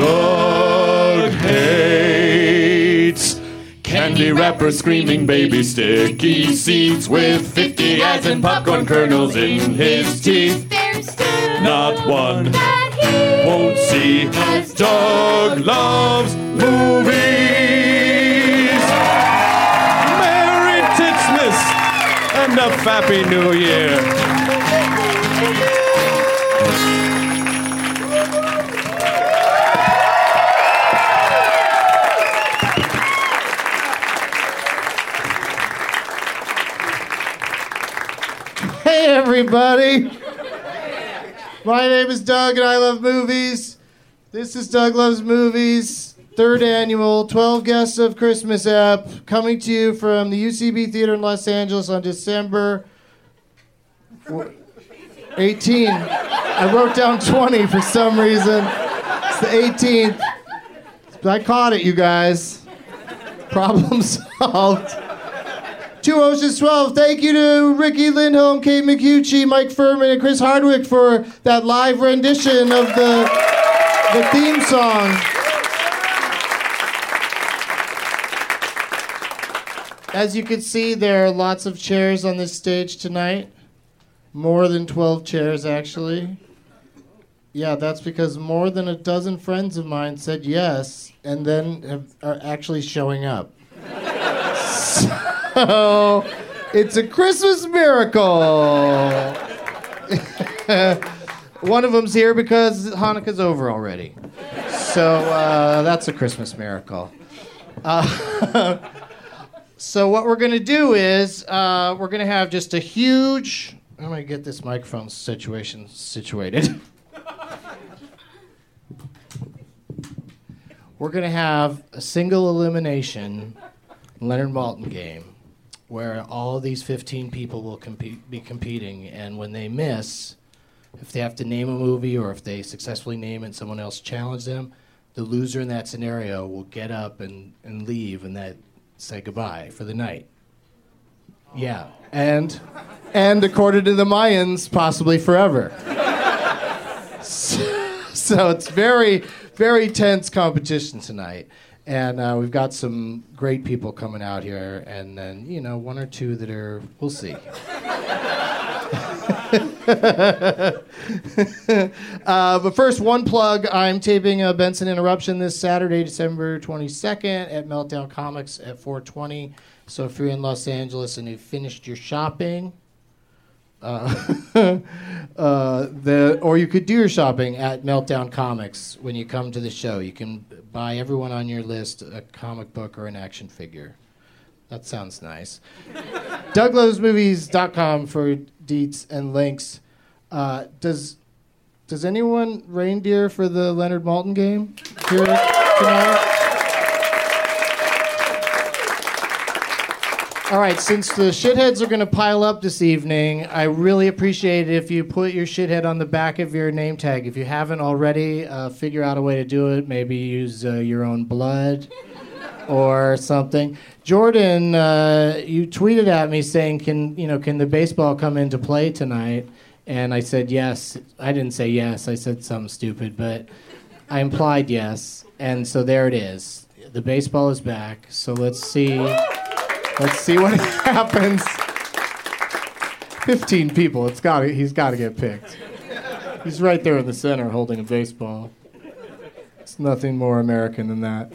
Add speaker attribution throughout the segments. Speaker 1: Doug hates candy wrappers, screaming baby, sticky seeds with 50 ads and popcorn kernels in his teeth.
Speaker 2: There's still
Speaker 1: Not one
Speaker 2: that he
Speaker 1: won't see. Doug loves movies. Merry Titsmas and a Fappy New Year.
Speaker 3: Hey, everybody. My name is Doug, and I love movies. This is Doug Loves Movies, third annual 12 Guests of Christmas app, coming to you from the UCB Theater in Los Angeles on December four- 18. I wrote down 20 for some reason. It's the 18th. I caught it, you guys. Problem solved. Two Oceans 12. Thank you to Ricky Lindholm, Kate McCucci, Mike Furman, and Chris Hardwick for that live rendition of the, the theme song. As you can see, there are lots of chairs on this stage tonight. More than 12 chairs, actually. Yeah, that's because more than a dozen friends of mine said yes and then have, are actually showing up. Oh, it's a Christmas miracle. One of them's here because Hanukkah's over already. So uh, that's a Christmas miracle. Uh, so what we're gonna do is uh, we're gonna have just a huge. I'm gonna get this microphone situation situated. We're going to have a single elimination Leonard Malton game where all these 15 people will compete, be competing, and when they miss, if they have to name a movie or if they successfully name it and someone else challenge them, the loser in that scenario will get up and, and leave and that say goodbye for the night. Yeah. And and according to the Mayans, possibly forever. so it's very, very tense competition tonight. And uh, we've got some great people coming out here, and then, you know, one or two that are, we'll see. Uh, but first, one plug. I'm taping a Benson Interruption this Saturday, December 22nd at Meltdown Comics at 420. So if you're in Los Angeles and you've finished your shopping, uh, the or you could do your shopping at Meltdown Comics when you come to the show. You can buy everyone on your list a comic book or an action figure. That sounds nice. DouglovesMovies.com for deets and links. Uh, does does anyone reindeer for the Leonard Malton game here tonight? All right, since the shitheads are going to pile up this evening, I really appreciate it if you put your shithead on the back of your name tag. If you haven't already, uh, figure out a way to do it. Maybe use uh, your own blood or something. Jordan, uh, you tweeted at me saying, "Can you know? Can the baseball come into play tonight?" And I said yes. I didn't say yes. I said something stupid, but I implied yes. And so there it is. The baseball is back. So let's see. Let's see what happens. Fifteen people. It's got. He's got to get picked. He's right there in the center, holding a baseball. It's nothing more American than that.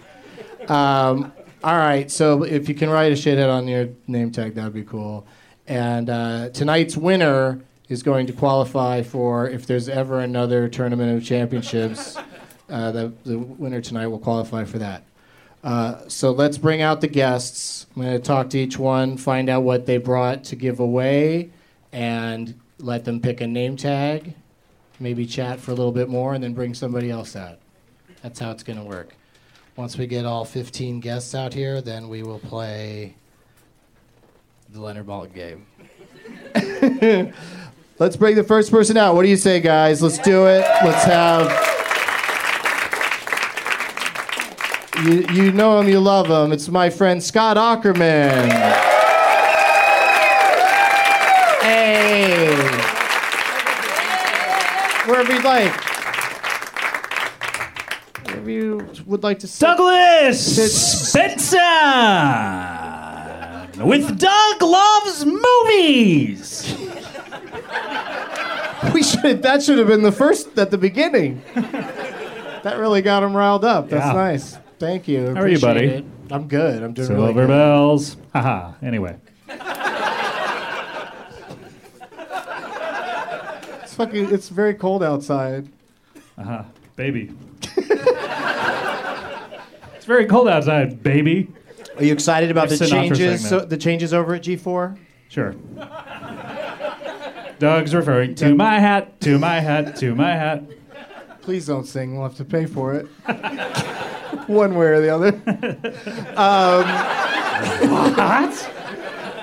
Speaker 3: Um, all right, so if you can write a shithead on your name tag, that'd be cool. And uh, tonight's winner is going to qualify for if there's ever another tournament of championships. Uh, the, the winner tonight will qualify for that. Uh, so let's bring out the guests. I'm going to talk to each one, find out what they brought to give away, and let them pick a name tag. Maybe chat for a little bit more, and then bring somebody else out. That's how it's going to work. Once we get all 15 guests out here, then we will play the Leonard Ball game. Let's bring the first person out. What do you say, guys? Let's do it. Let's have. You, you know him, you love him. It's my friend Scott Ackerman. Hey. Wherever you'd like. Wherever you would like to sit.
Speaker 4: Douglas Benson with Doug Loves Movies.
Speaker 3: We should that should have been the first at the beginning. that really got him riled up. That's
Speaker 4: Yeah.
Speaker 3: nice. Thank you.
Speaker 4: are you,
Speaker 3: Appreciate
Speaker 4: buddy?
Speaker 3: it. I'm good. I'm doing really
Speaker 4: Silver
Speaker 3: good.
Speaker 4: bells. Haha. Anyway,
Speaker 3: It's fucking it's very cold outside.
Speaker 4: Uh-huh, baby. it's very cold outside, baby.
Speaker 3: Are you excited about
Speaker 4: Your
Speaker 3: the
Speaker 4: Sinatra
Speaker 3: changes
Speaker 4: segment.
Speaker 3: so, the changes over at G4?
Speaker 4: Sure. Doug's referring to my hat, to my hat, to my hat.
Speaker 3: Please don't sing. We'll have to pay for it. One way or the other. Um,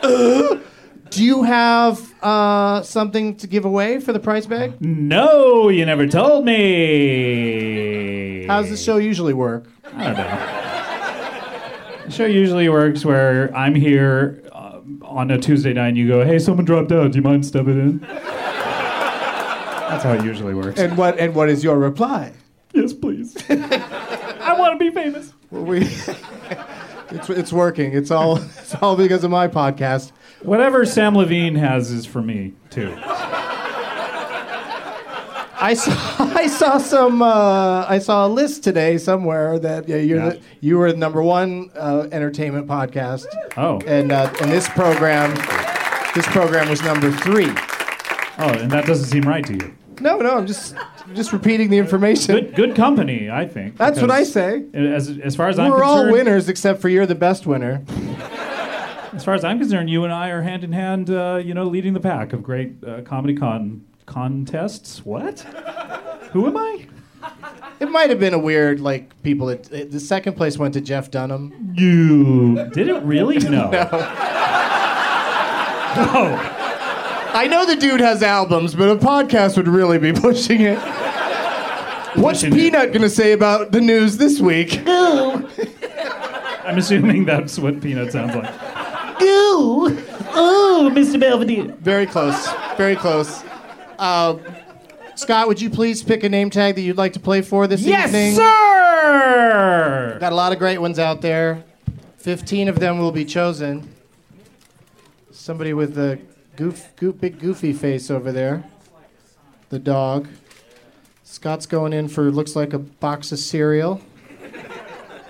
Speaker 4: What?
Speaker 3: Do you have uh, something to give away for the prize bag?
Speaker 4: No, you never told me.
Speaker 3: How's the show usually work?
Speaker 4: I don't know. The show usually works where I'm here um, on a Tuesday night and you go, hey, someone dropped out. Do you mind stepping in? That's how it usually works.
Speaker 3: And what and what is your reply?
Speaker 4: yes, please. I want to be famous.
Speaker 3: We, it's, it's working. It's all it's all because of my podcast.
Speaker 4: Whatever Sam Levine has is for me, too. Oh,
Speaker 3: I saw I saw some uh, I saw a list today somewhere that yeah, you're
Speaker 4: Yeah.
Speaker 3: The, you were the number one uh, entertainment podcast.
Speaker 4: Oh.
Speaker 3: and uh, and this program this program was number three.
Speaker 4: Oh, and that doesn't seem right to you.
Speaker 3: No, no, I'm just I'm just repeating the information.
Speaker 4: Good, good company, I think.
Speaker 3: That's what I
Speaker 4: because
Speaker 3: say.
Speaker 4: As, as far as I'm
Speaker 3: We're all
Speaker 4: concerned,
Speaker 3: winners except for you're the best winner.
Speaker 4: as far as I'm concerned, you and I are hand in hand, uh, you know, leading the pack of great uh, comedy con contests. What? Who am I?
Speaker 3: It might have been a weird like people. That, it, the second place went to Jeff Dunham.
Speaker 4: You did it really? No. no.
Speaker 3: I know the dude has albums, but a podcast would really be pushing it. What's
Speaker 4: Pushing it.
Speaker 3: Peanut gonna say about the news this week? Ooh,
Speaker 4: I'm assuming that's what peanut sounds like.
Speaker 3: ooh.
Speaker 4: Oh, Mr. Belvedere.
Speaker 3: Very close. Very close. Uh, Scott, would you please pick a name tag that you'd like to play for this evening?
Speaker 4: Yes, sir.
Speaker 3: Got a lot of great ones out there. 15 of them will be chosen. Somebody with the goof, goof, big goofy face over there. The dog. Scott's going in for looks like a box of cereal.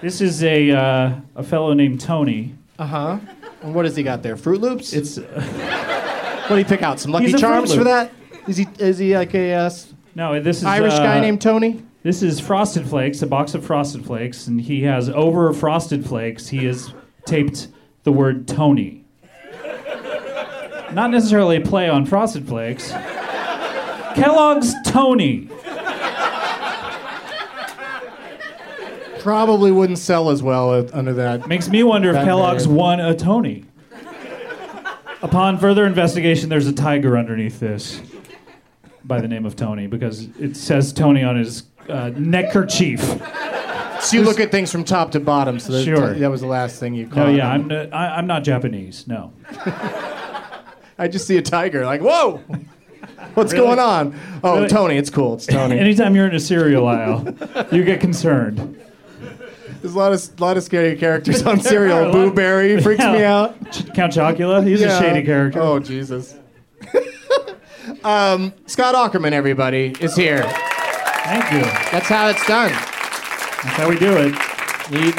Speaker 4: This is a uh, a fellow named Tony.
Speaker 3: Uh huh. And what has he got there? Fruit Loops?
Speaker 4: Uh-huh. It's uh,
Speaker 3: what do you pick out? Some Lucky
Speaker 4: He's a Froot
Speaker 3: Charms for
Speaker 4: Loop.
Speaker 3: that? Is he is he like a uh, s-
Speaker 4: no. This is
Speaker 3: Irish guy
Speaker 4: uh,
Speaker 3: named Tony?
Speaker 4: This is Frosted Flakes, a box of Frosted Flakes, and he has over Frosted Flakes. He has taped the word Tony. Not necessarily a play on Frosted Flakes. Kellogg's Tony.
Speaker 3: Probably wouldn't sell as well uh, under that.
Speaker 4: Makes me wonder if
Speaker 3: That
Speaker 4: Kellogg's
Speaker 3: better.
Speaker 4: won a Tony. Upon further investigation, there's a tiger underneath this by the name of Tony because it says Tony on his uh, neckerchief.
Speaker 3: So you look at things from top to bottom. So that,
Speaker 4: Sure.
Speaker 3: that was the last thing you
Speaker 4: No,
Speaker 3: caught.
Speaker 4: Oh, yeah, I'm, n- I, I'm not Japanese. No.
Speaker 3: I just see a tiger, like, whoa, what's going on? Oh,
Speaker 4: Really?
Speaker 3: Tony, it's cool. It's Tony.
Speaker 4: Anytime you're in a cereal aisle, you get concerned.
Speaker 3: There's a lot of lot of scary characters on
Speaker 4: are a
Speaker 3: cereal.
Speaker 4: lot-
Speaker 3: Boo Berry freaks me
Speaker 4: Yeah.
Speaker 3: out.
Speaker 4: Ch- Count Chocula, he's a
Speaker 3: Yeah.
Speaker 4: shady character.
Speaker 3: Oh Jesus. um, Scott Ackerman, everybody, is here.
Speaker 4: Thank you. That's
Speaker 3: That's how it's done.
Speaker 4: how we do it.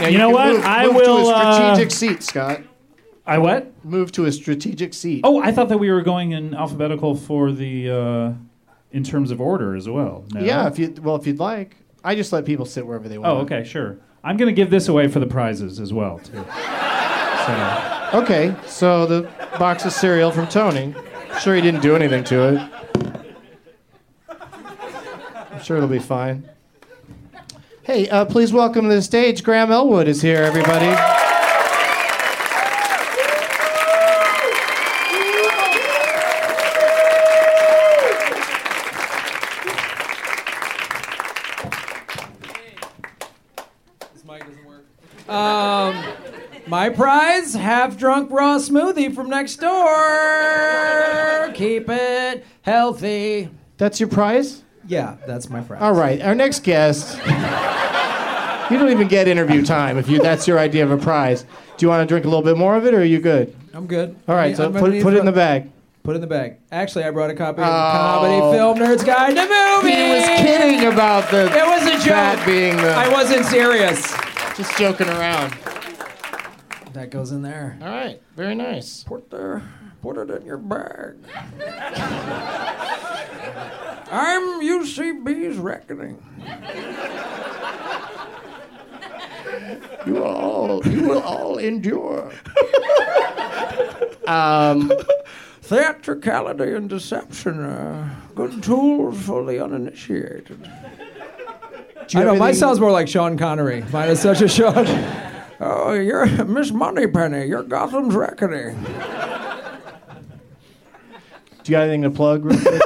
Speaker 3: You,
Speaker 4: know
Speaker 3: now can
Speaker 4: what?
Speaker 3: Move,
Speaker 4: I
Speaker 3: move
Speaker 4: will,
Speaker 3: To
Speaker 4: uh,
Speaker 3: a strategic seat, Scott.
Speaker 4: I what?
Speaker 3: Move to a strategic seat.
Speaker 4: Oh, I thought that we were going in alphabetical for the, uh, in terms of order as well. No?
Speaker 3: yeah. If you well, if you'd like, I just let people sit wherever they want.
Speaker 4: Oh, okay, sure. I'm going to give this away for the prizes as well, too. So,
Speaker 3: Okay, so the box of cereal from Tony. Sure, he didn't do anything to it. I'm sure it'll be fine. Hey, uh, please welcome to the stage. Graham Elwood is here, everybody.
Speaker 5: This mic doesn't work. Um, my prize: half drunk raw smoothie from next door. Keep it healthy.
Speaker 3: That's your prize?
Speaker 5: Yeah, that's my prize.
Speaker 3: All right, our next guest. You don't even get interview time if you, that's your idea of a prize. Do you want to drink a little bit more of it, or are you good?
Speaker 5: I'm good.
Speaker 3: All right, so
Speaker 5: I'm gonna
Speaker 3: put,
Speaker 5: need
Speaker 3: put
Speaker 5: to-
Speaker 3: it in the bag.
Speaker 5: Put it in the bag. Actually, I brought a copy of the
Speaker 3: Oh.
Speaker 5: Comedy Film Nerds Guide to
Speaker 3: He
Speaker 5: Movies.
Speaker 3: was kidding about the
Speaker 5: It was a joke.
Speaker 3: that being the.
Speaker 5: I wasn't serious.
Speaker 3: just joking around.
Speaker 5: That goes in there.
Speaker 3: All right, very nice.
Speaker 5: Porter, put it in your bag. I'm UCB's reckoning.
Speaker 3: You will all, you will all endure.
Speaker 5: Um, Theatricality and deception are good tools for the uninitiated.
Speaker 3: Do
Speaker 5: I
Speaker 3: you
Speaker 5: know,
Speaker 3: have
Speaker 5: mine
Speaker 3: anything-
Speaker 5: sounds more like Sean Connery. Mine is such a Sean. Oh, you're Miss Moneypenny. You're Gotham's reckoning.
Speaker 3: Do you got anything to plug? real quick?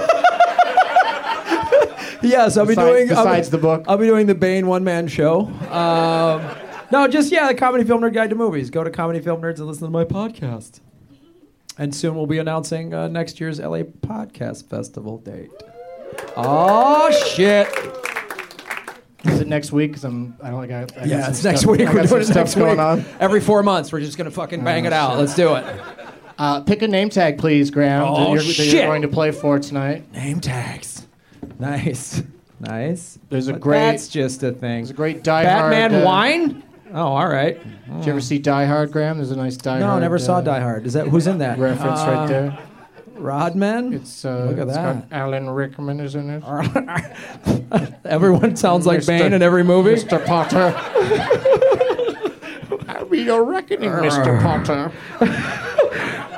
Speaker 5: Yes, I'll be
Speaker 3: Besides-
Speaker 5: doing. I'll be-
Speaker 3: besides the book?
Speaker 5: I'll be doing the Bane one man show. Um, no, just yeah, the Comedy Film Nerd Guide to Movies. Go to Comedy Film Nerds and listen to my podcast. And soon we'll be announcing uh, next year's LA Podcast Festival date. Oh shit!
Speaker 3: Is it next week? Because I'm, I don't like. I, I got
Speaker 5: Yeah,
Speaker 3: some
Speaker 5: it's next
Speaker 3: stuff-
Speaker 5: week.
Speaker 3: I
Speaker 5: We're
Speaker 3: got some
Speaker 5: doing it
Speaker 3: stuff
Speaker 5: next
Speaker 3: going
Speaker 5: week.
Speaker 3: on. Oh,
Speaker 5: Every four months, we're just gonna fucking bang it out. Let's do it.
Speaker 3: Uh, pick a name tag, please, Graham. that
Speaker 5: Oh,
Speaker 3: you're- that, you're,
Speaker 5: shit.
Speaker 3: going to play for tonight.
Speaker 5: Name tags. Nice, nice.
Speaker 3: There's a
Speaker 5: But
Speaker 3: great-
Speaker 5: That's just a thing.
Speaker 3: There's a great Die
Speaker 5: Batman
Speaker 3: Hard. uh,
Speaker 5: wine. Oh, all right.
Speaker 3: Did you ever see Die Hard, Graham? There's a nice Die
Speaker 5: No,
Speaker 3: Hard.
Speaker 5: never saw
Speaker 3: uh,
Speaker 5: Die Hard. Is that who's in that?
Speaker 3: Reference
Speaker 5: Uh,
Speaker 3: right there.
Speaker 5: Rodman.
Speaker 3: It's uh,
Speaker 5: look at
Speaker 3: it's
Speaker 5: that.
Speaker 3: got Alan Rickman is in it.
Speaker 5: Everyone sounds like
Speaker 3: Mr.
Speaker 5: Bane in every movie.
Speaker 3: Mr. Potter. I'll be your reckoning, Mr. Potter.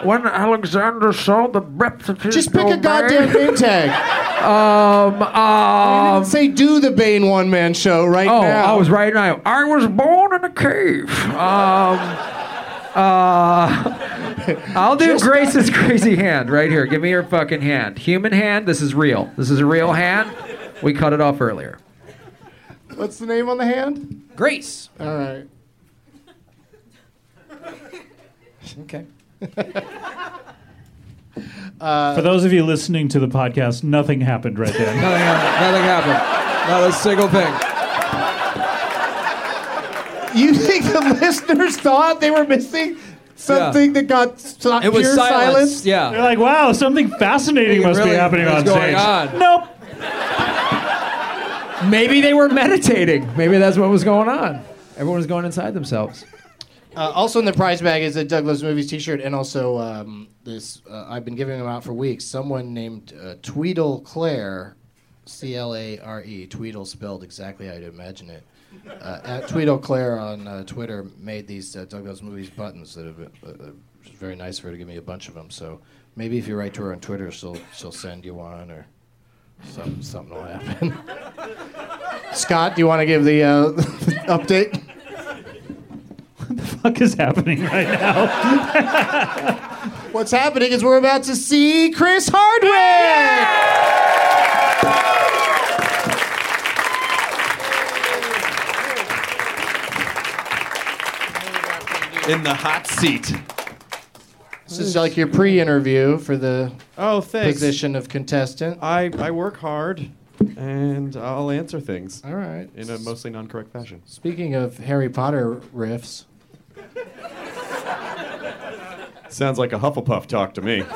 Speaker 6: when Alexander saw the breadth of his
Speaker 3: Just pick a goddamn name tag.
Speaker 6: Um, um,
Speaker 3: Say, do the Bane one man show right
Speaker 6: oh,
Speaker 3: now.
Speaker 6: I was right now. I was born in a cave. Um, uh, I'll do Grace's crazy hand right here. Give me your fucking hand. Human hand. This is real. This is a real hand. We cut it off earlier.
Speaker 3: What's the name on the hand?
Speaker 6: Grace.
Speaker 3: All right.
Speaker 6: Okay.
Speaker 3: Uh,
Speaker 4: For those of you listening to the podcast, nothing happened right then.
Speaker 6: Nothing happened. Nothing happened. Not a single thing.
Speaker 3: You think the listeners thought they were missing something that got so-
Speaker 6: It was
Speaker 3: pure
Speaker 6: silence.
Speaker 3: silence?
Speaker 4: They're
Speaker 6: Yeah.
Speaker 4: like, wow, something fascinating
Speaker 6: It
Speaker 4: must
Speaker 6: really
Speaker 4: be happening
Speaker 6: is
Speaker 4: on
Speaker 6: going
Speaker 4: stage.
Speaker 6: on.
Speaker 4: Nope.
Speaker 6: Maybe they were meditating. Maybe that's what was going on. Everyone was going inside themselves.
Speaker 3: Uh, also in the prize bag is a Douglas Movies T-shirt, and also um, this. Uh, I've been giving them out for weeks. Someone named uh, Tweedle Claire, C L A R E, Tweedle spelled exactly how you'd imagine it. Uh, at Tweedle Claire on uh, Twitter made these uh, Douglas Movies buttons that have been uh, uh, which is very nice of her to give me a bunch of them. So maybe if you write to her on Twitter, she'll she'll send you one or something. Something will happen. Scott, do you want to give the uh, update?
Speaker 4: Fuck is happening right now.
Speaker 3: What's happening is we're about to see Chris Hardwick.
Speaker 1: in the hot seat.
Speaker 3: This is like your pre-interview for the
Speaker 1: Oh, thanks.
Speaker 3: position of contestant.
Speaker 1: I, I work hard and I'll answer things
Speaker 3: All right.
Speaker 1: in a mostly non correct fashion.
Speaker 3: Speaking of Harry Potter riffs,
Speaker 1: Sounds like a Hufflepuff talk to me. Doug,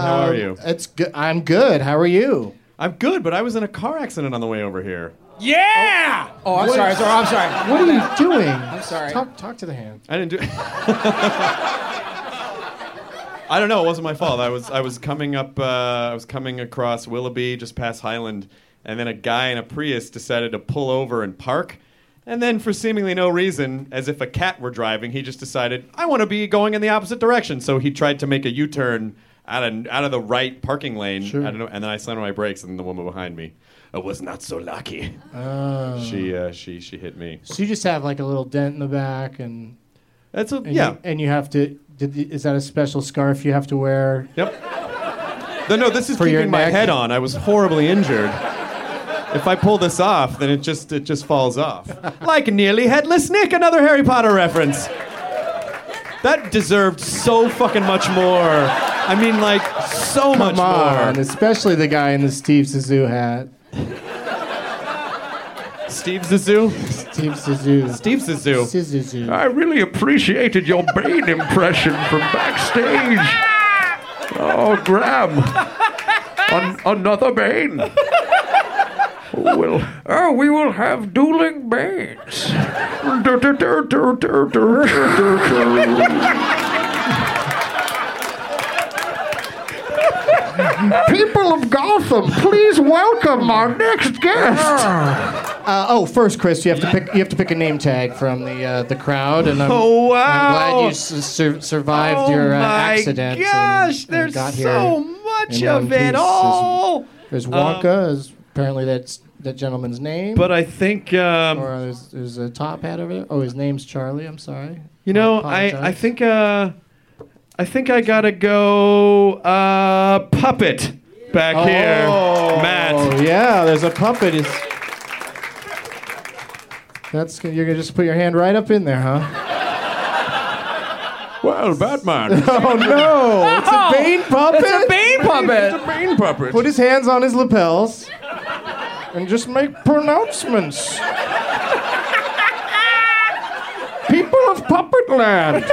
Speaker 1: how are you?
Speaker 3: Um, it's good. I'm good. How are you?
Speaker 1: I'm good, but I was in a car accident on the way over here.
Speaker 6: Yeah. Oh, I'm sorry. I'm sorry. I'm sorry.
Speaker 3: What are you doing? I'm
Speaker 6: sorry.
Speaker 3: Talk, talk to the hand.
Speaker 1: I didn't do. I don't know. It wasn't my fault. I was I was coming up. Uh, I was coming across Willoughby, just past Highland, and then a guy in a Prius decided to pull over and park. And then, for seemingly no reason, as if a cat were driving, he just decided I want to be going in the opposite direction. So he tried to make a U-turn out of out of the right parking lane. I don't know. And then I slammed on my brakes, and the woman behind me I was not so lucky. She uh, she she hit me.
Speaker 3: Oh. So you just have like a little dent in the back, and,
Speaker 1: That's a
Speaker 3: and
Speaker 1: yeah.
Speaker 3: you, and you have to. Did, the- is that a special scarf you have to wear?
Speaker 1: Yep. No, no, this is
Speaker 3: For your
Speaker 1: keeping my
Speaker 3: neck?
Speaker 1: head on. I was horribly injured. If I pull this off, then it just it just falls off. Like nearly headless Nick, another Harry Potter reference. That deserved so fucking much more. I mean, like so much
Speaker 3: Come on,
Speaker 1: more.
Speaker 3: especially the guy in the Steve Zissou hat.
Speaker 1: Steve Zissou.
Speaker 3: Steve Zissou.
Speaker 1: Steve Zissou.
Speaker 3: Zissou.
Speaker 6: I really appreciated your Bane impression from backstage. Oh, Graham. An- another Bane. We'll, oh, we will have dueling Banes. People of Gotham, please welcome our next guest.
Speaker 3: Uh, oh, first, Chris, you have to pick. You have to pick a name tag from the uh, the crowd, and I'm,
Speaker 1: Oh, wow.
Speaker 3: I'm glad you su- sur- survived
Speaker 1: Oh
Speaker 3: your uh,
Speaker 1: my
Speaker 3: accident. and-
Speaker 1: gosh,
Speaker 3: and
Speaker 1: there's
Speaker 3: got here
Speaker 1: so
Speaker 3: in
Speaker 1: much
Speaker 3: one
Speaker 1: of it
Speaker 3: piece. There's-
Speaker 1: all.
Speaker 3: There's, Wonka. is apparently that's that gentleman's name.
Speaker 1: Um, But I think um,
Speaker 3: or there's, there's a top hat over there. Oh, his name's Charlie. I'm sorry.
Speaker 1: You know,
Speaker 3: apologize.
Speaker 1: I, I think uh, I think I gotta go uh, puppet back here, Matt.
Speaker 3: yeah, there's a puppet. Is that's you're gonna just put your hand right up in there, huh?
Speaker 1: Well, Batman,
Speaker 3: Oh no, it's a Bane puppet.
Speaker 6: It's a Bane puppet.
Speaker 1: brain puppet.
Speaker 3: put his hands on his lapels and just make pronouncements. Uh, People of Puppet Land.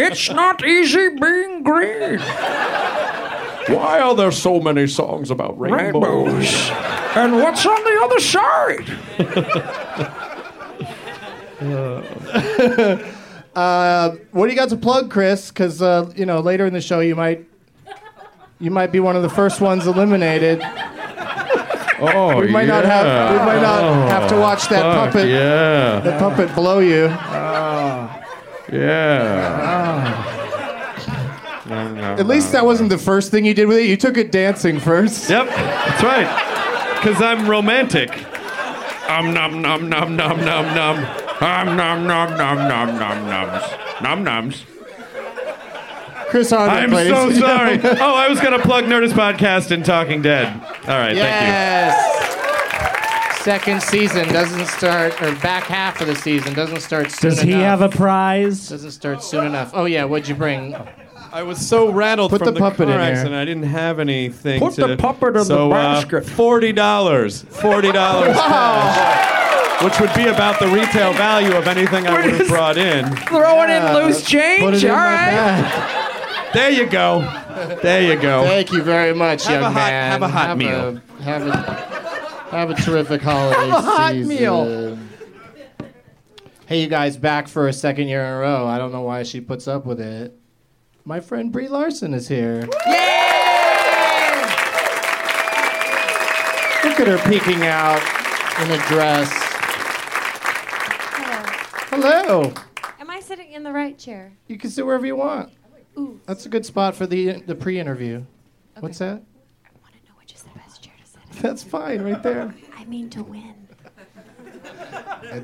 Speaker 6: It's not easy being green.
Speaker 1: Why are there so many songs about
Speaker 6: rainbows. and what's on the other side?
Speaker 3: What do you got to plug, Chris? Because uh, you know later in the show you might you might be one of the first ones eliminated.
Speaker 1: Oh,
Speaker 3: We might not have we
Speaker 7: Oh,
Speaker 3: Oh, might not have to watch that puppet
Speaker 1: Yeah.
Speaker 3: that puppet blow you.
Speaker 1: Yeah.
Speaker 2: At least that wasn't the first thing you did with it. You took it dancing first.
Speaker 1: Yep, that's right. Because I'm romantic. Um nom nom nom nom nom nom. Um nom nom nom nom nom noms. Nom noms.
Speaker 2: Chris Hardwick,
Speaker 1: I'm
Speaker 2: ladies
Speaker 1: so
Speaker 2: and
Speaker 1: sorry.
Speaker 2: gentlemen.
Speaker 1: Oh, I was going to plug Nerdist Podcast and Talking Dead. All right, thank
Speaker 3: Yes. Second season doesn't start, or back half of the season doesn't start soon
Speaker 4: Does he
Speaker 3: enough.
Speaker 4: have a prize?
Speaker 3: Doesn't start soon enough. Oh yeah, what'd you bring?
Speaker 1: you. I was so rattled
Speaker 2: Put
Speaker 1: from
Speaker 2: the
Speaker 1: the,
Speaker 2: puppet
Speaker 1: car
Speaker 2: in here.
Speaker 1: accident. I didn't have anything
Speaker 5: Put
Speaker 1: to...
Speaker 5: the puppet in
Speaker 1: so,
Speaker 5: the
Speaker 1: uh,
Speaker 5: basket.
Speaker 1: $40. $40 cash, Which would be about the retail value of anything I would have brought in.
Speaker 5: Throwing in loose
Speaker 2: Put
Speaker 5: change.
Speaker 2: it in
Speaker 5: All
Speaker 2: my
Speaker 5: right.
Speaker 2: bag.
Speaker 1: There you go. There you go.
Speaker 3: Thank you very much,
Speaker 1: Have a
Speaker 3: young
Speaker 1: hot-
Speaker 3: man.
Speaker 1: have a hot
Speaker 3: a-
Speaker 1: meal.
Speaker 3: have a have a terrific
Speaker 5: Have
Speaker 3: holiday
Speaker 5: a hot
Speaker 3: season.
Speaker 5: meal.
Speaker 3: Hey, you guys, back for a second year in a row. I don't know why she puts up with it. My friend Brie Larson is here. Look at her peeking out in a dress. Hello.
Speaker 8: Am I sitting in the right chair?
Speaker 3: You can sit wherever you want.
Speaker 8: Ooh.
Speaker 3: That's a good spot for the the pre-interview. What's that?
Speaker 8: I want to know which is the best chair to sit in.
Speaker 3: That's fine, right there.
Speaker 8: I mean to win.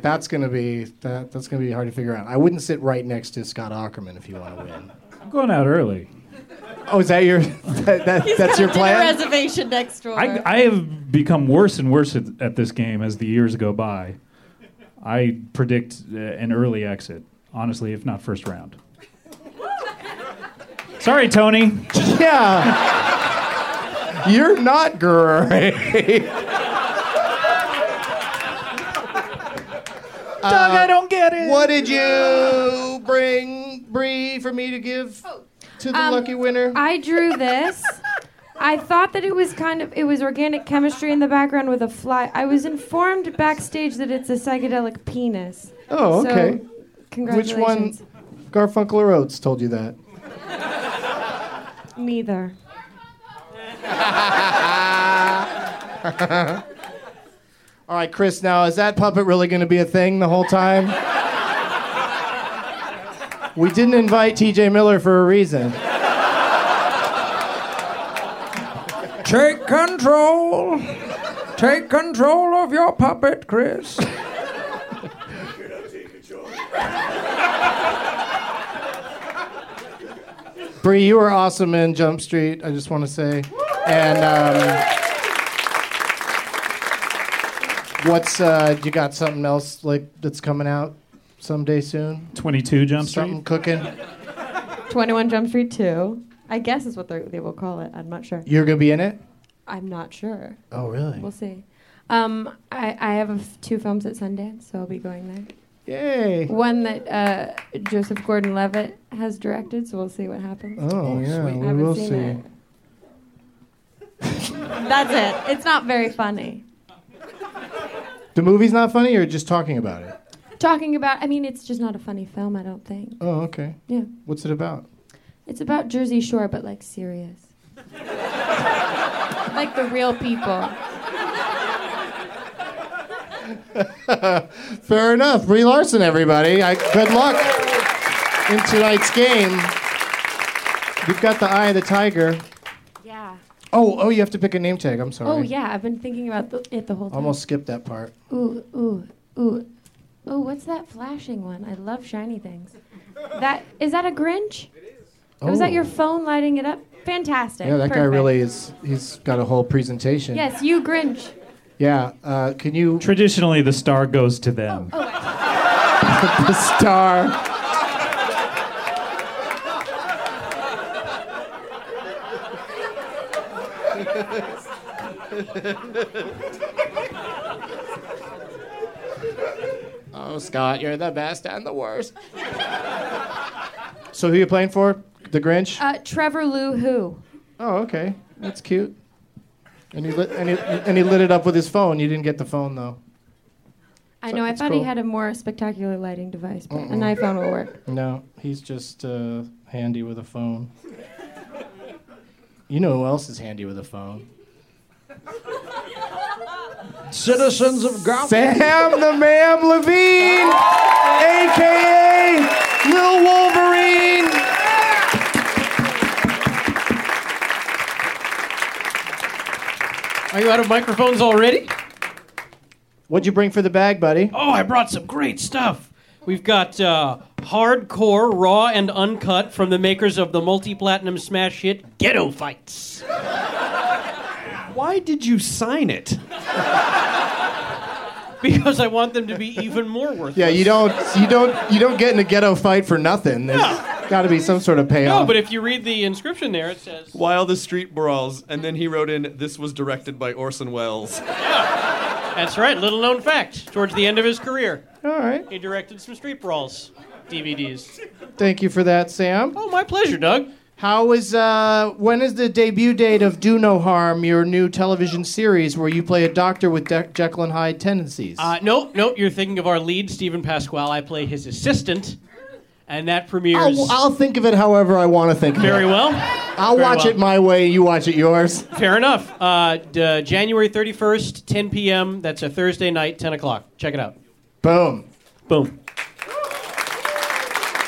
Speaker 3: That's gonna be that, that's gonna be hard to figure out. I wouldn't sit right next to Scott Ackerman if you want to win.
Speaker 4: I'm going out early.
Speaker 3: Oh, is that your that, that, that's your plan?
Speaker 8: reservation next door.
Speaker 4: I, I have become worse and worse at, at this game as the years go by. I predict uh, an early exit, honestly, if not first round. Sorry, Tony.
Speaker 3: Yeah. You're not great.
Speaker 5: Doug,
Speaker 3: Uh,
Speaker 5: I don't get it.
Speaker 2: What did you bring, Bree, for me to give to the
Speaker 8: Um,
Speaker 2: lucky winner?
Speaker 8: I drew this. I thought that it was kind of it was organic chemistry in the background with a fly. I was informed backstage that it's a psychedelic penis.
Speaker 3: Oh,
Speaker 8: So,
Speaker 3: okay. Which one?
Speaker 8: Congratulations.
Speaker 3: Garfunkel or Oates told you that.
Speaker 8: Neither.
Speaker 3: All right, Chris. Now, is that puppet really going to be a thing the whole time? we didn't invite T.J. Miller for a reason.
Speaker 5: Take control. Take control of your puppet, Chris.
Speaker 3: Bree, you were awesome in Jump Street. I just want to say, and um, what's uh, you got something else like that's coming out someday soon?
Speaker 4: 22 Jump
Speaker 3: Something
Speaker 4: Street.
Speaker 3: cooking?
Speaker 8: 21 Jump Street 2. I guess is what they they will call it. I'm not sure.
Speaker 3: You're gonna be in it?
Speaker 8: I'm not sure.
Speaker 3: Oh, really?
Speaker 8: We'll see. Um, I, I have a f- two films at Sundance, so I'll be going there.
Speaker 3: Yay!
Speaker 8: One that uh, Joseph Gordon-Levitt has directed, so we'll see what happens.
Speaker 3: Oh, yeah,
Speaker 8: I
Speaker 3: we
Speaker 8: haven't
Speaker 3: will
Speaker 8: seen
Speaker 3: see.
Speaker 8: it. That's it. It's not very funny.
Speaker 3: The movie's not funny, or just talking about it?
Speaker 8: Talking about, I mean, it's just not a funny film. I don't think.
Speaker 3: Oh, okay.
Speaker 8: Yeah,
Speaker 3: What's it about?
Speaker 8: it's about Jersey Shore, but like serious, like the real people.
Speaker 3: Fair enough. Brie Larson, everybody. I, good luck in tonight's game. You've got the eye of the tiger.
Speaker 8: Yeah.
Speaker 3: Oh, oh, you have to pick a name tag. I'm sorry.
Speaker 8: Oh yeah, I've been thinking about th- it the whole time.
Speaker 3: Almost skipped that part.
Speaker 8: Ooh, ooh, ooh. Ooh, what's that flashing one? I love shiny things. That is that a Grinch? Was that your phone lighting it up? Fantastic.
Speaker 3: Oh. Yeah, that guy
Speaker 8: Perfect.
Speaker 3: really is. He's got a whole presentation.
Speaker 8: Yes, you Grinch.
Speaker 3: Yeah. Uh, can you
Speaker 4: Traditionally, the star goes to them.
Speaker 3: the star? oh, Scott, you're the best and the worst. so, who you playing for? The Grinch.
Speaker 8: Uh, Trevor Lou Who.
Speaker 3: Oh, okay. That's cute. And he lit and he, and he lit it up with his phone. You didn't get the phone though.
Speaker 8: I know. I
Speaker 3: That's
Speaker 8: thought
Speaker 3: cool. Uh-uh.
Speaker 8: he had a more spectacular lighting device, but an iPhone will work.
Speaker 3: No, he's just uh, handy with a phone. You know who else is handy with a phone?
Speaker 5: Citizens of Gotham.
Speaker 3: Sam the Ma'am Levine, aka Lou
Speaker 2: Will Wolverine.
Speaker 5: Are you out of microphones already?
Speaker 3: What'd you bring for the bag, buddy?
Speaker 9: Oh, I brought some great stuff. We've got uh, hardcore, raw, and uncut from the makers of the multi-platinum smash hit Ghetto Fights.
Speaker 1: Why did you sign it?
Speaker 9: Because I want them to be even more worth.
Speaker 3: Yeah, you don't, you don't, you don't get in a ghetto fight for nothing. There's got to be some sort of payoff.
Speaker 9: No, but if you read the inscription there, it says
Speaker 1: While the street brawls, and then he wrote in, "This was directed by Orson Welles."
Speaker 9: that's right. Little known fact. Towards the end of his career,
Speaker 3: All right.
Speaker 9: he directed some street brawls DVDs.
Speaker 3: Thank you for that, Sam.
Speaker 9: Oh, my pleasure, Doug.
Speaker 3: How is uh when is the debut date of Do No Harm, your new television series where you play a doctor with De- Jekyll and Hyde tendencies?
Speaker 9: Uh, no, no, you're thinking of our lead, Stephen Pasquale. I play his assistant, and that premieres
Speaker 3: I'll, I'll think of it however I want to think.
Speaker 9: very
Speaker 3: of it.
Speaker 9: well.
Speaker 3: I'll
Speaker 9: Very
Speaker 3: watch
Speaker 9: well.
Speaker 3: it my way. You watch it yours.
Speaker 9: Fair enough. Uh, d- uh, January 31st, 10 p.m. That's a Thursday night, 10 o'clock. Check it out.
Speaker 3: Boom.
Speaker 9: Boom.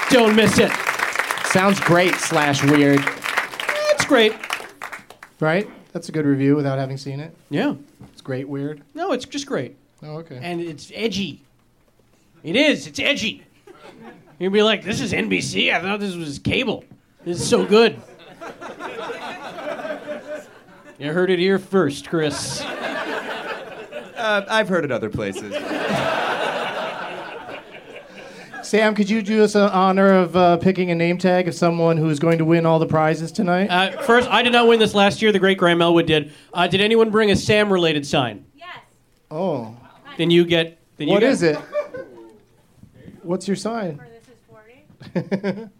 Speaker 9: Don't miss it.
Speaker 3: Sounds great slash weird.
Speaker 9: It's great.
Speaker 3: Right? That's a good review without having seen it.
Speaker 9: Yeah.
Speaker 3: It's great weird.
Speaker 9: No, it's just great.
Speaker 3: Oh, okay.
Speaker 9: And it's edgy. It is. It's edgy. You'll be like, this is NBC? I thought this was cable. This is so good. You heard it here first, Chris.
Speaker 1: Uh, I've heard it other places.
Speaker 3: Sam, could you do us an honor of uh, picking a name tag of someone who is going to win all the prizes tonight?
Speaker 9: Uh, first, I did not win this last year. The great Graham Elwood did. Uh, did anyone bring a Sam related sign?
Speaker 3: oh,
Speaker 9: Then you get. Then you
Speaker 3: what
Speaker 9: get-
Speaker 3: is it? What's your sign?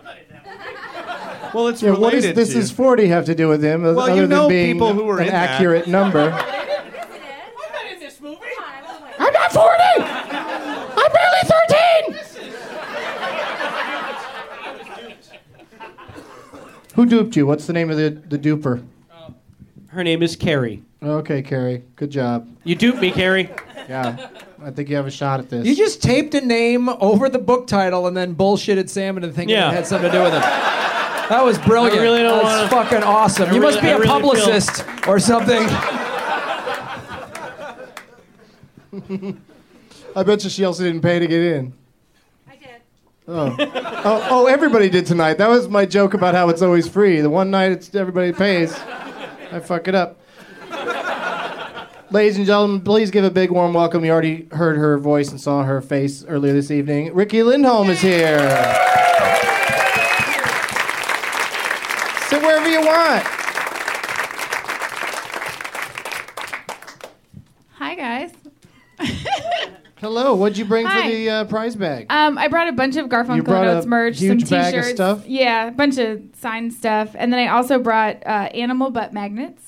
Speaker 1: Well, it's
Speaker 3: Yeah,
Speaker 1: related
Speaker 3: what does this
Speaker 1: to.
Speaker 3: is 40 have to do with him,
Speaker 1: Well, you
Speaker 3: other
Speaker 1: know
Speaker 3: than being
Speaker 1: people who were
Speaker 3: an
Speaker 1: in that.
Speaker 3: accurate number?
Speaker 9: I'm not in this movie.
Speaker 3: I'm not 40! I'm barely 13! Who duped you? What's the name of the, the duper?
Speaker 9: Uh, Her name is Carrie.
Speaker 3: Okay, Carrie. Good job.
Speaker 9: You duped me, Carrie.
Speaker 3: Yeah. I think you have a shot at this.
Speaker 5: You just taped a name over the book title and then bullshitted Sam into thinking
Speaker 9: Yeah.
Speaker 5: it had something to do with it. That was brilliant.
Speaker 9: I really don't
Speaker 5: That's
Speaker 9: wanna-
Speaker 5: fucking awesome.
Speaker 9: I
Speaker 5: you must be
Speaker 9: really- I
Speaker 5: a
Speaker 9: really feel-
Speaker 5: publicist or something.
Speaker 3: I bet you she also didn't pay to get in.
Speaker 8: I did.
Speaker 3: Oh, oh, everybody did tonight. That was my joke about how it's always free. The one night it's everybody pays, I fuck it up. Ladies and gentlemen, please give a big warm welcome. You already heard her voice and saw her face earlier this evening. Ricky Lindholm is here. Sit wherever you want.
Speaker 10: Hi, guys.
Speaker 3: Hello. What'd you bring
Speaker 10: Hi.
Speaker 3: for the uh, prize bag?
Speaker 10: Um, I brought a bunch of
Speaker 3: You
Speaker 10: Garfunkel
Speaker 3: brought a
Speaker 10: Notes merch, some
Speaker 3: huge
Speaker 10: t-shirts,
Speaker 3: bag of stuff?
Speaker 10: yeah, a bunch of signed stuff, and then I also brought uh, animal butt magnets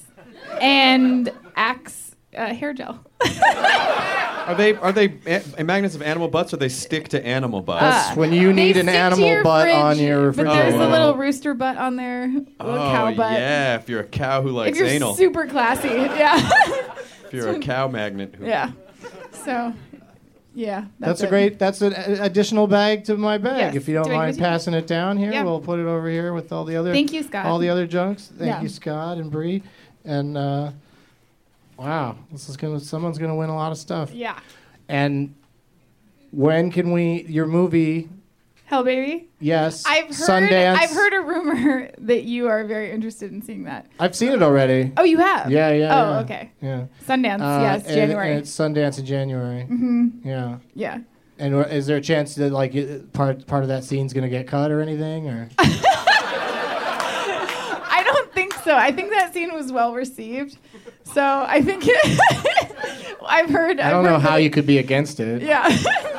Speaker 10: and Axe uh, hair gel.
Speaker 1: Are they are they a- magnets of animal butts? Or they stick to animal butts?
Speaker 3: That's when you need an
Speaker 10: Uh, stick to
Speaker 3: animal
Speaker 10: your
Speaker 3: butt on
Speaker 10: fridge,
Speaker 3: your
Speaker 10: But
Speaker 3: refrigerator.
Speaker 10: there's
Speaker 1: Oh.
Speaker 10: a little rooster butt on there, a little
Speaker 1: oh
Speaker 10: cow butt.
Speaker 1: yeah, if you're a cow who
Speaker 10: If
Speaker 1: likes
Speaker 10: you're
Speaker 1: anal,
Speaker 10: super classy, yeah,
Speaker 1: if you're a cow magnet, who,
Speaker 10: yeah. So, yeah,
Speaker 3: That's,
Speaker 10: that's,
Speaker 3: a
Speaker 10: it.
Speaker 3: great. That's an a- uh, additional bag to my bag.
Speaker 10: Yes.
Speaker 3: If you don't
Speaker 10: Do I give it
Speaker 3: mind
Speaker 10: to you?
Speaker 3: passing it down here,
Speaker 10: Yeah.
Speaker 3: we'll put it over here with all the other.
Speaker 10: Thank you, Scott.
Speaker 3: All the other junks. Thank
Speaker 10: Yeah.
Speaker 3: you, Scott and Bree, and uh, wow, this is gonna. Someone's gonna win a lot of stuff.
Speaker 10: Yeah,
Speaker 3: And when can we? Your movie?
Speaker 10: hell baby.
Speaker 3: Yes.
Speaker 10: I've heard.
Speaker 3: Sundance.
Speaker 10: I've heard a rumor that you are very interested in seeing that.
Speaker 3: I've seen it already.
Speaker 10: Oh, you have?
Speaker 3: Yeah, yeah.
Speaker 10: Oh,
Speaker 3: yeah.
Speaker 10: okay.
Speaker 3: Yeah.
Speaker 10: Sundance,
Speaker 3: Uh,
Speaker 10: yes,
Speaker 3: and-
Speaker 10: January.
Speaker 3: And it's Sundance in January.
Speaker 10: hmm
Speaker 3: Yeah.
Speaker 10: Yeah.
Speaker 3: And wh- is there a chance that like it- part part of that scene's gonna get cut or anything or?
Speaker 10: I don't think so. I think that scene was well received. So I think I've heard.
Speaker 3: I don't know how you could be against it.
Speaker 10: Yeah.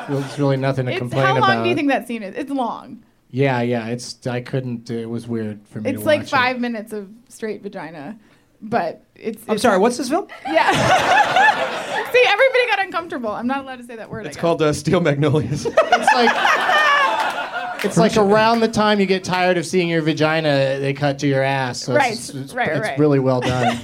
Speaker 3: There's really nothing to
Speaker 10: it's,
Speaker 3: complain
Speaker 10: how long
Speaker 3: about.
Speaker 10: do you think that scene is? It's long.
Speaker 3: Yeah, yeah. It's I couldn't. It was weird for me.
Speaker 10: It's
Speaker 3: to
Speaker 10: like
Speaker 3: watch
Speaker 10: five minutes of straight vagina, but it's.
Speaker 5: I'm
Speaker 10: it's-
Speaker 5: sorry, what's this film?
Speaker 10: Yeah. See, everybody got uncomfortable. I'm not allowed to say that word.
Speaker 1: it's called uh, steel magnolias.
Speaker 3: It. It's like it's like around the time you get tired of seeing your vagina, they cut to your ass. So
Speaker 10: Right,
Speaker 3: It's, it's,
Speaker 10: right,
Speaker 3: it's
Speaker 10: right.
Speaker 3: really well done.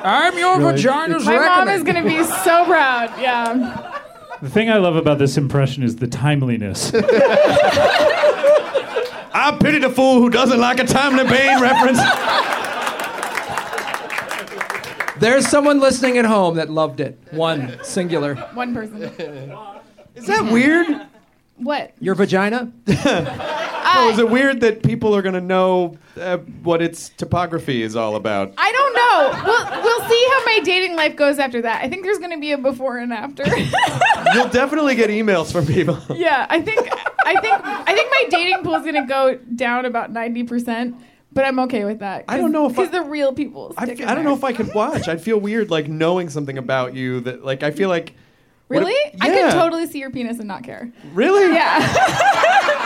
Speaker 5: I'm your
Speaker 3: Really?
Speaker 5: vagina's
Speaker 10: My mom
Speaker 5: reckoning.
Speaker 10: is gonna be so proud. Yeah.
Speaker 4: The thing I love about this impression is the timeliness.
Speaker 1: I pity the fool who doesn't like a timely Bane reference.
Speaker 5: There's someone listening at home that loved it. One singular.
Speaker 10: One person.
Speaker 1: Is that weird?
Speaker 10: What?
Speaker 5: Your vagina?
Speaker 1: No, is it weird that people are going to know uh, what its topography is all about?
Speaker 10: I don't know. We'll, we'll see how my dating life goes after that. I think there's going to be a before and after.
Speaker 1: You'll definitely get emails from people.
Speaker 10: yeah, I think I think I think my dating pool is going to go down about 90%, but I'm okay with that.
Speaker 1: I don't know if I-
Speaker 10: cuz the real people
Speaker 1: I,
Speaker 10: stick
Speaker 1: fe-
Speaker 10: in
Speaker 1: I don't know if
Speaker 10: there.
Speaker 1: I could watch. I'd feel weird like knowing something about you that like I feel like what if-
Speaker 10: Really? I could
Speaker 1: Yeah.
Speaker 10: totally see your penis and not care.
Speaker 1: Really?
Speaker 10: Yeah.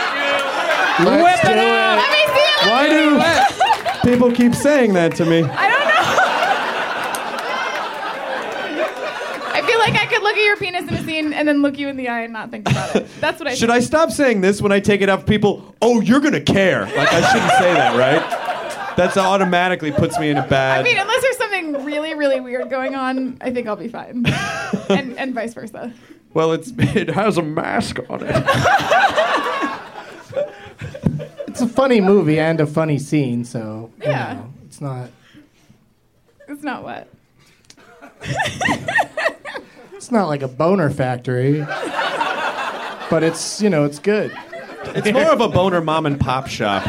Speaker 1: Let's do
Speaker 10: Let me see it.
Speaker 1: Why do people keep saying that to me?
Speaker 10: I don't know. I feel like I could look at your penis in a scene and then look you in the eye and not think about it. That's what I
Speaker 1: Should I stop saying this when I take it off? People, oh, you're gonna care. Like I shouldn't say that, right? That's automatically puts me in a bad.
Speaker 10: I mean, unless there's something really, really weird going on, I think I'll be fine. and, and vice versa.
Speaker 1: well, it's it has a mask on it.
Speaker 3: It's a funny movie and a funny scene, so you
Speaker 10: Yeah.
Speaker 3: know, it's not
Speaker 10: It's not what.
Speaker 3: it's not like a boner factory, but it's you know it's good.
Speaker 1: It's more of a boner mom and pop shop.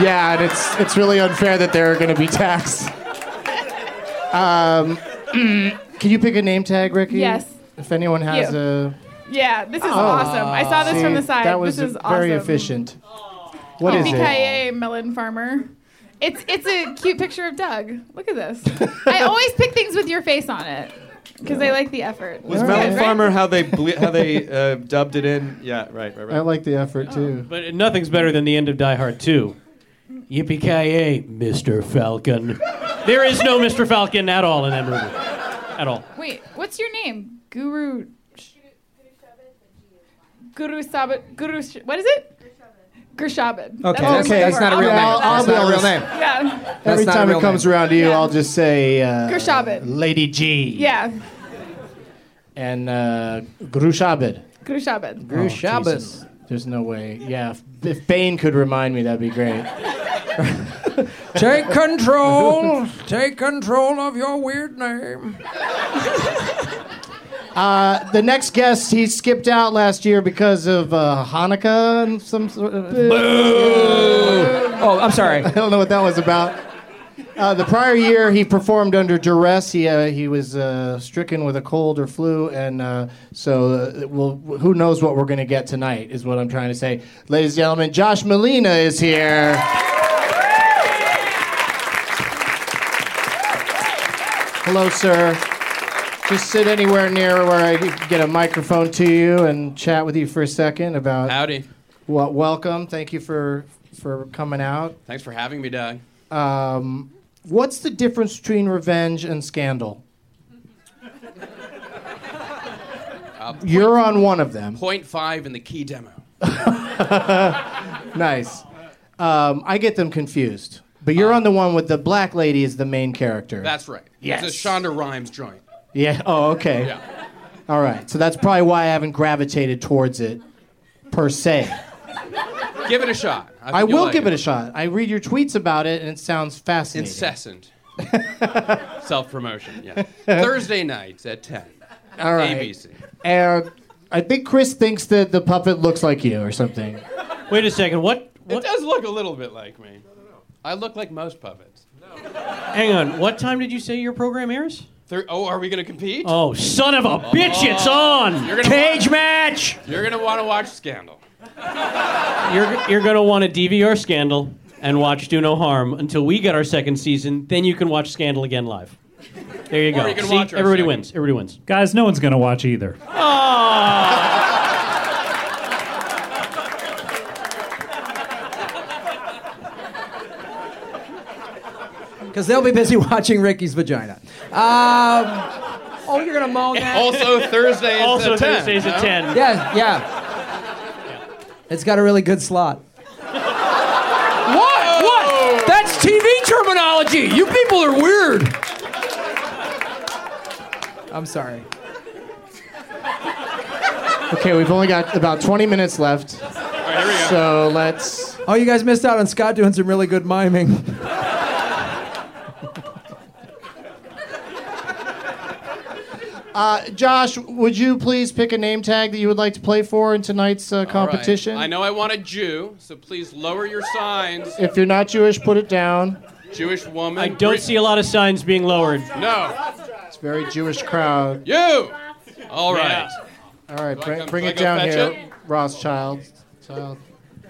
Speaker 3: Yeah, and it's it's really unfair that there are going to be tags. Um, can you pick a name tag, Ricky?
Speaker 10: Yes.
Speaker 3: If anyone has
Speaker 10: You.
Speaker 3: a.
Speaker 10: Yeah, this is
Speaker 3: Oh.
Speaker 10: awesome. I saw this
Speaker 3: See,
Speaker 10: from the side.
Speaker 3: That was
Speaker 10: this is awesome. Oh,
Speaker 3: very efficient. What is it?
Speaker 10: Yippee-ki-yay, melon farmer. It's it's a cute picture of Doug. Look at this. I always pick things with your face on it because I like the effort.
Speaker 1: Was
Speaker 10: It's
Speaker 1: Melon
Speaker 10: good, right?
Speaker 1: Farmer how they ble- how they uh, dubbed it in? Yeah, right, right, right.
Speaker 3: I like the effort too.
Speaker 9: But nothing's better than the end of Die Hard 2. Yippee ki yay, Mr. Falcon. there is no Mr. Falcon at all in that movie. At all.
Speaker 10: Wait, what's your name? Guru. Guru Sabat. Guru. Sh- What is it? Gershabad.
Speaker 3: Okay,
Speaker 10: what
Speaker 3: that's-
Speaker 10: I'm
Speaker 3: that's
Speaker 10: looking
Speaker 3: not a
Speaker 10: for.
Speaker 3: real
Speaker 10: I'll
Speaker 3: name. That's
Speaker 10: remember that.
Speaker 3: not a real name.
Speaker 10: Yeah.
Speaker 3: Every time it comes around to you, I'll just say uh,
Speaker 10: Gershabad.
Speaker 3: Lady G
Speaker 10: Yeah.
Speaker 3: and uh, Grushabad.
Speaker 10: Gershabad.
Speaker 3: Oh, Jesus. There's no way. Yeah, if, if Bane could remind me, that'd be great.
Speaker 5: Take control. Take control of your weird name.
Speaker 3: Uh, the next guest, he skipped out last year because of uh, Hanukkah and some sort of.
Speaker 5: Oh, I'm sorry. I
Speaker 3: don't know what that was about. Uh, the prior year, he performed under duress. He uh, he was uh, stricken with a cold or flu, and uh, so uh, we'll, who knows what we're going to get tonight is what I'm trying to say, ladies and gentlemen. Josh Molina is here. Hello, sir. Just sit anywhere near where I can get a microphone to you and chat with you for a second about.
Speaker 11: Howdy.
Speaker 3: Well, welcome. Thank you for for coming out.
Speaker 11: Thanks for having me, Doug.
Speaker 3: Um, what's the difference between revenge and scandal?
Speaker 11: Uh,
Speaker 3: You're on one of them.
Speaker 11: Point five in the key demo.
Speaker 3: nice. Um, I get them confused. But you're on the one with the black lady is the main character.
Speaker 11: Uh, That's right.
Speaker 3: Yes.
Speaker 11: It's a Shonda Rhimes joint.
Speaker 3: Yeah. Oh, okay.
Speaker 11: Yeah.
Speaker 3: All right. So that's probably why I haven't gravitated towards it per se.
Speaker 11: Give it a shot.
Speaker 3: I,
Speaker 11: think you'll
Speaker 3: will
Speaker 11: like
Speaker 3: give it a shot. I read your tweets about it and it sounds fascinating.
Speaker 11: Incessant. Self promotion, yeah. Thursday nights at 10.
Speaker 3: All right.
Speaker 11: ABC.
Speaker 3: And I think Chris thinks that the puppet looks like you or something.
Speaker 9: Wait a second. What?
Speaker 11: It does look a little bit like me. I look like most puppets.
Speaker 9: Hang on. What time did you say your program airs?
Speaker 11: Thir- oh, are we going to compete?
Speaker 9: Oh, son of a bitch, it's on!
Speaker 11: You're gonna
Speaker 9: Cage
Speaker 11: wa-
Speaker 9: match!
Speaker 11: You're going to want to watch Scandal.
Speaker 9: You're, you're going to want to DVR Scandal and watch Do No Harm until we get our second season. Then you can watch Scandal again live. There you
Speaker 11: Or
Speaker 9: go.
Speaker 11: you can
Speaker 9: See,
Speaker 11: watch our
Speaker 9: everybody
Speaker 11: second.
Speaker 9: wins. Everybody wins.
Speaker 4: Guys, no one's going to watch either.
Speaker 5: Because they'll be busy watching Ricky's vagina. Um, oh, you're gonna moan that.
Speaker 11: Also Thursdays at
Speaker 9: Also
Speaker 11: 10,
Speaker 9: Thursdays at
Speaker 11: huh?
Speaker 9: 10.
Speaker 5: Yeah, yeah. It's got a really good slot.
Speaker 9: What?
Speaker 11: Oh!
Speaker 9: What?
Speaker 5: That's TV terminology. You people are weird. I'm sorry.
Speaker 3: Okay, we've only got about 20 minutes left. So let's.
Speaker 5: Oh, you guys missed out on Scott doing some really good miming.
Speaker 3: Uh, Josh, would you please pick a name tag that you would like to play for in tonight's uh,
Speaker 11: All right.
Speaker 3: competition?
Speaker 11: I know I want a Jew, so please lower your signs.
Speaker 3: If you're not Jewish, put it down.
Speaker 11: Jewish woman.
Speaker 9: I don't see a lot of signs being lowered.
Speaker 11: No.
Speaker 3: It's a very Jewish crowd.
Speaker 11: You. All right.
Speaker 3: All right, bring,
Speaker 11: come-
Speaker 3: bring
Speaker 11: do I
Speaker 3: it
Speaker 11: go
Speaker 3: down
Speaker 11: fetch
Speaker 3: here, Rothschild, child,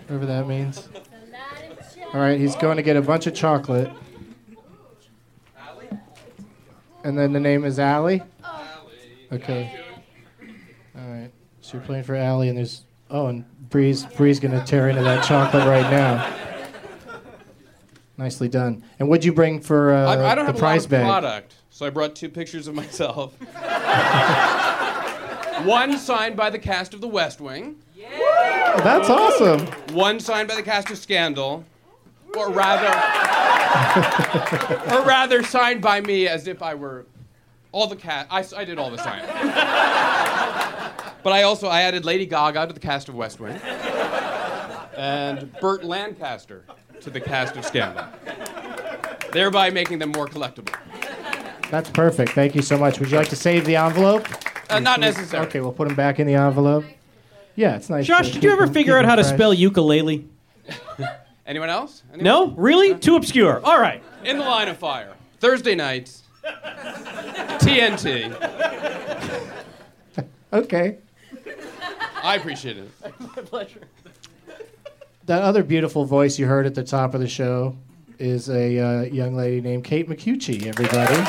Speaker 3: whatever that means. All right, he's going to get a bunch of chocolate. And then the name is Allie? Okay. All right, so you're playing for Allie, and there's. Oh, and Bree's, Bree's going to tear into that chocolate right now. Nicely done. And what'd you bring for uh,
Speaker 11: I, I don't
Speaker 3: the
Speaker 11: have a lot
Speaker 3: prize
Speaker 11: of
Speaker 3: bag?
Speaker 11: product, so I brought two pictures of myself. One signed by the cast of The West Wing.
Speaker 3: Oh, that's awesome.
Speaker 11: One signed by the cast of Scandal, or rather, or rather signed by me as if I were all the cast. I, s- I did all the signing. but I also I added Lady Gaga to the cast of West Wing, and Burt Lancaster to the cast of Scandal, thereby making them more collectible.
Speaker 3: That's perfect. Thank you so much. Would you like to save the envelope?
Speaker 11: Uh, not necessary.
Speaker 3: Okay, we'll put them back in the envelope. Yeah, it's nice.
Speaker 9: Josh,
Speaker 3: to
Speaker 9: did you
Speaker 3: keep
Speaker 9: ever
Speaker 3: 'em-
Speaker 9: figure
Speaker 3: keep
Speaker 9: out
Speaker 3: 'em
Speaker 9: how to
Speaker 3: fresh.
Speaker 9: spell ukulele?
Speaker 11: Anyone else?
Speaker 9: No? Really? Too obscure. All right.
Speaker 11: In the line of fire. Thursday nights. TNT.
Speaker 3: Okay.
Speaker 11: I appreciate it.
Speaker 9: My pleasure.
Speaker 3: That other beautiful voice you heard at the top of the show is a uh, young lady named Kate McCucci, everybody.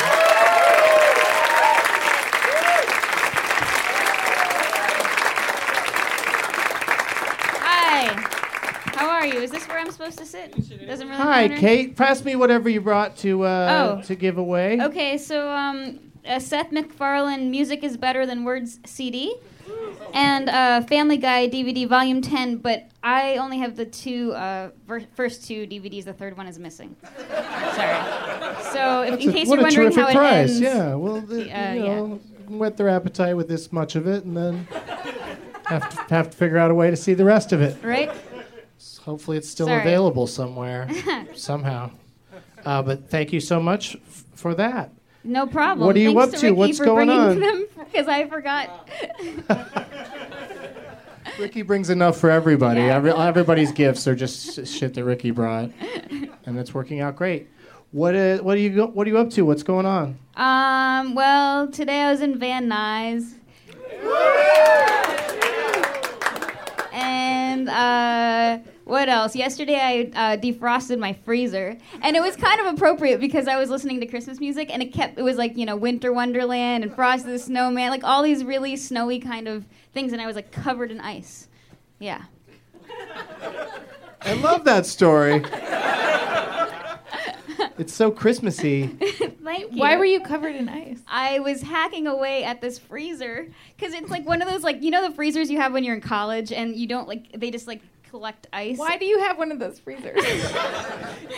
Speaker 12: Hi. How are you? Is this where I'm supposed to sit? Doesn't really
Speaker 3: Hi,
Speaker 12: matter.
Speaker 3: Kate. Pass me whatever you brought to uh,
Speaker 12: Oh.
Speaker 3: to give away.
Speaker 12: Okay, so um, uh, Seth MacFarlane "Music Is Better Than Words" CD, and uh, Family Guy DVD Volume 10. But I only have the two uh, ver- first two DVDs. The third one is missing. Sorry. So, if,
Speaker 3: That's
Speaker 12: in
Speaker 3: a-
Speaker 12: case
Speaker 3: what
Speaker 12: you're
Speaker 3: a
Speaker 12: wondering
Speaker 3: terrific
Speaker 12: how it
Speaker 3: prize.
Speaker 12: ends,
Speaker 3: Yeah, well, the,
Speaker 12: Yeah,
Speaker 3: you
Speaker 12: yeah.
Speaker 3: know, whet their appetite with this much of it, and then have to, have to figure out a way to see the rest of it.
Speaker 12: right?
Speaker 3: Hopefully, it's still
Speaker 12: Sorry.
Speaker 3: available somewhere, somehow. Uh, but thank you so much f- for that.
Speaker 12: No problem.
Speaker 3: What are you
Speaker 12: Thanks
Speaker 3: up to?
Speaker 12: Ricky
Speaker 3: What's
Speaker 12: for
Speaker 3: going
Speaker 12: bringing
Speaker 3: on?
Speaker 12: Them because I forgot.
Speaker 3: Ricky brings enough for everybody. Every, everybody's gifts are just s- shit that Ricky brought, and it's working out great. What, uh, what, are you go- what are you up to? What's going on?
Speaker 12: Um, well, today I was in Van Nuys. And uh, what else? Yesterday I uh, defrosted my freezer, and it was kind of appropriate because I was listening to Christmas music, and it kept it was like you know Winter Wonderland and Frosty the Snowman, like all these really snowy kind of things, and I was like covered in ice. Yeah.
Speaker 3: I love that story. it's so Christmassy.
Speaker 12: Thank you.
Speaker 10: Why were you covered in ice?
Speaker 12: I was hacking away at this freezer because it's like one of those like you know the freezers you have when you're in college and you don't like they just like collect ice.
Speaker 10: Why do you have one of those freezers?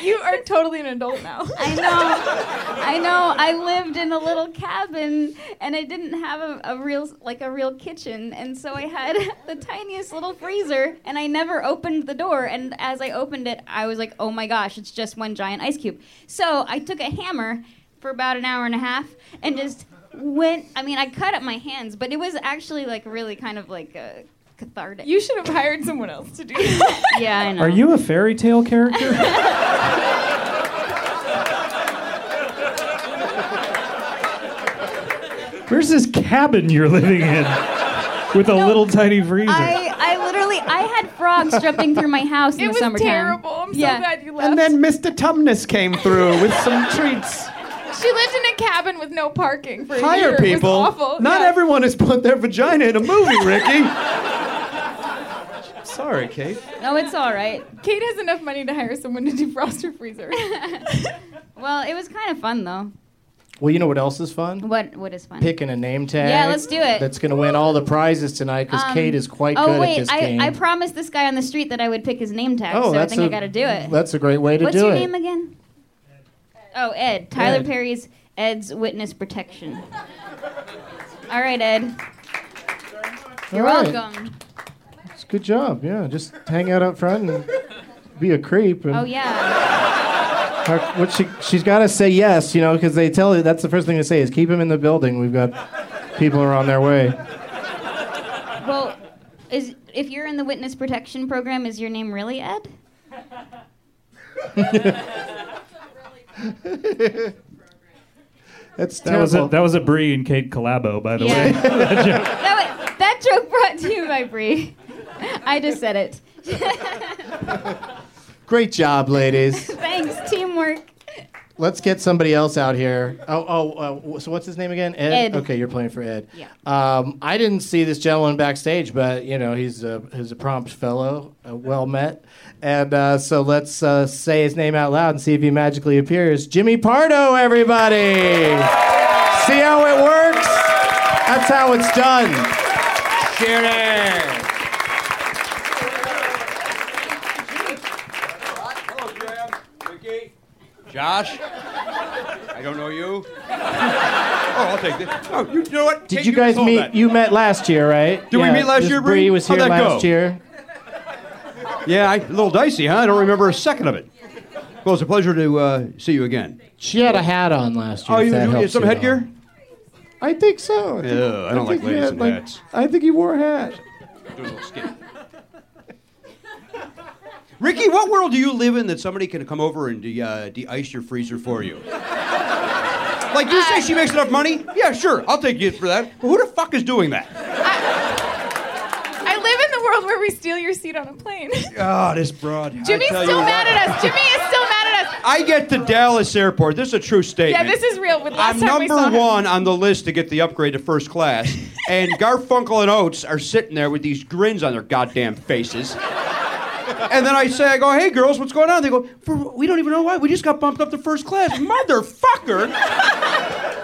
Speaker 10: you are totally an adult now.
Speaker 12: I know, I know. I lived in a little cabin and I didn't have a, a real like a real kitchen, and so I had the tiniest little freezer, and I never opened the door. And as I opened it, I was like, oh my gosh, it's just one giant ice cube. So I took a hammer for about an hour and a half and just went. I mean, I cut up my hands, but it was actually like really kind of like uh, cathartic.
Speaker 10: You should have hired someone else to do
Speaker 12: yeah, I know.
Speaker 4: Are you a fairy tale character? Where's this cabin you're living in with a little tiny freezer?
Speaker 12: I, I literally I had frogs jumping through my house in
Speaker 10: It
Speaker 12: the
Speaker 10: was
Speaker 12: summertime.
Speaker 10: terrible. Oh, I'm so glad you left.
Speaker 1: And then Mr. Tumnus came through with some treats.
Speaker 10: she lived in a cabin with no parking for a year.
Speaker 1: Hire
Speaker 10: It was
Speaker 1: people.
Speaker 10: awful.
Speaker 1: Not
Speaker 10: Yeah.
Speaker 1: everyone has put their vagina in a movie, Ricky. Sorry, Kate.
Speaker 12: No, it's all right.
Speaker 10: Kate has enough money to hire someone to defrost her freezer.
Speaker 12: Well, it was kind of fun though.
Speaker 3: Well, you know what else is fun?
Speaker 12: What what is fun?
Speaker 3: Picking a name tag.
Speaker 12: Yeah, let's do it.
Speaker 3: That's going to win all the prizes tonight because
Speaker 12: Um,
Speaker 3: Kate is quite
Speaker 12: oh,
Speaker 3: good
Speaker 12: wait,
Speaker 3: at this
Speaker 12: I,
Speaker 3: game. Oh,
Speaker 12: I promised this guy on the street that I would pick his name tag, so I think I
Speaker 3: a-
Speaker 12: I got to do it.
Speaker 3: That's a great way to
Speaker 12: What's
Speaker 3: do
Speaker 12: your
Speaker 3: it.
Speaker 12: name again? Oh, Ed. Tyler
Speaker 3: Ed.
Speaker 12: Perry's Ed's Witness Protection. All right, Ed.
Speaker 3: You're welcome. It's a good job. Yeah, just hang out up front and be a creep. And
Speaker 12: Oh yeah.
Speaker 3: Her, what she she's got to say yes, you know, because they tell you that's the first thing they say is keep him in the building. We've got people who are on their way.
Speaker 12: Well, is if you're in the witness protection program, is your name really Ed?
Speaker 3: That's
Speaker 4: that was a,
Speaker 3: terrible.
Speaker 4: that was a Bree and Kate collabo, by the way.
Speaker 12: that, wa- that joke brought to you by Bree. I just said it.
Speaker 3: Great job, ladies.
Speaker 12: Thanks, teamwork.
Speaker 3: Let's get somebody else out here. Oh, oh, uh, w- so what's his name again? Ed.
Speaker 12: Ed.
Speaker 3: Okay, you're playing for Ed.
Speaker 12: Yeah.
Speaker 3: Um, I didn't see this gentleman backstage, but you know he's a he's a prompt fellow, uh, well met, and uh, so let's uh, say his name out loud and see if he magically appears. Jimmy Pardo, everybody. See how it works? That's how it's done.
Speaker 13: Shooter.
Speaker 14: Hello, Graham. Ricky.
Speaker 13: Josh? I don't know you. oh, I'll take this. Oh, you, you know what?
Speaker 3: Did
Speaker 13: Take
Speaker 3: you
Speaker 13: yours,
Speaker 3: guys
Speaker 13: hold
Speaker 3: meet?
Speaker 13: that.
Speaker 3: You met last year, right?
Speaker 13: Did we meet last
Speaker 3: Miss
Speaker 13: year, Bree?
Speaker 3: Bree was here
Speaker 14: How'd that go?
Speaker 3: last year.
Speaker 14: Yeah, I, a little dicey, huh? I don't remember a second of it. Well, it's a pleasure to uh, see you again.
Speaker 3: She had a hat on last year.
Speaker 14: Oh,
Speaker 3: if
Speaker 14: you
Speaker 3: that
Speaker 14: you
Speaker 3: helps
Speaker 14: some
Speaker 3: you at all.
Speaker 14: headgear?
Speaker 3: I think so.
Speaker 14: Yeah, I don't like
Speaker 3: think he
Speaker 14: ladies
Speaker 3: had,
Speaker 14: in hats.
Speaker 3: I think he wore a hat.
Speaker 14: Ricky, what world do you live in that somebody can come over and de- uh, de-ice your freezer for you? like, you say she makes enough money? Yeah, sure, I'll take you for that. But who the fuck is doing that?
Speaker 10: I live in the world where we steal your seat on a plane.
Speaker 14: Ah, this broad. I
Speaker 10: Jimmy's
Speaker 14: tell
Speaker 10: still
Speaker 14: you
Speaker 10: mad
Speaker 14: what.
Speaker 10: at us. Jimmy is still mad at us.
Speaker 14: I get to Dallas Airport. This is a true
Speaker 10: Yeah,
Speaker 14: statement.
Speaker 10: this is real. With last
Speaker 14: I'm
Speaker 10: time we
Speaker 14: number
Speaker 10: saw him.
Speaker 14: one on the list to get the upgrade to first class, and Garfunkel and Oates are sitting there with these grins on their goddamn faces. And then I say, I go, hey girls, what's going on? They go, "For- we don't even know why. We just got bumped up to first class. Motherfucker!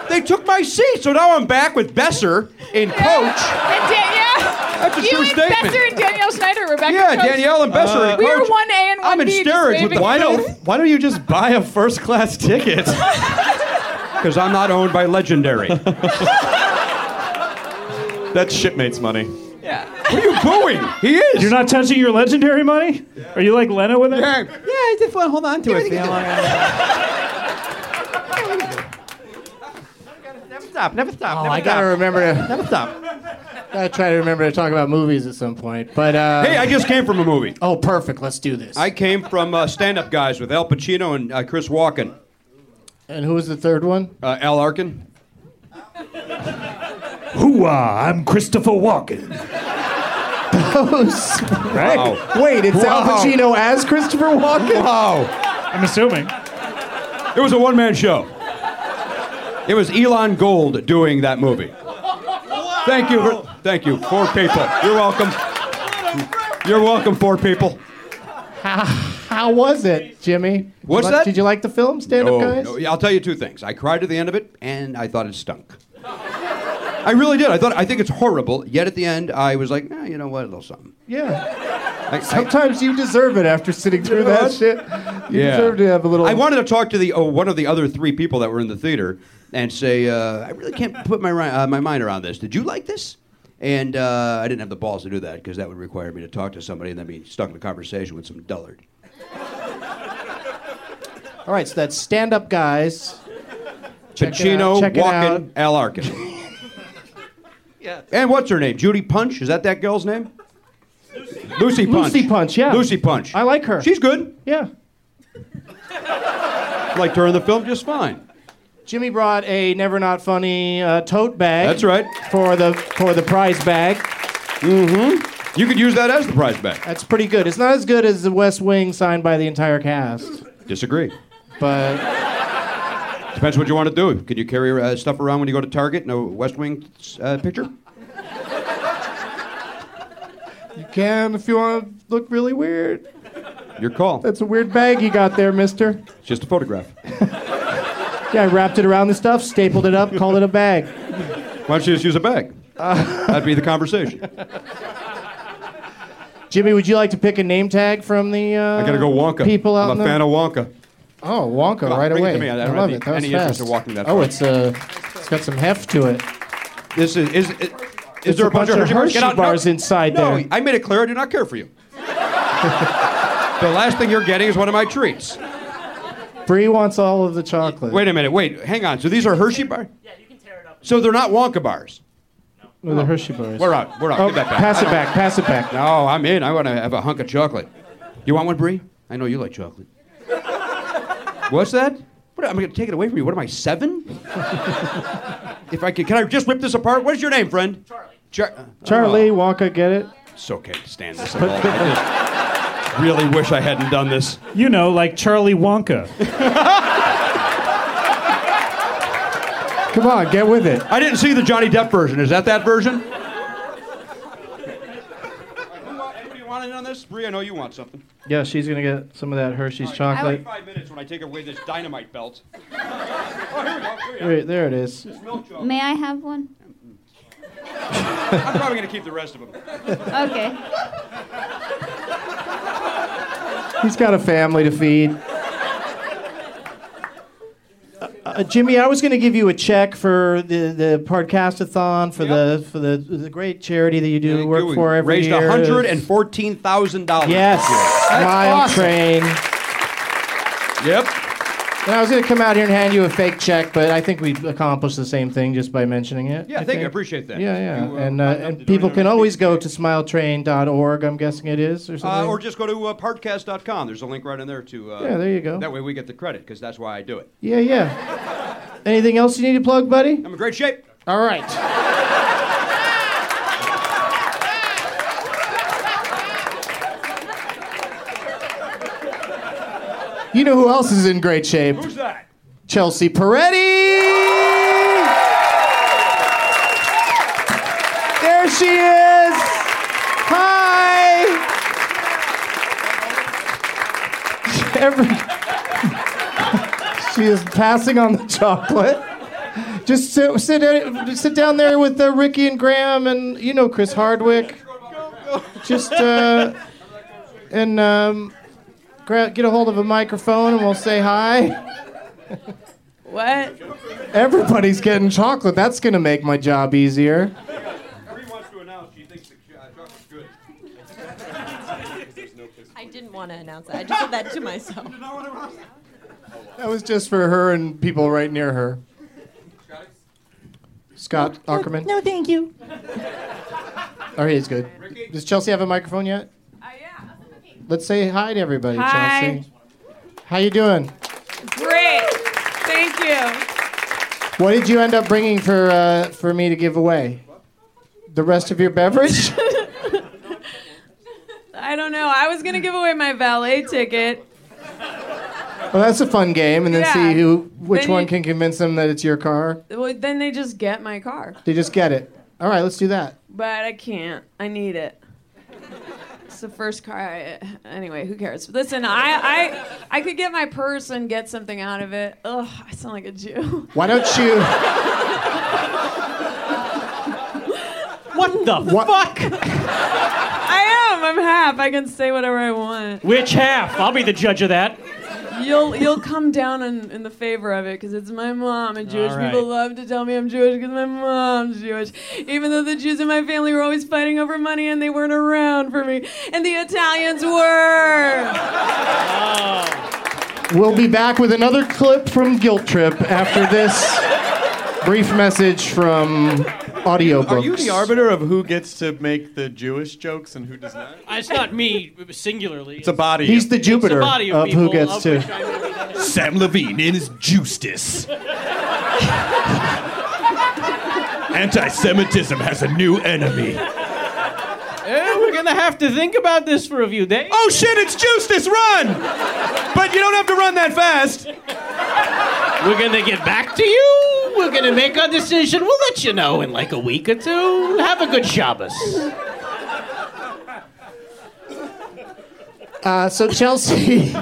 Speaker 14: they took my seat, so now I'm back with Besser in coach.
Speaker 10: And Dan- yeah.
Speaker 14: That's a
Speaker 10: you
Speaker 14: true
Speaker 10: and
Speaker 14: statement.
Speaker 10: Besser and Danielle Schneider were back in
Speaker 14: Yeah,
Speaker 10: coach.
Speaker 14: Danielle and Besser
Speaker 1: Uh, in
Speaker 10: we were
Speaker 1: coach.
Speaker 10: 1A and 1B.
Speaker 1: I'm in
Speaker 10: just
Speaker 1: steerage with
Speaker 10: waving
Speaker 1: the why
Speaker 10: at
Speaker 1: don't why don't you just buy a first class ticket?
Speaker 14: Because I'm not owned by Legendary.
Speaker 1: That's shipmates money.
Speaker 14: What are you booing? He is.
Speaker 4: You're not touching your legendary money? Are you like Leno with it?
Speaker 14: Yeah, I just want to hold on to it. Never stop, never stop.
Speaker 3: Oh,
Speaker 14: never
Speaker 3: I gotta
Speaker 14: stop.
Speaker 3: remember to.
Speaker 14: Never stop.
Speaker 3: Gotta try to remember to talk about movies at some point. But uh,
Speaker 14: Hey, I just came from a movie.
Speaker 3: Oh, perfect. Let's do this.
Speaker 14: I came from uh, Stand Up Guys with Al Pacino and uh, Chris Walken.
Speaker 3: And who was the third one?
Speaker 14: Uh, Al Arkin.
Speaker 2: Hooah, I'm Christopher Walken.
Speaker 3: right?
Speaker 2: Wow.
Speaker 3: Wait, it's Al
Speaker 2: Wow.
Speaker 3: Pacino as Christopher Walken.
Speaker 14: Wow.
Speaker 4: I'm assuming.
Speaker 14: It was a one man show. It was Elon Gold doing that movie. Thank you. For, thank you. Four people. You're welcome. You're welcome, four people.
Speaker 3: How, how was it, Jimmy?
Speaker 14: What's
Speaker 3: Did you like-
Speaker 14: that?
Speaker 3: Did you like the film, Stand Up
Speaker 14: No,
Speaker 3: Guys?
Speaker 14: no. Yeah, I'll tell you two things. I cried to the end of it, and I thought it stunk. I really did. I thought I think it's horrible. Yet at the end, I was like, eh, you know what, a little something.
Speaker 3: Yeah.
Speaker 14: I, I-
Speaker 3: Sometimes you deserve it after sitting through that shit. You
Speaker 14: Yeah.
Speaker 3: deserve to have a little.
Speaker 14: I wanted to talk to the oh, one of the other three people that were in the theater and say, uh, I really can't put my ri- uh, my mind around this. Did you like this? And uh, I didn't have the balls to do that because that would require me to talk to somebody and then be stuck in a conversation with some dullard.
Speaker 3: All right, so that's Stand Up Guys. Check it
Speaker 14: Pacino,
Speaker 3: out, check it
Speaker 14: Walken, Al Arkin.
Speaker 3: Yeah.
Speaker 14: And what's her name? Judy Punch? Is that that girl's name? Lucy Punch.
Speaker 3: Lucy Punch, yeah.
Speaker 14: Lucy Punch. I
Speaker 3: like her.
Speaker 14: She's good.
Speaker 3: Yeah.
Speaker 14: Liked her in the film just fine.
Speaker 3: Jimmy brought a never not funny uh, tote bag.
Speaker 14: That's right.
Speaker 3: For the for the prize bag.
Speaker 14: Mm-hmm. You could use that as the prize bag.
Speaker 3: That's pretty good. It's not as good as the West Wing signed by the entire cast,
Speaker 14: Disagree.
Speaker 3: but
Speaker 14: Depends what you want to do. Could you carry uh, stuff around when you go to Target? No West Wing uh, picture?
Speaker 3: you can if you want to look Uh, really weird.
Speaker 14: Your call.
Speaker 3: That's a weird bag you got there, mister.
Speaker 14: It's just a photograph.
Speaker 3: Yeah, I wrapped it around the stuff, stapled it up, called it a bag.
Speaker 14: Why don't you just use a bag? That'd be the conversation.
Speaker 3: Jimmy, would you like to pick a name tag from the uh,
Speaker 14: I gotta go Wonka.
Speaker 3: people out
Speaker 14: I'm
Speaker 3: in
Speaker 14: a
Speaker 3: the-
Speaker 14: fan of Wonka.
Speaker 3: Oh, Wonka
Speaker 14: Come on,
Speaker 3: right
Speaker 14: bring it
Speaker 3: away.
Speaker 14: to me. I don't have
Speaker 3: love
Speaker 14: any-
Speaker 3: it. That was
Speaker 14: any
Speaker 3: fast.
Speaker 14: interest in walking that
Speaker 3: Oh,
Speaker 14: far.
Speaker 3: it's uh, it's got some heft to it.
Speaker 14: This is, is it, Is there a bunch, of Hershey bars? Get out. No.
Speaker 3: inside
Speaker 14: no,
Speaker 3: there.
Speaker 14: I made it clear I do not care for you. the last thing you're getting is one of my treats.
Speaker 3: Bree wants all of the chocolate.
Speaker 14: Wait a minute. Wait. Hang on. So these are Hershey bars? Yeah, you can tear it up. So they're not Wonka bars.
Speaker 3: No, the Hershey bars.
Speaker 14: Oh. We're out. We're out.
Speaker 3: Oh,
Speaker 14: Give that back.
Speaker 3: pass
Speaker 14: I
Speaker 3: it
Speaker 14: don't-
Speaker 3: back. Pass it back.
Speaker 14: No, I'm in. I want to have a hunk of chocolate. You want one, Bree? I know you like chocolate. What's that? What, I'm going to take it away from you. What am I, seven? if I could, can I just rip this apart? What is your name, friend? uh, oh, Charlie.
Speaker 3: Charlie, Wonka, get it?
Speaker 14: So can't stand this at all. I just really wish I hadn't done this.
Speaker 4: You know, like Charlie Wonka.
Speaker 3: Come on, get with it.
Speaker 14: I didn't see the Johnny Depp version. Is that that version? Anybody want in on this? Bree, I know you want something.
Speaker 3: Yeah, she's gonna get some of that Hershey's chocolate.
Speaker 14: five minutes when I take away this dynamite belt.
Speaker 3: Right, there it is.
Speaker 12: May I have one?
Speaker 14: I'm probably going to keep the rest of them.
Speaker 12: Okay.
Speaker 3: He's got a family to feed. Uh, uh, Jimmy, I was going to give you a check for the the podcastathon for the for the, the great charity that you do work
Speaker 14: Good.
Speaker 3: for every
Speaker 14: Raised
Speaker 3: year.
Speaker 14: $114,000.
Speaker 3: Yes, Smile
Speaker 14: awesome.
Speaker 3: Train.
Speaker 14: Yep.
Speaker 3: And I was going to come out here and hand you a fake check, but I think we accomplished the same thing just by mentioning it.
Speaker 14: Yeah, thank you. I appreciate that.
Speaker 3: Yeah, yeah.
Speaker 14: You, uh,
Speaker 3: and uh, and people can always go to smiletrain.org, I'm guessing it is, or something.
Speaker 14: Uh, or just go to uh, podcast.com. There's a link right in there to. Uh,
Speaker 3: Yeah, there you go.
Speaker 14: That way we get the credit because that's why I do it.
Speaker 3: yeah, yeah. Anything else you need to plug, buddy?
Speaker 14: I'm in great shape.
Speaker 3: All right. You know who else is in great shape? Who's
Speaker 14: that?
Speaker 3: Chelsea Peretti! There she is! Hi! Every... she is passing on the chocolate. Just sit, sit, just sit down there with uh, Ricky and Graham and, you know, Chris Hardwick. Just, uh, and, um, gra- get a hold of a microphone and we'll say hi.
Speaker 9: What?
Speaker 3: Everybody's getting chocolate. That's going to make my job easier.
Speaker 15: I didn't want to announce that. I just said that to myself.
Speaker 3: That was just for her and people right near her. Scott Ackerman.
Speaker 15: No, thank you.
Speaker 3: Oh, he is good. Does Chelsea have a microphone yet? Let's say hi to everybody,
Speaker 16: Hi.
Speaker 3: Chelsea. How you doing?
Speaker 16: Great. Thank you.
Speaker 3: What did you end up bringing for uh, for me to give away? The rest of your beverage?
Speaker 16: I don't know. I was going to give away my valet ticket.
Speaker 3: well, that's a fun game, and then
Speaker 16: Yeah.
Speaker 3: see who which
Speaker 16: Then
Speaker 3: one
Speaker 16: you-
Speaker 3: can convince them that it's your car.
Speaker 16: Well, then they just get my car.
Speaker 3: They just get it. All right, let's do that.
Speaker 16: But I can't. I need it. It's the first car. I, anyway, who cares? Listen, I, I I could get my purse and get something out of it. Ugh, I sound like a Jew.
Speaker 3: Why don't you?
Speaker 9: What the fuck?
Speaker 16: I am. I'm half. I can say whatever I want.
Speaker 9: Which half? I'll be the judge of that.
Speaker 16: You'll you'll come down in, in the favor of it because it's my mom and Jewish
Speaker 9: All right.
Speaker 16: people love to tell me I'm Jewish because my mom's Jewish. Even though the Jews in my family were always fighting over money and they weren't around for me, and the Italians were.
Speaker 3: We'll be back with another clip from Guilt Trip after this brief message from audiobooks.
Speaker 1: Are you the arbiter of who gets to make the Jewish jokes and who does not?
Speaker 9: Uh, It's not me singularly.
Speaker 1: It's a body.
Speaker 3: He's the Jupiter
Speaker 9: It's a body
Speaker 3: of,
Speaker 9: of
Speaker 3: who
Speaker 9: people,
Speaker 3: gets
Speaker 9: of which
Speaker 3: to.
Speaker 7: Sam Levine in his justice. Anti Semitism has a new enemy.
Speaker 9: Eh, we're gonna have to think about this for a few days.
Speaker 1: Oh shit! It's justice. Run! But you don't have to run that fast.
Speaker 9: We're gonna get back to you. We're gonna make our decision. We'll let you know in like a week or two. Have a good Shabbos.
Speaker 3: Uh, so Chelsea,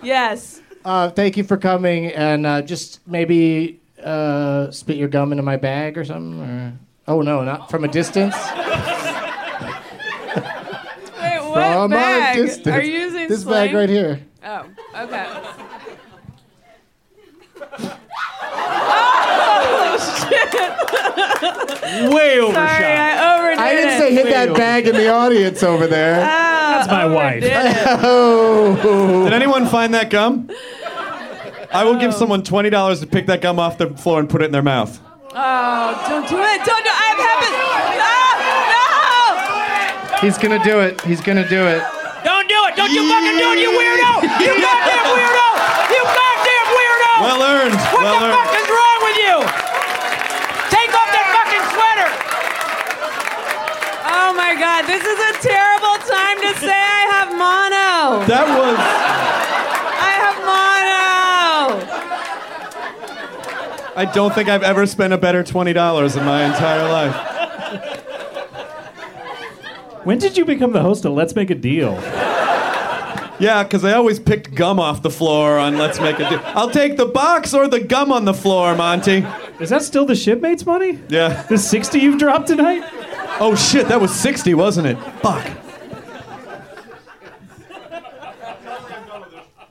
Speaker 16: Yes.
Speaker 3: uh, thank you for coming, and uh, just maybe uh, spit your gum into my bag or something. Or... Oh no, not from a distance.
Speaker 16: Wait, what
Speaker 3: from
Speaker 16: bag?
Speaker 3: a distance.
Speaker 16: Are you using
Speaker 3: this
Speaker 16: slang?
Speaker 3: bag right here?
Speaker 16: Oh, okay. oh shit!
Speaker 9: Way
Speaker 16: Sorry,
Speaker 9: overshot.
Speaker 16: I
Speaker 3: I didn't say hit that bag in the audience over there.
Speaker 4: That's my wife.
Speaker 3: oh.
Speaker 1: Did anyone find that gum? I will give someone twenty dollars to pick that gum off the floor and put it in their mouth.
Speaker 16: Oh, don't do it. Don't do it. I haven't. No, no.
Speaker 3: He's gonna do it. He's gonna do it.
Speaker 2: Don't do it. Don't you fucking do it, you weirdo. You goddamn weirdo. You goddamn weirdo.
Speaker 1: Well earned.
Speaker 2: What
Speaker 1: well
Speaker 2: the
Speaker 1: earned.
Speaker 2: fuck is wrong with you? Take off that fucking sweater.
Speaker 16: Oh my God. This is a terrible time to say I have mono.
Speaker 1: That was.
Speaker 16: I have mono.
Speaker 1: I don't think I've ever spent a better twenty dollars in my entire life.
Speaker 4: When did you become the host of Let's Make a Deal?
Speaker 1: Yeah, because I always picked gum off the floor on Let's Make a Deal. I'll take the box or the gum on the floor, Monty.
Speaker 4: Is that still the shipmate's money?
Speaker 1: Yeah.
Speaker 4: The 60 you've dropped tonight?
Speaker 1: Oh shit, that was 60, wasn't it? Fuck.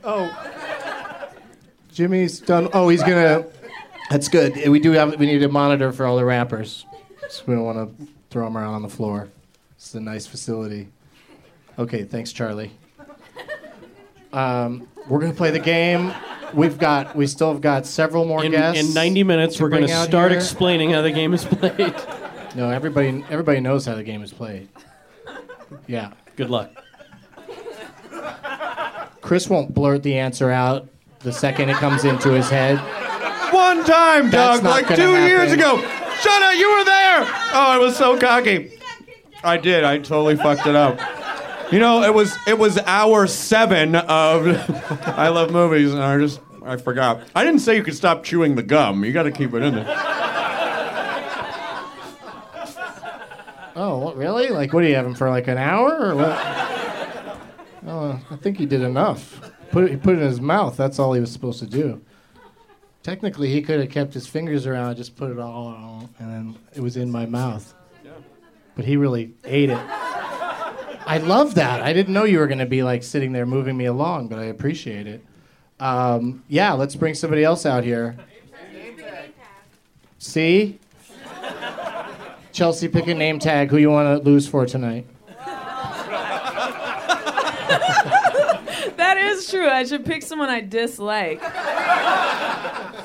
Speaker 14: Oh.
Speaker 3: Jimmy's done. Oh, he's gonna. That's good. We do have. We need a monitor for all the rappers. So we don't want to throw them around on the floor. It's a nice facility. Okay, thanks, Charlie. Um, we're gonna play the game. We've got. We still have got several more
Speaker 2: In,
Speaker 3: guests.
Speaker 2: in 90 minutes,
Speaker 3: to
Speaker 2: we're going to
Speaker 3: bring out
Speaker 2: start
Speaker 3: here.
Speaker 2: explaining how the game is played.
Speaker 3: No, everybody. Everybody knows how the game is played. Yeah.
Speaker 2: Good luck.
Speaker 3: Chris won't blurt the answer out the second it comes into his head.
Speaker 1: One time,
Speaker 3: That's
Speaker 1: Doug,
Speaker 3: not
Speaker 1: like
Speaker 3: gonna
Speaker 1: two years
Speaker 3: happen.
Speaker 1: ago. Shut up, you were there. Oh, I was so cocky. I did. I totally fucked it up. You know, it was it was hour seven of I love movies, and I just I forgot. I didn't say you could stop chewing the gum. You got to keep it in there.
Speaker 3: Oh, what, really? Like, what do you have him for? Like an hour or what? oh, I think he did enough. Put it, he put it in his mouth. That's all he was supposed to do. Technically, he could have kept his fingers around and just put it all on, and then it was in my mouth. But he really ate it. I love that. I didn't know you were going to be like sitting there moving me along, but I appreciate it. Um, yeah, let's bring somebody else out here. See? Chelsea, pick a name tag who you want to lose for tonight.
Speaker 16: That is true. I should pick someone I dislike.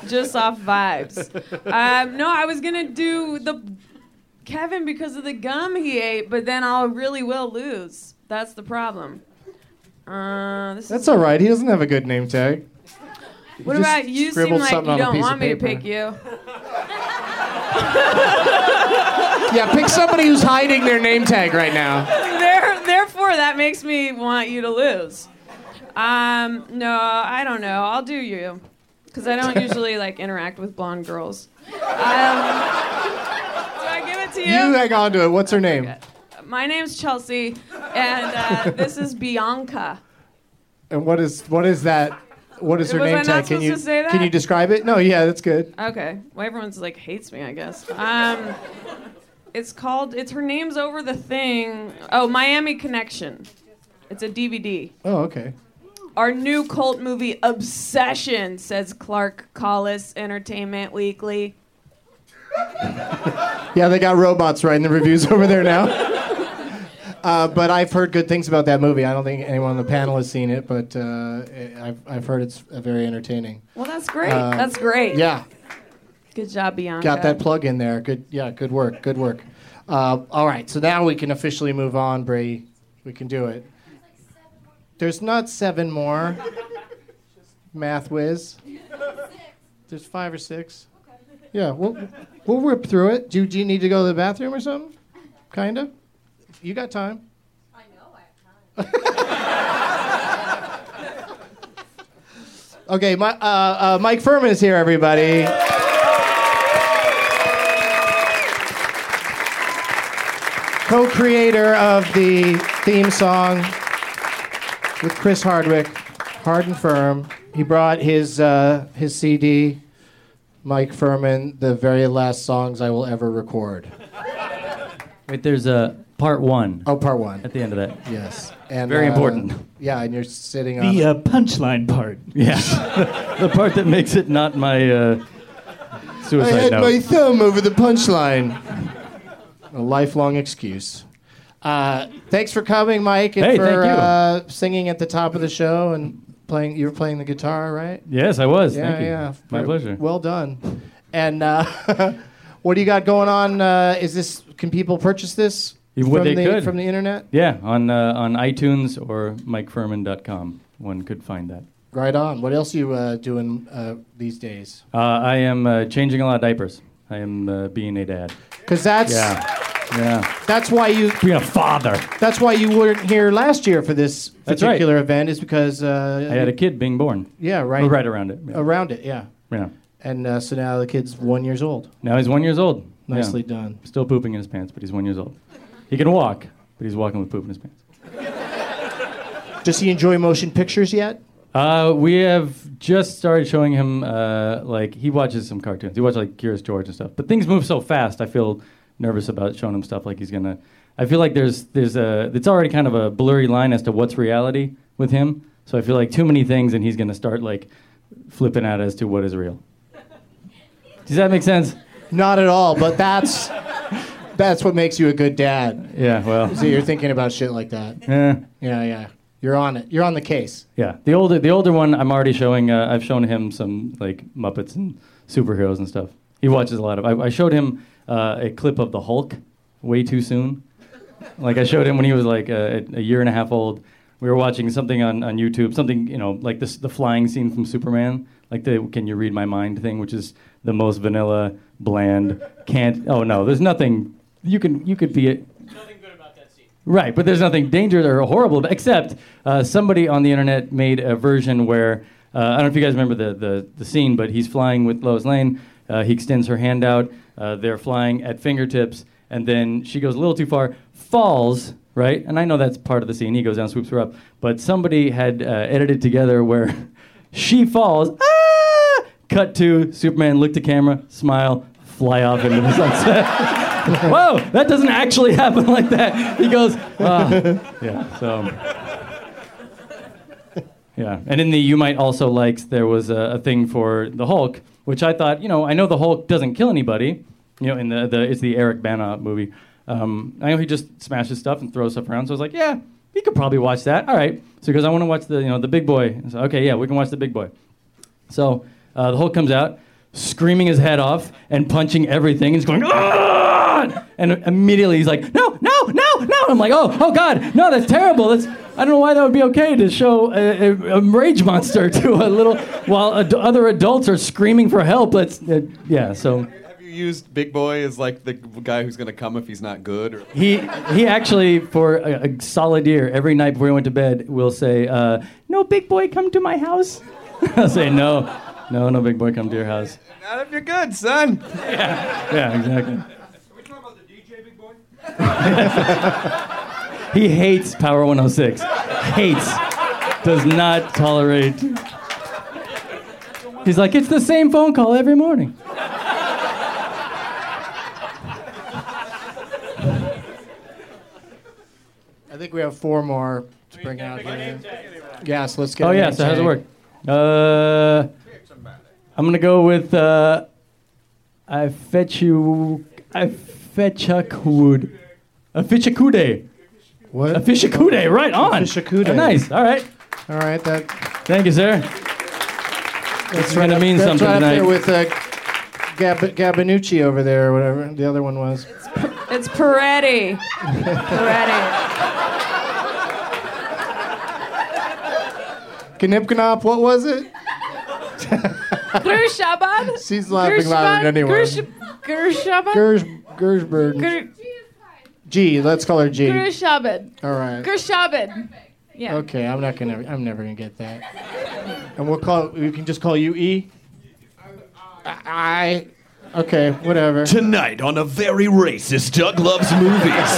Speaker 16: Just off vibes. Um, no, I was gonna do the Kevin because of the gum he ate, but then I really will lose. That's the problem. Uh, this
Speaker 3: That's
Speaker 16: is,
Speaker 3: all right. He doesn't have a good name tag.
Speaker 16: What
Speaker 3: He just
Speaker 16: about you? Seem
Speaker 3: scribbled
Speaker 16: like you
Speaker 3: something on a
Speaker 16: don't
Speaker 3: piece of
Speaker 16: want me to
Speaker 3: paper.
Speaker 16: pick you.
Speaker 3: Yeah, pick somebody who's hiding there. Their name tag right now.
Speaker 16: There, therefore, that makes me want you to lose. Um, no, I don't know. I'll do you, because I don't usually like interact with blonde girls. Um, do I give it to
Speaker 3: You hang on to it. What's her name?
Speaker 16: My name's Chelsea, and uh, this is Bianca.
Speaker 3: And what is what is that? What is her
Speaker 16: Was I
Speaker 3: name
Speaker 16: not
Speaker 3: tag? Can
Speaker 16: supposed
Speaker 3: you
Speaker 16: to say
Speaker 3: can
Speaker 16: that?
Speaker 3: you describe it? No, yeah, that's good.
Speaker 16: Okay, well everyone's like hates me, I guess. Um, it's called. It's her name's over the thing. Oh, Miami Connection. It's a DVD.
Speaker 3: Oh, okay.
Speaker 16: Our new cult movie obsession says Clark Collis Entertainment Weekly.
Speaker 3: Yeah, they got robots writing the reviews over there now. Uh, but I've heard good things about that movie. I don't think anyone on the panel has seen it, but uh, I've, I've heard it's uh, very entertaining.
Speaker 16: Well, that's great.
Speaker 3: Um,
Speaker 16: that's great.
Speaker 3: Yeah,
Speaker 16: Good job, Bianca.
Speaker 3: Got that plug in there. Good, yeah, good work, good work. Uh, all right, so now we can officially move on, Brady. We can do it. There's not seven more. Math whiz. There's five or six. Yeah, we'll we'll rip through it. Do, do you need to go to the bathroom or something? Kinda. You got time. I know I have time. okay, my, uh, uh, Mike Furman is here, everybody. co-creator of the theme song with Chris Hardwick, Hard and Firm. He brought his uh, his CD, Mike Furman, the very last songs I will ever record.
Speaker 17: Wait, there's a part one.
Speaker 3: Oh, part one.
Speaker 17: At the end of that.
Speaker 3: Yes. And
Speaker 17: Very
Speaker 3: uh,
Speaker 17: important.
Speaker 3: Yeah, and you're sitting on
Speaker 4: The uh, punchline part.
Speaker 17: Yeah. the part that makes it not my uh,
Speaker 3: I
Speaker 17: suicide
Speaker 3: had
Speaker 17: note.
Speaker 3: my thumb over the punchline. A lifelong excuse. Uh, thanks for coming, Mike, and
Speaker 18: Hey,
Speaker 3: for
Speaker 18: thank you.
Speaker 3: Uh, singing at the top of the show and playing. You were playing the guitar, right?
Speaker 17: Yes, I was.
Speaker 3: Yeah,
Speaker 17: Thank you.
Speaker 3: yeah.
Speaker 17: My
Speaker 3: Very-
Speaker 17: pleasure.
Speaker 3: Well done. And uh, what do you got going on? Uh, is this? Can people purchase this
Speaker 17: If
Speaker 3: from
Speaker 17: what they
Speaker 3: the
Speaker 17: could.
Speaker 3: from the internet?
Speaker 17: Yeah, on uh, on iTunes or MikeFurman.com. One could find that.
Speaker 3: Right on. What else are you uh, doing uh, these days?
Speaker 17: Uh, I am uh, changing a lot of diapers. I am uh, being a dad.
Speaker 3: 'Cause that's-
Speaker 17: yeah, yeah.
Speaker 3: That's why you
Speaker 17: being a father.
Speaker 3: That's why you weren't here last year for this
Speaker 17: That's right.
Speaker 3: particular event, is because uh,
Speaker 17: I had a kid being born.
Speaker 3: Yeah, right.
Speaker 17: Or right around it. Yeah.
Speaker 3: Around it, yeah.
Speaker 17: Yeah.
Speaker 3: And uh, so now the kid's one years old.
Speaker 17: Now he's one years old. Yeah.
Speaker 3: Nicely done.
Speaker 17: Still pooping in his pants, but he's one years old. He can walk, but he's walking with poop in his pants.
Speaker 3: Does he enjoy motion pictures yet?
Speaker 17: Uh, we have just started showing him uh, like he watches some cartoons. He watches like Curious George and stuff. But things move so fast. I feel nervous about showing him stuff like he's gonna. I feel like there's there's a it's already kind of a blurry line as to what's reality with him. So I feel like too many things, and he's gonna start like flipping out as to what is real. Does that make sense?
Speaker 3: Not at all. But that's that's what makes you a good dad.
Speaker 17: Yeah. Well.
Speaker 3: Is that you're thinking about shit like that.
Speaker 17: Yeah.
Speaker 3: Yeah, yeah. You're on it. You're on the case.
Speaker 17: Yeah, the older the older one, I'm already showing. Uh, I've shown him some like Muppets and superheroes and stuff. He watches a lot of. I, I showed him uh, a clip of the Hulk way too soon. Like I showed him when he was like uh, a, a year and a half old. We were watching something on, on YouTube, something you know, like this the flying scene from Superman, like the "Can you read my mind?" thing, which is the most vanilla, bland. Can't. Oh no, there's nothing. You can you could be Right, but there's nothing dangerous or horrible, except uh, somebody on the internet made a version where uh, I don't know if you guys remember the, the, the scene, but he's flying with Lois Lane. Uh, he extends her hand out. Uh, they're flying at fingertips, and then she goes a little too far, falls, right? And I know that's part of the scene. He goes down, swoops her up. But somebody had uh, edited together where she falls, ah! cut to Superman, look to camera, smile, fly off into the sunset. Whoa, that doesn't actually happen like that. He goes, ah. yeah, so. Yeah, and in the You Might Also Likes, there was a, a thing for the Hulk, which I thought, you know, I know the Hulk doesn't kill anybody. You know, in the, the it's the Eric Bana movie. Um, I know he just smashes stuff and throws stuff around, so I was like, yeah, you could probably watch that. All right. So he goes, I want to watch the, you know, the big boy. I said, okay, yeah, we can watch the big boy. So uh, the Hulk comes out, screaming his head off and punching everything. He's going, ah! And immediately he's like, no, no, no, no. I'm like, oh, oh God, no, that's terrible. That's, I don't know why that would be okay to show a, a, a rage monster to a little, while ad- other adults are screaming for help. That's, uh, yeah, so.
Speaker 1: Have you used Big Boy as like the guy who's gonna come if he's not good? Or...
Speaker 17: He he actually for a, a solid year every night before he went to bed will say uh, no big boy come to my house. I'll say no, no no big boy come to your house.
Speaker 1: Not if you're good, son.
Speaker 17: Yeah exactly. He hates Power 106. Hates. Does not tolerate. He's like it's the same phone call every morning.
Speaker 3: I think we have four more to bring out here. Yes, let's get
Speaker 17: oh
Speaker 3: a
Speaker 17: yeah,
Speaker 3: name
Speaker 17: so how's it
Speaker 3: tag.
Speaker 17: work? Uh, I'm gonna go with uh, I fetch you, I fetch a wood, a fish a kude.
Speaker 3: What?
Speaker 17: A fish a kude, right on.
Speaker 3: Fishakude.
Speaker 17: Oh, nice. All right.
Speaker 3: All right. That.
Speaker 17: Thank you, sir. That's gonna mean
Speaker 3: That's
Speaker 17: something
Speaker 3: right up
Speaker 17: tonight.
Speaker 3: there with uh, Gab- Gabinucci over there, or whatever the other one was.
Speaker 16: It's Peretti. Peretti.
Speaker 3: Knipknop, what was it?
Speaker 16: Gershabad?
Speaker 3: She's laughing louder than anyone.
Speaker 16: Gersh, Gershabad?
Speaker 3: Gersh, Gershberg.
Speaker 16: Ger-
Speaker 3: G, let's call her G.
Speaker 10: Gershabad.
Speaker 3: All right.
Speaker 10: Gershabad. Yeah.
Speaker 3: Okay, I'm not gonna. I'm never gonna get that. And we'll call. We can just call you E. I. Okay, whatever.
Speaker 7: Tonight on a very racist Doug Loves Movies,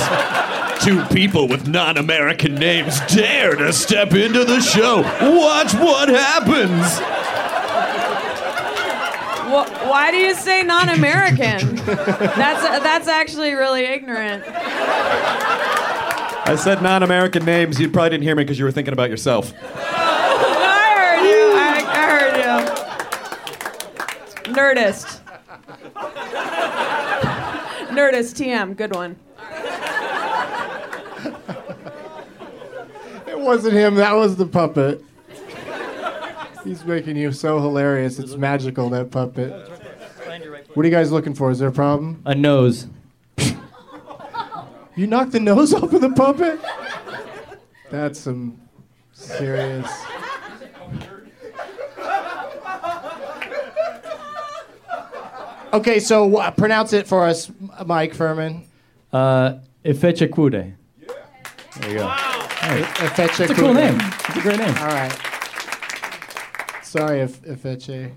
Speaker 7: two people with non American names dare to step into the show. Watch what happens.
Speaker 16: Wh- why do you say non-American? that's that's actually really ignorant.
Speaker 1: I said non-American names. You probably didn't hear me because you were thinking about yourself.
Speaker 16: I heard you. I, I heard you. Nerdist. Nerdist TM, good one.
Speaker 3: It wasn't him. That was the puppet. He's making you so hilarious. It's magical that puppet. What are you guys looking for? Is there a problem?
Speaker 17: A nose.
Speaker 3: you knocked the nose off of the puppet? That's some serious. Okay, so wha- pronounce it for us, M- Mike Furman.
Speaker 17: Uh, Ifecha Kude. There you go.
Speaker 3: Ifecha
Speaker 17: It's a cool
Speaker 3: Kude.
Speaker 17: name. It's a great name.
Speaker 3: E-, All right. Sorry, if Ifeche.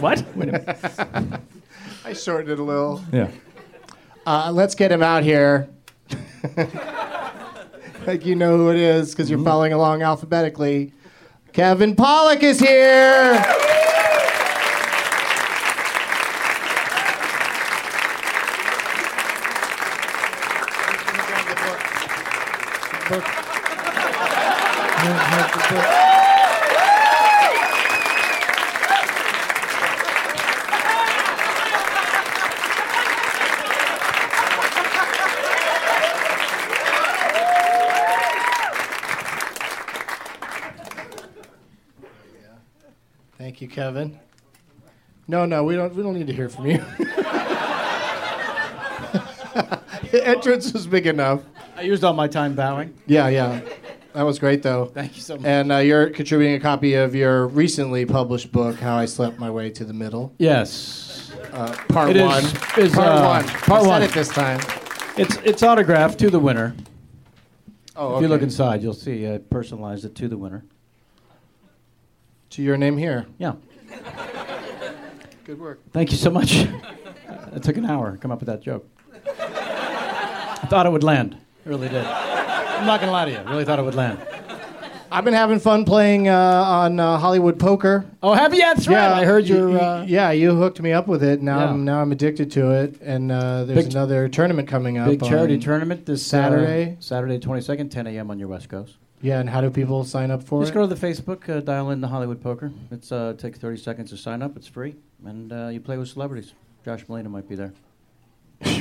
Speaker 17: what?
Speaker 3: I shortened it a little.
Speaker 17: Yeah.
Speaker 3: Uh, let's get him out here. like you know who it is because
Speaker 17: Mm-hmm.
Speaker 3: you're following along alphabetically. Kevin Pollock is here. Thank you, Kevin. No, no, we don't. We don't need to hear from you. the entrance was big enough.
Speaker 15: I used all my time bowing.
Speaker 3: Yeah, yeah. That was great, though.
Speaker 15: Thank you so much.
Speaker 3: And uh, you're contributing a copy of your recently published book, How I Slept My Way to the Middle.
Speaker 15: Yes.
Speaker 3: Uh, part
Speaker 15: It is-
Speaker 3: one.
Speaker 15: is,
Speaker 3: part
Speaker 15: uh,
Speaker 3: one.
Speaker 15: part
Speaker 3: I
Speaker 15: one.
Speaker 3: Said it this time.
Speaker 15: It's it's autographed to the winner.
Speaker 3: Oh,
Speaker 15: If you look
Speaker 3: okay.
Speaker 15: inside, you'll see I personalized it to the winner.
Speaker 3: To your name here.
Speaker 15: Yeah.
Speaker 3: Good work.
Speaker 15: Thank you so much. it took an hour to come up with that joke. I thought it would land. It really did. I'm not gonna lie to you. I really thought it would land.
Speaker 3: I've been having fun playing uh, on uh, Hollywood Poker.
Speaker 15: Oh, have you? That's right. I heard
Speaker 3: you-
Speaker 15: your,
Speaker 3: you-
Speaker 15: uh,
Speaker 3: yeah, you hooked me up with it. Now
Speaker 15: Yeah.
Speaker 3: I'm now I'm addicted to it, and uh, there's
Speaker 15: Big-
Speaker 3: another tournament coming up.
Speaker 15: Big charity
Speaker 3: on-
Speaker 15: tournament this uh,
Speaker 3: Saturday.
Speaker 15: Saturday 22nd, 10 a.m. on your West Coast.
Speaker 3: Yeah, and how do people sign up for
Speaker 15: Just
Speaker 3: it?
Speaker 15: go to the Facebook, uh, dial in the Hollywood Poker. It's uh, takes 30 seconds to sign up. It's free, and uh, you play with celebrities. Josh Molina might be there.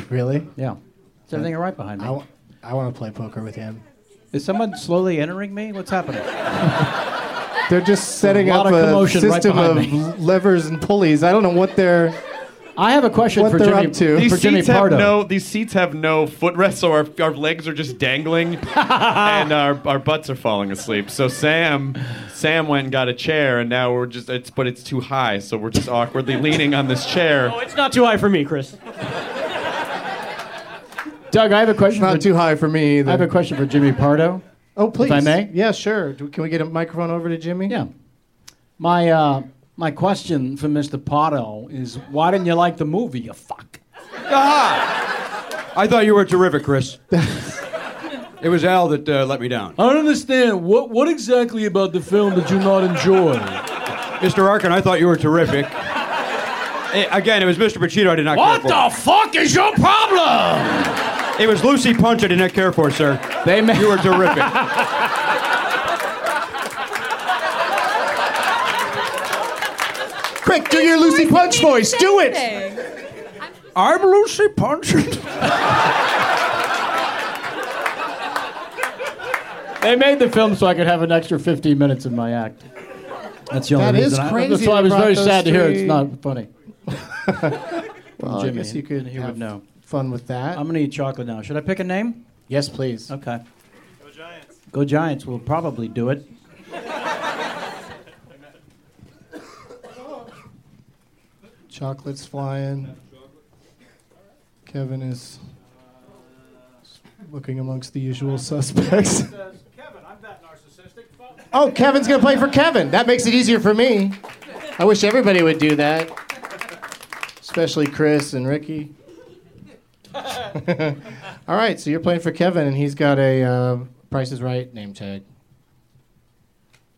Speaker 3: really?
Speaker 15: Yeah. Is everything all right behind me?
Speaker 3: I, w- I want to play poker with him.
Speaker 15: Is someone slowly entering me? What's happening?
Speaker 3: They're just setting
Speaker 15: lot
Speaker 3: up
Speaker 15: of
Speaker 3: a
Speaker 15: commotion right
Speaker 3: system
Speaker 15: behind
Speaker 3: of levers and pulleys. I don't know what they're.
Speaker 15: I have a question
Speaker 3: what
Speaker 15: for
Speaker 3: they're
Speaker 15: Jimmy-
Speaker 3: up to.
Speaker 15: These
Speaker 1: These seats Have no, these seats have no footrest, so our, our legs are just dangling, and our, our butts are falling asleep. So Sam, Sam went and got a chair, and now we're just it's but it's too high, so we're just awkwardly leaning on this chair. Oh,
Speaker 19: it's not too high for me, Chris.
Speaker 15: Doug, I have a question.
Speaker 3: Not too high for me either.
Speaker 15: I have a question for Jimmy Pardo.
Speaker 3: Oh, please.
Speaker 15: If I may?
Speaker 3: Yeah, sure. Do- Can we get a microphone over to Jimmy?
Speaker 15: Yeah. My uh, my question for Mr. Pardo is why didn't you like the movie? You fuck.
Speaker 14: Ah! I thought you were terrific, Chris. it was Al that uh, let me down.
Speaker 2: I don't understand. What what exactly about the film did you not enjoy?
Speaker 14: Mr. Arkin, I thought you were terrific. Eh, again, it was Mr. Pacino I did not
Speaker 2: What
Speaker 14: care for.
Speaker 2: the fuck is your problem?
Speaker 14: It was Lucy Punch I did not care for, sir.
Speaker 15: They ma-
Speaker 14: you were terrific.
Speaker 3: Quick, do your Lucy Punch voice. Do it.
Speaker 2: I'm Lucy Punch.
Speaker 15: They made the film so I could have an extra 15 minutes in my act. That's the only
Speaker 3: That is
Speaker 15: reason. I-
Speaker 3: crazy
Speaker 15: that's why I
Speaker 3: they
Speaker 15: was very
Speaker 3: brought
Speaker 15: sad
Speaker 3: those
Speaker 15: to hear
Speaker 3: three-
Speaker 15: it's not funny.
Speaker 3: Well, I guess you could
Speaker 15: he
Speaker 3: have
Speaker 15: would know.
Speaker 3: fun with that.
Speaker 15: I'm gonna eat chocolate now. Should I pick a name?
Speaker 3: Yes, please.
Speaker 15: Okay. Go Giants. Go Giants. We'll probably do it.
Speaker 3: Chocolate's flying. Kevin is looking amongst the usual suspects. Oh, Kevin's going to play for Kevin. That makes it easier for me. I wish everybody would do that, especially Chris and Ricky. All right, so you're playing for Kevin, and he's got a uh, Price is Right name tag.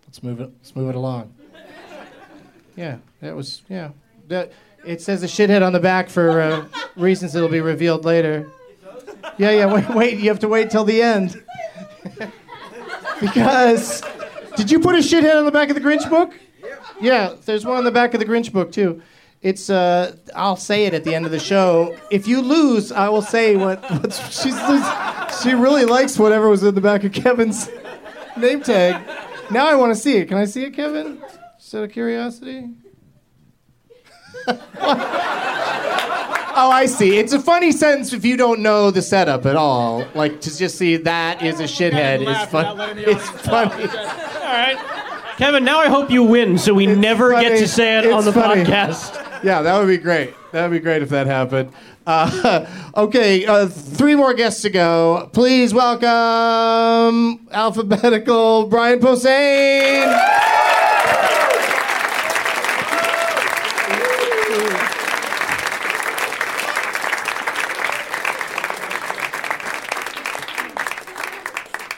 Speaker 3: Let's move it. Let's move it along. Yeah, that was yeah. That it says a shithead on the back for uh, reasons that'll be revealed later. Yeah, yeah. Wait, wait. You have to wait till the end because did you put a shithead on the back of the Grinch book? Yeah, there's one on the back of the Grinch book too. It's uh, I'll say it at the end of the show. If you lose, I will say what what's, she's lose, she really likes whatever was in the back of Kevin's name tag. Now I want to see it. Can I see it, Kevin? Just out of curiosity. Oh, I see. It's a funny sentence if you don't know the setup at all. Like to just see that is a shithead is fun. It's funny.
Speaker 9: All right. Kevin, now I hope you win so we never get to say it
Speaker 3: It's
Speaker 9: on the
Speaker 3: funny.
Speaker 9: podcast.
Speaker 3: Yeah, that would be great. That would be great if that happened. Uh, okay, uh, three more guests to go. Please welcome alphabetical Brian Posehn.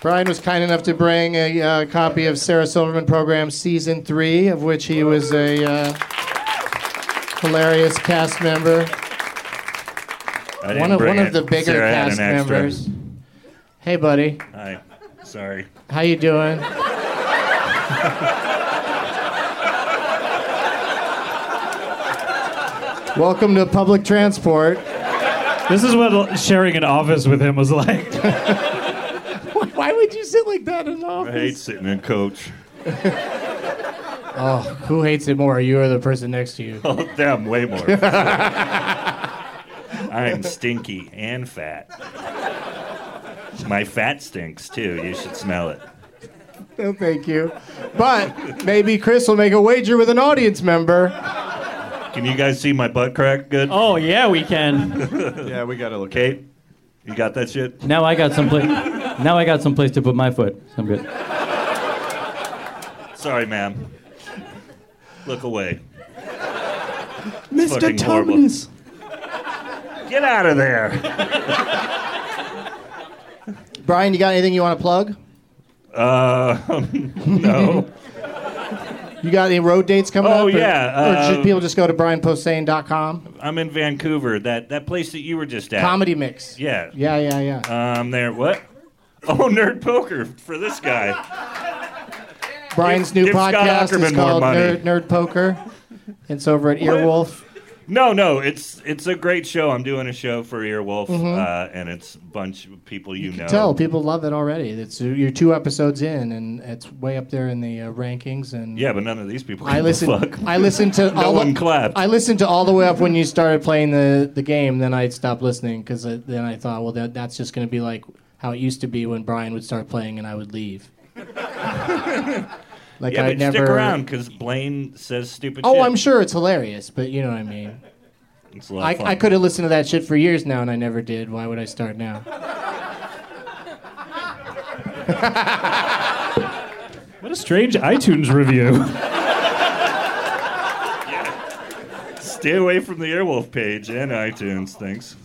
Speaker 3: Brian was kind enough to bring a uh, copy of Sarah Silverman Program Season 3, of which he was a uh, hilarious cast member.
Speaker 20: I didn't
Speaker 3: One of,
Speaker 20: bring
Speaker 3: one of
Speaker 20: it.
Speaker 3: the bigger
Speaker 20: Sarah had
Speaker 3: cast
Speaker 20: an extra.
Speaker 3: members. Hey, buddy.
Speaker 20: Hi. Sorry.
Speaker 3: How you doing? Welcome to public transport.
Speaker 4: This is what sharing an office with him was like.
Speaker 3: Why would you sit like that in
Speaker 20: I
Speaker 3: office?
Speaker 20: hate sitting in coach.
Speaker 3: Oh, who hates it more, you or the person next to you?
Speaker 20: Oh, them way more. I'm stinky and fat. My fat stinks too. You should smell it.
Speaker 3: No, thank you. But maybe Chris will make a wager with an audience member.
Speaker 20: Can you guys see my butt crack good?
Speaker 9: Oh yeah, we can.
Speaker 20: yeah, we got to look. Kate, you got that shit?
Speaker 17: Now I got some place. Now I got some place to put my foot. So I'm good.
Speaker 20: Sorry, ma'am. Look away.
Speaker 17: Mr.
Speaker 20: Fucking horrible.
Speaker 17: Tumnus.
Speaker 20: Get out of there.
Speaker 3: Brian, you got anything you want to plug?
Speaker 20: Uh, no.
Speaker 3: You got any road dates coming up?
Speaker 20: Oh,
Speaker 3: or-
Speaker 20: yeah,
Speaker 3: or should
Speaker 20: uh,
Speaker 3: people just go to brianposehn.com?
Speaker 20: I'm in Vancouver. That that place that you were just at.
Speaker 3: Comedy Mix.
Speaker 20: Yeah.
Speaker 3: Yeah, yeah, yeah.
Speaker 20: Um, there. What? Oh, nerd poker for this guy.
Speaker 3: Brian's
Speaker 20: Give-
Speaker 3: new
Speaker 20: give Scott
Speaker 3: podcast is
Speaker 20: Ackerman more
Speaker 3: called
Speaker 20: money.
Speaker 3: Nerd, Nerd Poker. It's over at
Speaker 20: What?
Speaker 3: Earwolf.
Speaker 20: No, no, it's it's a great show. I'm doing a show for Earwolf,
Speaker 3: Mhm.
Speaker 20: uh, and it's a bunch of people you, know.
Speaker 3: Tell people love it already. It's you're two episodes in, and it's way up there in the uh, rankings. And
Speaker 20: Yeah, but none of these people.
Speaker 3: I
Speaker 20: give a
Speaker 3: listen.
Speaker 20: Fuck.
Speaker 3: I listened to
Speaker 20: no
Speaker 3: all
Speaker 20: one
Speaker 3: the,
Speaker 20: clapped.
Speaker 3: I listened to all the way up when you started playing the, the game. Then I stopped listening because then I thought, well, that, that's just going to be like how it used to be when Brian would start playing and I would leave. like
Speaker 20: yeah,
Speaker 3: I
Speaker 20: but
Speaker 3: never.
Speaker 20: stick around because Blaine says stupid.
Speaker 3: oh,
Speaker 20: shit.
Speaker 3: I'm sure it's hilarious, but you know what I mean.
Speaker 20: It's a lot of
Speaker 3: I,
Speaker 20: fun.
Speaker 3: I could have listened to that shit for years now, and I never did. Why would I start now?
Speaker 4: What a strange iTunes review.
Speaker 20: Stay away from the Earwolf page and iTunes. Thanks.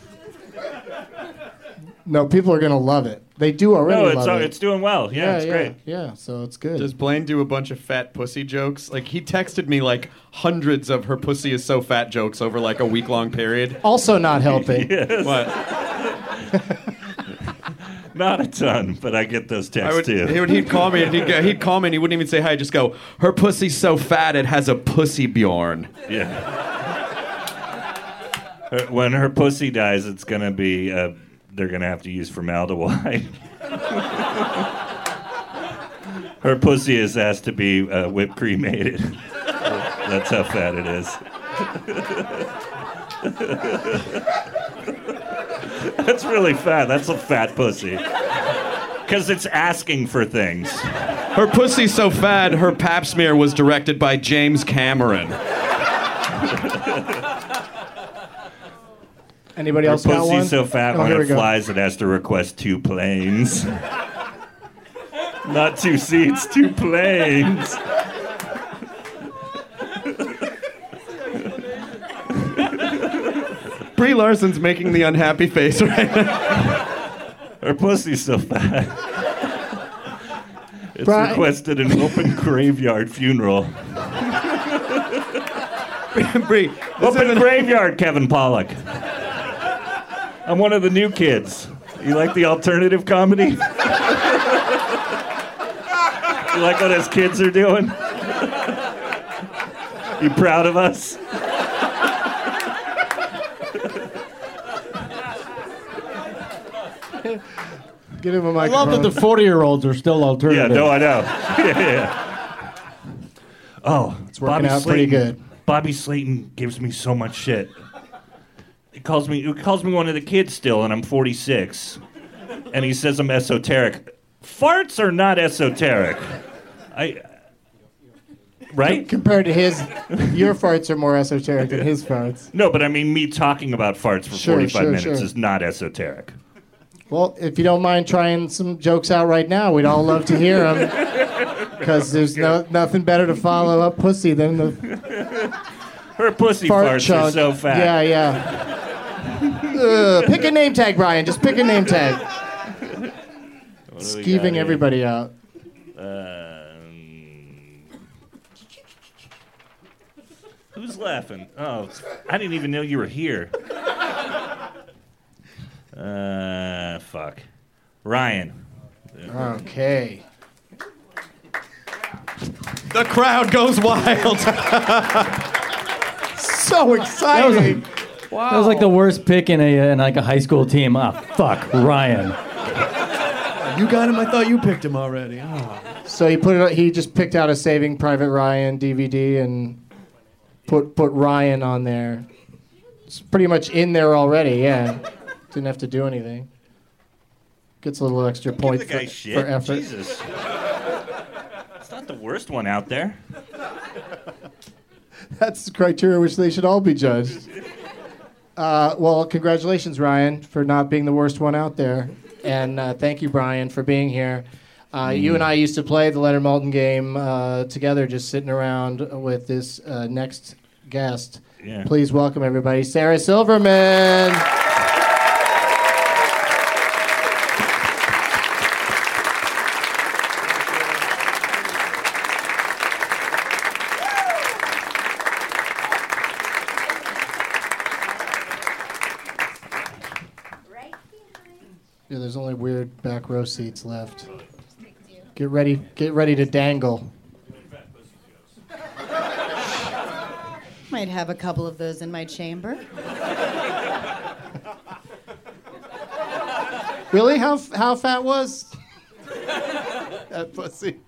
Speaker 3: No, people are gonna love it. They do already
Speaker 20: no, it's
Speaker 3: love
Speaker 20: uh,
Speaker 3: it.
Speaker 20: it's doing well. Yeah,
Speaker 3: Yeah,
Speaker 20: it's
Speaker 3: yeah.
Speaker 20: great.
Speaker 3: Yeah, so it's good.
Speaker 1: Does Blaine do a bunch of fat pussy jokes? Like he texted me like hundreds of her pussy is so fat jokes over like a week long period.
Speaker 3: also not helping.
Speaker 1: What?
Speaker 20: Not a ton, but I get those texts
Speaker 1: I would,
Speaker 20: too.
Speaker 1: he would, he'd call me and he'd, go, he'd call me and he wouldn't even say hi. He'd just go, her pussy's so fat it has a pussy Bjorn.
Speaker 20: Yeah. Her- when her pussy dies, it's gonna be uh, they're gonna have to use formaldehyde. her pussy is asked to be uh, whipped cremated. That's how fat it is. That's really fat. That's a fat pussy. Because it's asking for things.
Speaker 1: Her pussy's so fat her pap smear was directed by James Cameron.
Speaker 3: Anybody
Speaker 20: Her
Speaker 3: else got one?
Speaker 20: pussy's so fat
Speaker 3: Oh,
Speaker 20: when
Speaker 3: here we
Speaker 20: it
Speaker 3: go.
Speaker 20: flies, it has to request two planes. Not two seats, two planes.
Speaker 1: Brie Larson's making the unhappy face right now.
Speaker 20: Her pussy's so fat. It's
Speaker 1: Bri-
Speaker 20: requested an open graveyard funeral.
Speaker 1: Bree,
Speaker 20: open graveyard, Kevin Pollock. I'm one of the new kids. You like the alternative comedy? you like what us kids are doing? you proud of us?
Speaker 2: Give him a
Speaker 18: I
Speaker 2: microphone.
Speaker 18: love that the 40 year olds are still
Speaker 20: Yeah,
Speaker 18: alternative.
Speaker 20: no, I know. yeah, yeah. Oh, it's
Speaker 2: working out pretty good.
Speaker 20: Bobby Slayton gives me so much shit. He calls me he calls me one of the kids still, and I'm 46, and he says I'm esoteric. Farts are not esoteric. I. Right?
Speaker 3: Compared to his, your farts are more esoteric than his farts.
Speaker 20: No, but I mean, me talking about farts for
Speaker 3: Sure,
Speaker 20: 45
Speaker 3: sure,
Speaker 20: minutes
Speaker 3: sure.
Speaker 20: is not esoteric.
Speaker 3: Well, if you don't mind trying some jokes out right now, we'd all love to hear them. Because there's no, nothing better to follow up pussy than the
Speaker 20: Her pussy
Speaker 3: fart
Speaker 20: farts
Speaker 3: chunk.
Speaker 20: are so fat.
Speaker 3: Yeah, yeah. Ugh, pick a name tag, Brian. Just pick a name tag.
Speaker 20: What do we got
Speaker 3: Skeeving
Speaker 20: here?
Speaker 3: everybody out.
Speaker 20: Um, who's laughing? Oh, I didn't even know you were here. Uh, fuck. Ryan.
Speaker 3: Okay.
Speaker 1: The crowd goes wild.
Speaker 3: so exciting.
Speaker 17: That was like the worst pick in a in like a high school team. Ah, fuck, Ryan.
Speaker 3: You got him. I thought you picked him already. Oh. So he put it. He just picked out a Saving Private Ryan DVD and put put Ryan on there. It's pretty much in there already. Yeah, didn't have to do anything. Gets a little extra point
Speaker 20: the
Speaker 3: for,
Speaker 20: guy shit.
Speaker 3: for effort.
Speaker 20: Jesus. It's not the worst one out there.
Speaker 3: That's the criteria which they should all be judged. Uh, well, congratulations, Ryan, for not being the worst one out there. And uh, thank you, Brian, for being here. Uh, You and I used to play the Leonard Malton game uh, together, just sitting around with this uh, next guest.
Speaker 20: Yeah.
Speaker 3: Please welcome everybody, Sarah Silverman. Yeah, there's only weird back row seats left. Get ready, get ready to dangle.
Speaker 21: Might have a couple of those in my chamber.
Speaker 3: Really? How f- how fat was that pussy?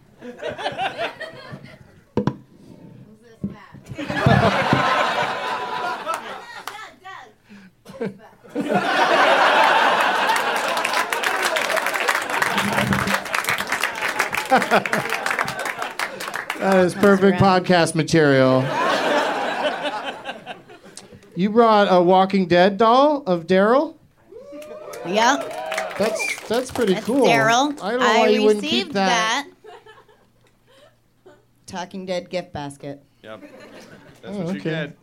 Speaker 3: That is perfect podcast material. You brought a Walking Dead doll of Daryl.
Speaker 21: Yep.
Speaker 3: That's that's pretty
Speaker 21: That's
Speaker 3: cool.
Speaker 21: Daryl.
Speaker 3: I don't know why you
Speaker 21: received
Speaker 3: wouldn't keep that.
Speaker 21: that. Talking Dead gift basket.
Speaker 1: Yep. That's
Speaker 3: Oh,
Speaker 1: what you
Speaker 3: okay.
Speaker 1: get.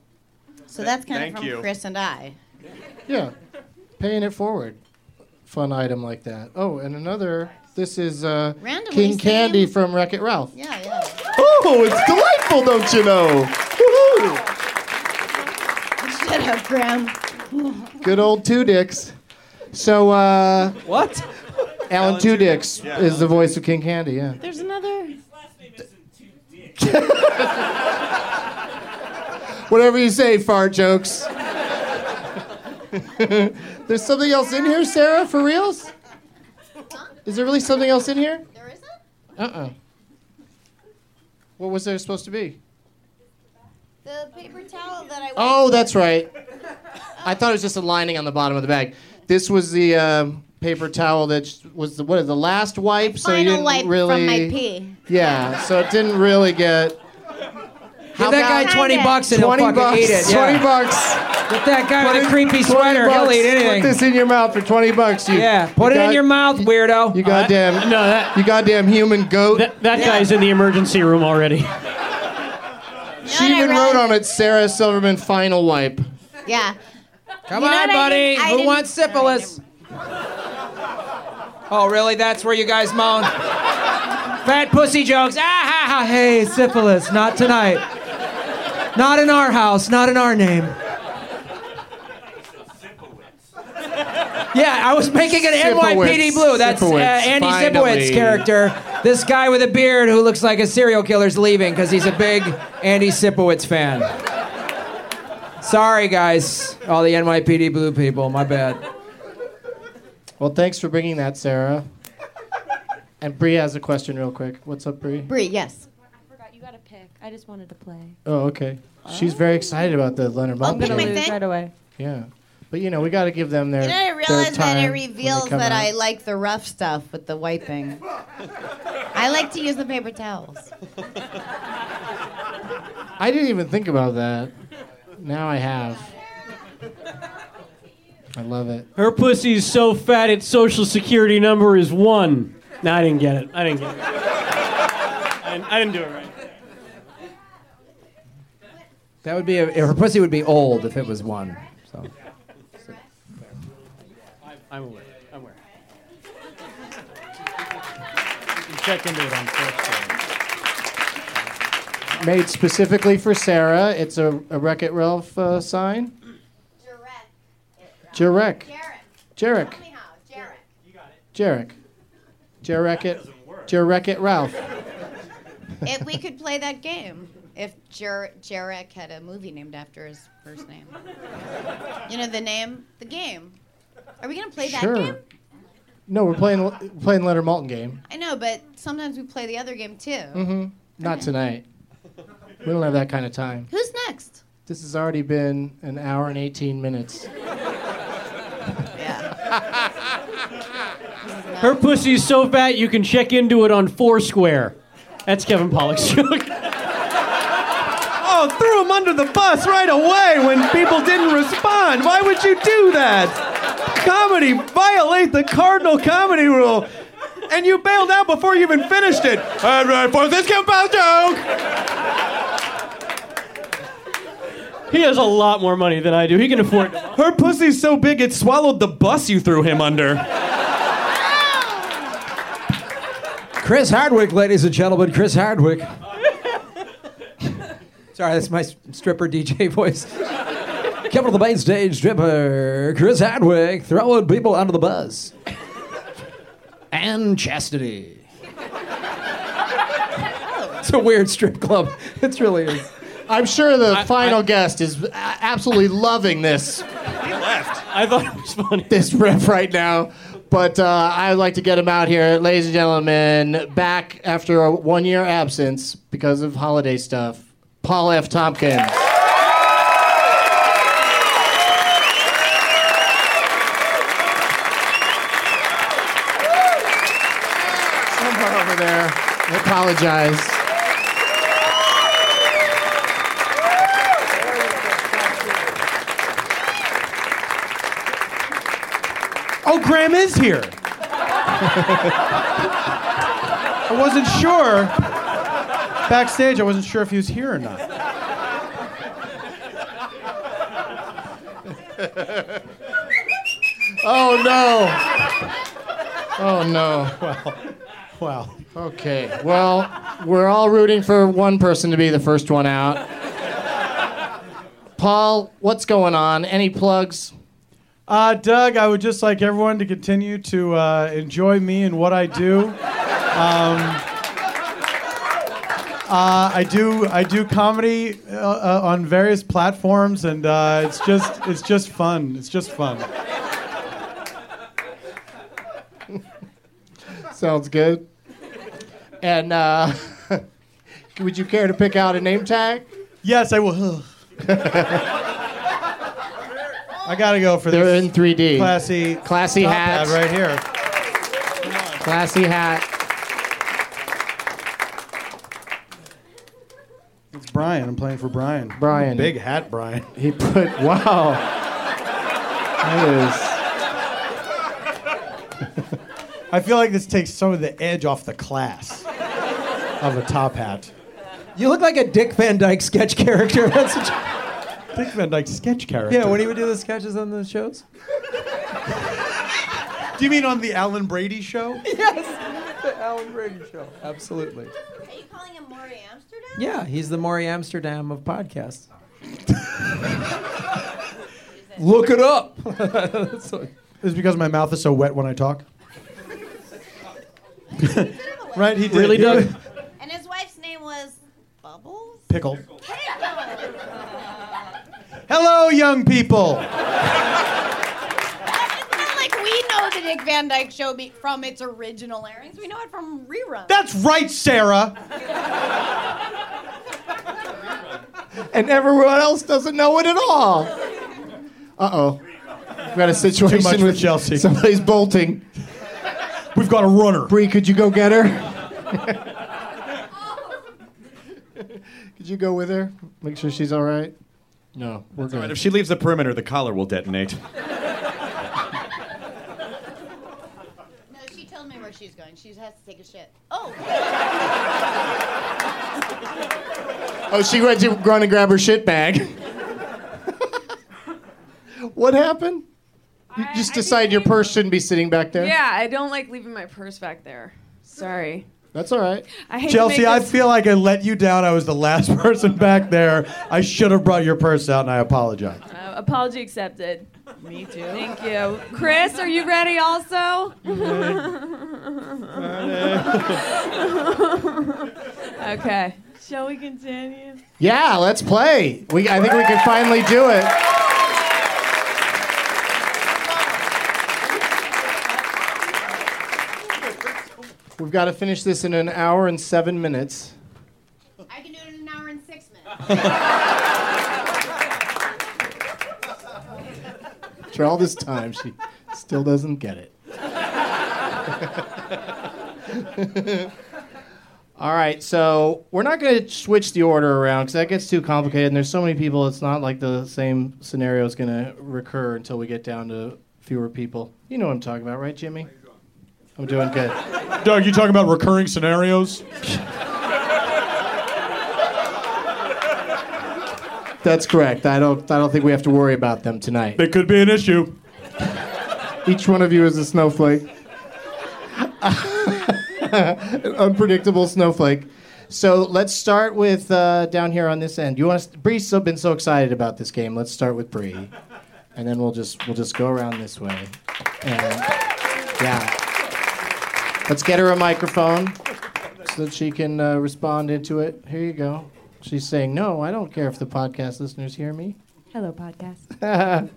Speaker 21: So that's kind
Speaker 1: Thank
Speaker 21: of from
Speaker 1: you.
Speaker 21: Chris and I.
Speaker 3: Yeah, paying it forward. Fun item like that. Oh, and another. This is uh,
Speaker 21: Randomly
Speaker 3: King
Speaker 21: seen-
Speaker 3: Candy from Wreck It Ralph.
Speaker 21: Yeah, yeah.
Speaker 3: Oh, it's delightful, don't you know? Woohoo!
Speaker 21: Shut up, Graham.
Speaker 3: Good old Two Dicks. So, uh. What? Alan Two Dicks
Speaker 21: Yeah.
Speaker 3: is the voice of King Candy, yeah.
Speaker 21: There's another.
Speaker 3: Whatever you say, fart jokes. There's something else in here, Sarah, for reals? Is there really something else in here? There isn't? Uh uh What was there supposed to be?
Speaker 21: The paper towel that I.
Speaker 3: Oh, that's right. I thought it was just a lining on the bottom of the bag. This was the um, paper towel that sh- was the what the last wipe, so you
Speaker 21: final
Speaker 3: didn't
Speaker 21: wipe from
Speaker 3: really.
Speaker 21: my pee.
Speaker 3: Yeah, so it didn't really get.
Speaker 21: Give that guy 20 bucks
Speaker 5: and he'll
Speaker 3: 20
Speaker 5: fucking
Speaker 3: bucks,
Speaker 5: eat it, yeah.
Speaker 3: Twenty bucks.
Speaker 5: Get that guy with a
Speaker 3: 20
Speaker 5: creepy
Speaker 3: 20
Speaker 5: sweater, he'll
Speaker 3: bucks.
Speaker 5: eat anything.
Speaker 3: Put this in your mouth for twenty bucks. You,
Speaker 5: Yeah, put it in your
Speaker 3: mouth, weirdo. You goddamn. no, that, you goddamn human goat. That,
Speaker 6: That guy's in the emergency room already.
Speaker 3: She even wrote on it, Sarah Silverman final wipe.
Speaker 21: Yeah.
Speaker 5: Come
Speaker 21: You know
Speaker 5: on,
Speaker 21: what I
Speaker 5: buddy.
Speaker 21: didn't- I
Speaker 5: Who
Speaker 21: didn't-
Speaker 5: wants syphilis? oh, really? That's where you guys moan? Fat pussy jokes. Ah, ha, ha. Hey, syphilis. Not tonight. Not in our house. Not in our name. Yeah, I was making an NYPD
Speaker 6: Sipowicz.
Speaker 5: Blue. That's uh,
Speaker 6: Sipowicz,
Speaker 5: Andy
Speaker 6: finally.
Speaker 5: Sipowicz character. This guy with a beard who looks like a serial killer's leaving because he's a big Andy Sipowicz fan. Sorry, guys, all the NYPD Blue people. My bad.
Speaker 3: Well, thanks for bringing that, Sarah. And Bree has a question, real quick. What's up, Bree?
Speaker 21: Brie, yes.
Speaker 8: You got to pick. I just wanted to play.
Speaker 3: Oh, okay. She's very excited about the Leonard
Speaker 8: I'm
Speaker 3: Maltin.
Speaker 8: gonna
Speaker 3: show.
Speaker 8: lose right away.
Speaker 3: Yeah, but you know we got to give them their.
Speaker 21: You know, I
Speaker 3: their
Speaker 21: realized that
Speaker 3: time
Speaker 21: it
Speaker 3: when they
Speaker 21: reveals
Speaker 3: come
Speaker 21: that
Speaker 3: out.
Speaker 21: I like the rough stuff with the wiping. I like to use the paper towels.
Speaker 3: I didn't even think about that. Now I have. I love it.
Speaker 6: Her pussy's so fat its social security number is one. No, I didn't get it. I didn't get it. I didn't, I didn't do it right.
Speaker 5: That would be a, her pussy would be old if it was one. So
Speaker 6: I'm aware. I'm aware. You can check into it on Thursday.
Speaker 3: Made specifically for Sarah. It's a, a Wreck It Ralph uh, sign. Jarek. Jarek. Jarek. Jarek it. Jarek it Ralph.
Speaker 21: If we could play that game, if Jer- Jarek had a movie named after his first name, you know the name, the game. Are we gonna play that game?
Speaker 3: Sure. No, we're playing playing Leonard Malton game.
Speaker 21: I know, but sometimes we play the other game too.
Speaker 3: Mm-hmm. Not tonight. We don't have that kind of time.
Speaker 21: Who's next?
Speaker 3: This has already been an hour and 18 minutes.
Speaker 6: Her pussy's so fat you can check into it on Foursquare. That's Kevin Pollock's joke.
Speaker 7: Oh, threw him under the bus right away when people didn't respond. Why would you do that? Comedy violate the cardinal comedy rule. And you bailed out before you even finished it. And right for this compound joke.
Speaker 6: He has a lot more money than I do. He can afford. Her
Speaker 1: pussy's so big it swallowed the bus you threw him under.
Speaker 5: Chris Hardwick, ladies and gentlemen, Chris Hardwick. Sorry, that's my s- stripper DJ voice. Coming to the main stage, stripper Chris Hardwick, throwing people under the bus. And chastity. It's a weird strip club. It really is.
Speaker 3: I'm sure the final guest is a- absolutely loving this.
Speaker 7: He left.
Speaker 6: I thought it was funny.
Speaker 3: This riff right now. But uh, I'd like to get him out here, ladies and gentlemen, back after a one year absence because of holiday stuff. Paul F. Tompkins. Someone over there, I apologize.
Speaker 7: Oh, Graham is here.
Speaker 22: I wasn't sure. Backstage, I wasn't sure if he was here or not.
Speaker 3: Oh no. Oh no. Wow.
Speaker 22: Wow.
Speaker 3: Okay. Well, we're all rooting for one person to be the first one out. Paul, what's going on? Any plugs?
Speaker 22: Uh, Doug, I would just like everyone to continue to uh, enjoy me and what I do. Um, uh, I do I do comedy uh, uh, on various platforms, and uh, it's just it's just fun. It's just fun.
Speaker 3: Sounds good. And uh, would you care to pick out a name tag?
Speaker 22: Yes, I will. I gotta go for
Speaker 3: They're
Speaker 22: this.
Speaker 3: in 3D.
Speaker 22: Classy,
Speaker 3: Classy
Speaker 22: top
Speaker 3: hats.
Speaker 22: hat right here.
Speaker 3: Classy hat.
Speaker 22: It's Brian. I'm playing for Brian.
Speaker 3: Brian.
Speaker 22: Big hat, Brian.
Speaker 3: He put wow. That
Speaker 22: I feel like this takes some of the edge off the class of a top hat.
Speaker 5: You look like a Dick Van Dyke sketch character. That's what you-
Speaker 22: Dick Van Dyke sketch character.
Speaker 5: Yeah, when he would do the sketches on the shows.
Speaker 22: Do you mean on the Alan Brady show?
Speaker 5: Yes, the Alan Brady show. Absolutely.
Speaker 12: Are you calling him Maury Amsterdam?
Speaker 5: Yeah, he's the Maury Amsterdam of podcasts.
Speaker 22: Look it up. Is because my mouth is so wet when I talk. right, he did.
Speaker 6: Really,
Speaker 22: He
Speaker 6: Doug?
Speaker 22: did.
Speaker 12: And his wife's name was Bubbles?
Speaker 22: Pickle. Hello, young people.
Speaker 12: It's not like we know
Speaker 21: the Dick Van Dyke Show be- from its original airings. We know it from reruns.
Speaker 7: That's right, Sarah.
Speaker 3: and everyone else doesn't know it at all. Uh oh. We've got a situation
Speaker 7: Too much for
Speaker 3: with
Speaker 7: Chelsea.
Speaker 3: Somebody's bolting.
Speaker 7: We've got a runner.
Speaker 3: Bree, could you go get her? could you go with her? Make sure she's all right. No, we're
Speaker 1: That's all
Speaker 3: good.
Speaker 1: right. If she leaves the perimeter, the collar will detonate.
Speaker 21: No, she told me where she's going. She has to take a shit. Oh.
Speaker 3: Oh, she went to run and grab her shit bag. what happened? You just decide your purse shouldn't be sitting back there.
Speaker 16: Yeah, I don't like leaving my purse back there. Sorry.
Speaker 3: That's all right.
Speaker 16: I hate to
Speaker 22: Chelsea,
Speaker 16: make
Speaker 22: I
Speaker 16: this-
Speaker 22: feel like I let you down. I was the last person back there. I should have brought your purse out, and I apologize.
Speaker 16: Uh, apology accepted. Me too. Thank you. Chris, are you ready also? okay. Shall we continue?
Speaker 3: Yeah, let's play. We, I think we can finally do it. We've got to finish this in an hour and seven minutes.
Speaker 21: I can do it in an hour and six minutes.
Speaker 3: After all this time, she still doesn't get it. All right, so we're not going to switch the order around because that gets too complicated, and there's so many people. It's not like the same scenario is going to recur until we get down to fewer people. You know what I'm talking about, right, Jimmy? I'm doing good.
Speaker 22: Doug, you talking about recurring scenarios?
Speaker 3: That's correct. I don't. I don't think we have to worry about them tonight.
Speaker 22: They could be an issue.
Speaker 3: Each one of you is a snowflake. An unpredictable snowflake. So let's start with uh, down here on this end. You want to, Bree's so, been so excited about this game. Let's start with Bree, and then we'll just we'll just go around this way. And, yeah. Let's get her a microphone so that she can uh, respond into it. Here you go. She's saying, "No, I don't care if the podcast listeners hear me."
Speaker 8: Hello, podcast.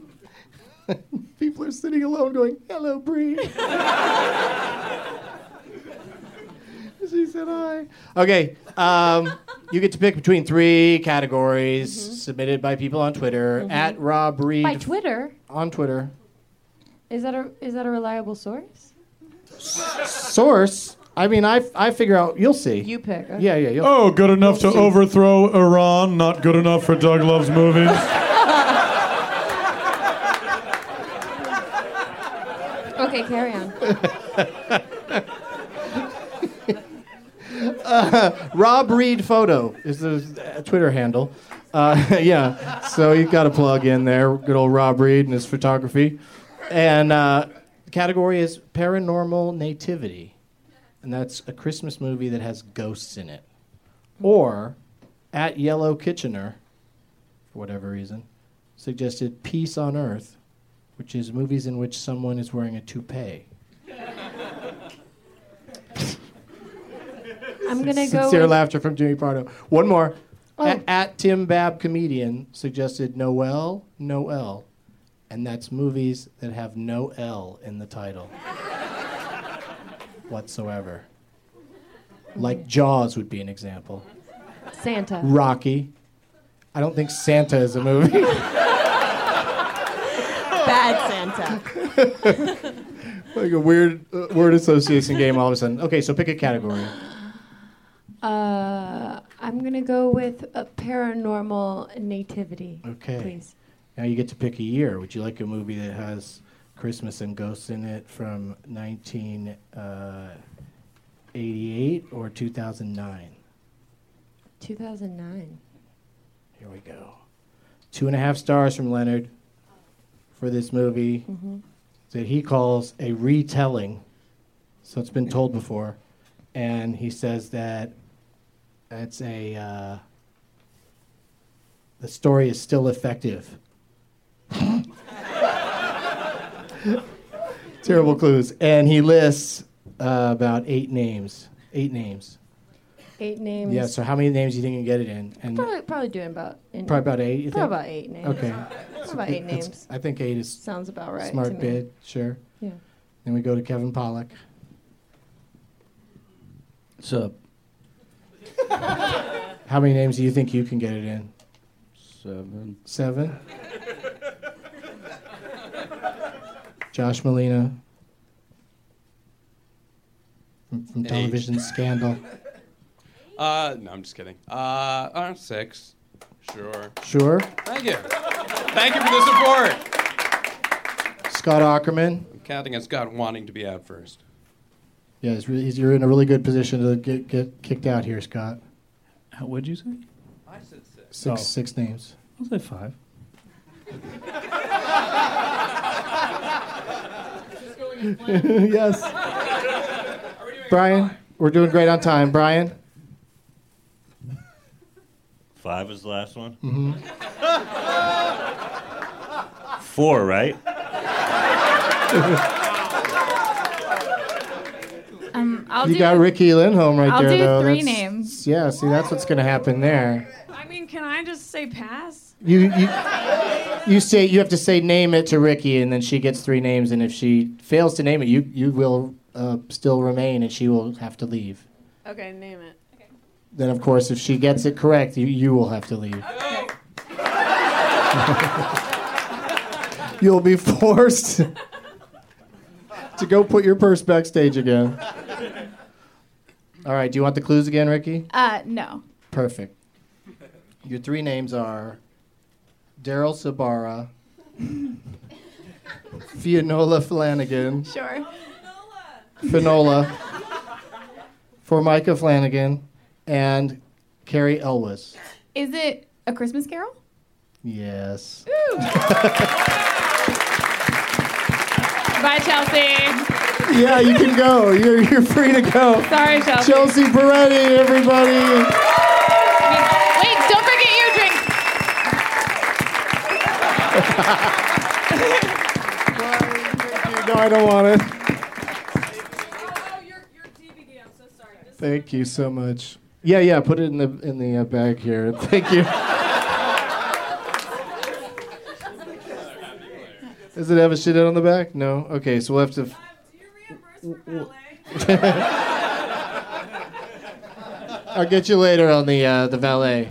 Speaker 3: People are sitting alone going, hello, Bree. she said hi. Okay, um, you get to pick between three categories submitted by people on Twitter
Speaker 8: Mhm.
Speaker 3: at Rob Reed
Speaker 8: Mm-hmm. By Twitter,
Speaker 3: on Twitter.
Speaker 8: is that a is that a reliable source?
Speaker 3: Source. I mean, I, I figure out. You'll see.
Speaker 8: You pick, okay.
Speaker 3: Yeah, yeah. You'll,
Speaker 22: Oh, good enough to
Speaker 3: you'll see.
Speaker 22: overthrow Iran, not good enough for Doug Love's movies.
Speaker 8: Okay, carry on.
Speaker 3: Uh, Rob Reed photo is the uh, Twitter handle. Uh, yeah, so you got to plug in there. Good old Rob Reed and his photography. And uh, the category is paranormal nativity, and that's a Christmas movie that has ghosts in it, or at Yellow Kitchener, for whatever reason, suggested Peace on Earth, which is movies in which someone is wearing a toupee.
Speaker 8: I'm gonna go.
Speaker 3: Sincere
Speaker 8: with- Oh.
Speaker 3: laughter from Jimmy Pardo. One more. At, at Tim Bab comedian suggested Noel, Noel, and that's movies that have no L in the title whatsoever. Like Jaws would be an example.
Speaker 8: Santa.
Speaker 3: Rocky. I don't think Santa is a movie.
Speaker 15: Bad Santa.
Speaker 3: like a weird uh, word association game all of a sudden. Okay, so pick a category.
Speaker 8: Uh, I'm gonna go with a paranormal nativity.
Speaker 3: Okay.
Speaker 8: Please.
Speaker 3: Now you get to pick a year. Would you like a movie that has Christmas and ghosts in it from 1988 or 2009?
Speaker 8: 2009.
Speaker 3: Here we go. Two and a half stars from Leonard for this movie
Speaker 8: Mhm.
Speaker 3: that he calls a retelling. So it's been told before. And he says that it's a. Uh, the story is still effective. Terrible clues. And he lists uh, about eight names. Eight names.
Speaker 8: Eight names.
Speaker 3: Yeah, so how many names do you think you can get it in? And
Speaker 8: Probably, probably doing about. In,
Speaker 3: Probably about eight, you
Speaker 8: probably
Speaker 3: think?
Speaker 8: about eight names.
Speaker 3: Okay.
Speaker 8: Probably about eight
Speaker 3: It's-
Speaker 8: names.
Speaker 3: I think eight is
Speaker 8: Sounds about right.
Speaker 3: smart
Speaker 8: to me.
Speaker 3: bid, sure.
Speaker 8: Yeah.
Speaker 3: Then we go to Kevin Pollock.
Speaker 2: Sup?
Speaker 3: How many names do you think you can get it in?
Speaker 2: Seven.
Speaker 3: Seven? Josh Molina from, from
Speaker 11: Eight.
Speaker 3: television scandal.
Speaker 11: Uh, no, I'm just kidding. Uh, I'm six. Sure.
Speaker 3: Sure.
Speaker 11: Thank you. Thank you for the support.
Speaker 3: Scott Ackerman.
Speaker 11: I'm counting as God wanting to be out first.
Speaker 3: Yeah, it's really, you're in a really good position to get, get kicked out here, Scott.
Speaker 4: How would you say? Oh.
Speaker 11: I said six.
Speaker 3: Six six names.
Speaker 4: I'll say five.
Speaker 3: yes. Brian, we're doing great on time. Brian,
Speaker 20: Five is the last one?
Speaker 3: Mhm.
Speaker 20: Four, right?
Speaker 10: Um, I'll
Speaker 3: you
Speaker 10: do.
Speaker 3: got Ricky Lindholm right
Speaker 10: I'll
Speaker 3: there,
Speaker 10: do
Speaker 3: though.
Speaker 10: three
Speaker 3: That's-
Speaker 10: names.
Speaker 3: Yeah, see, that's what's going to happen there.
Speaker 16: I mean, can I just say pass?
Speaker 3: You, you, you say you have to say name it to Ricky, and then she gets three names. And if she fails to name it, you you will uh, still remain, and she will have to leave.
Speaker 16: Okay, name it.
Speaker 3: Then, of course, if she gets it correct, you you will have to leave. You'll be forced to go put your purse backstage again. All right, do you want the clues again, Ricky?
Speaker 10: Uh, no.
Speaker 3: Perfect. Your three names are Daryl Sabara, Fionola Flanagan,
Speaker 10: Sure.
Speaker 3: Finola, Formica Flanagan, and Carrie Elwes.
Speaker 10: Is it a Christmas Carol?
Speaker 3: Yes.
Speaker 10: Bye, Chelsea.
Speaker 3: yeah, you can go. You're, you're free to go.
Speaker 10: Sorry, Chelsea.
Speaker 3: Chelsea Peretti, everybody.
Speaker 10: Wait, don't forget your drink.
Speaker 3: No, I don't want it. Thank you so much. Yeah, yeah. Put it in the in the uh, bag here. Thank you. Does it have a shit on the back? No. Okay, so we'll have to. F- I'll get you later on the uh, the valet.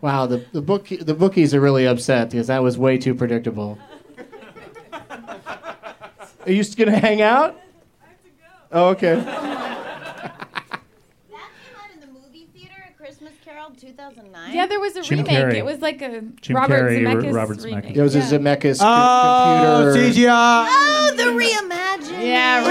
Speaker 3: Wow, the the book the bookies are really upset because that was way too predictable. Are you just gonna hang out? I have to go. Oh, okay.
Speaker 21: Christmas Carol 2009.
Speaker 10: Yeah, there was a
Speaker 3: Jim
Speaker 10: remake.
Speaker 3: Carey.
Speaker 10: It was like a
Speaker 3: Jim
Speaker 10: Robert
Speaker 3: Carey, R-
Speaker 10: Zemeckis
Speaker 3: Robert
Speaker 10: remake.
Speaker 3: Zemeckis. There was a Zemeckis co-
Speaker 7: Oh,
Speaker 3: computer-
Speaker 7: CGI.
Speaker 21: Oh, the reimagining. Oh.
Speaker 10: Yeah,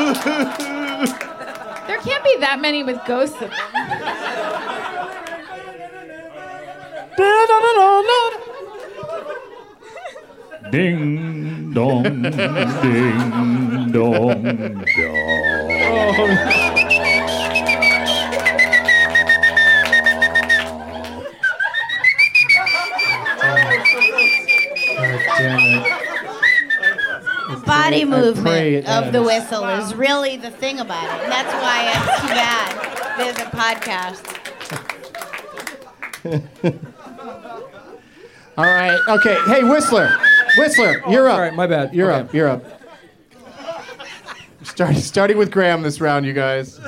Speaker 10: reimagining. there can't be that many with ghosts in
Speaker 3: Oh,
Speaker 10: them.
Speaker 4: Ding dong, ding dong,
Speaker 3: Oh.
Speaker 4: dong.
Speaker 21: Oh,
Speaker 3: I pray
Speaker 21: Body
Speaker 3: it
Speaker 21: movement of the
Speaker 3: ends.
Speaker 21: whistle is really the thing about it. And that's why it's too bad. There's a podcast.
Speaker 3: Oh, All right. Okay. Hey, Whistler. Whistler, you're up. All right, my bad. You're up. You're up. Start, starting with Graham this round, you guys.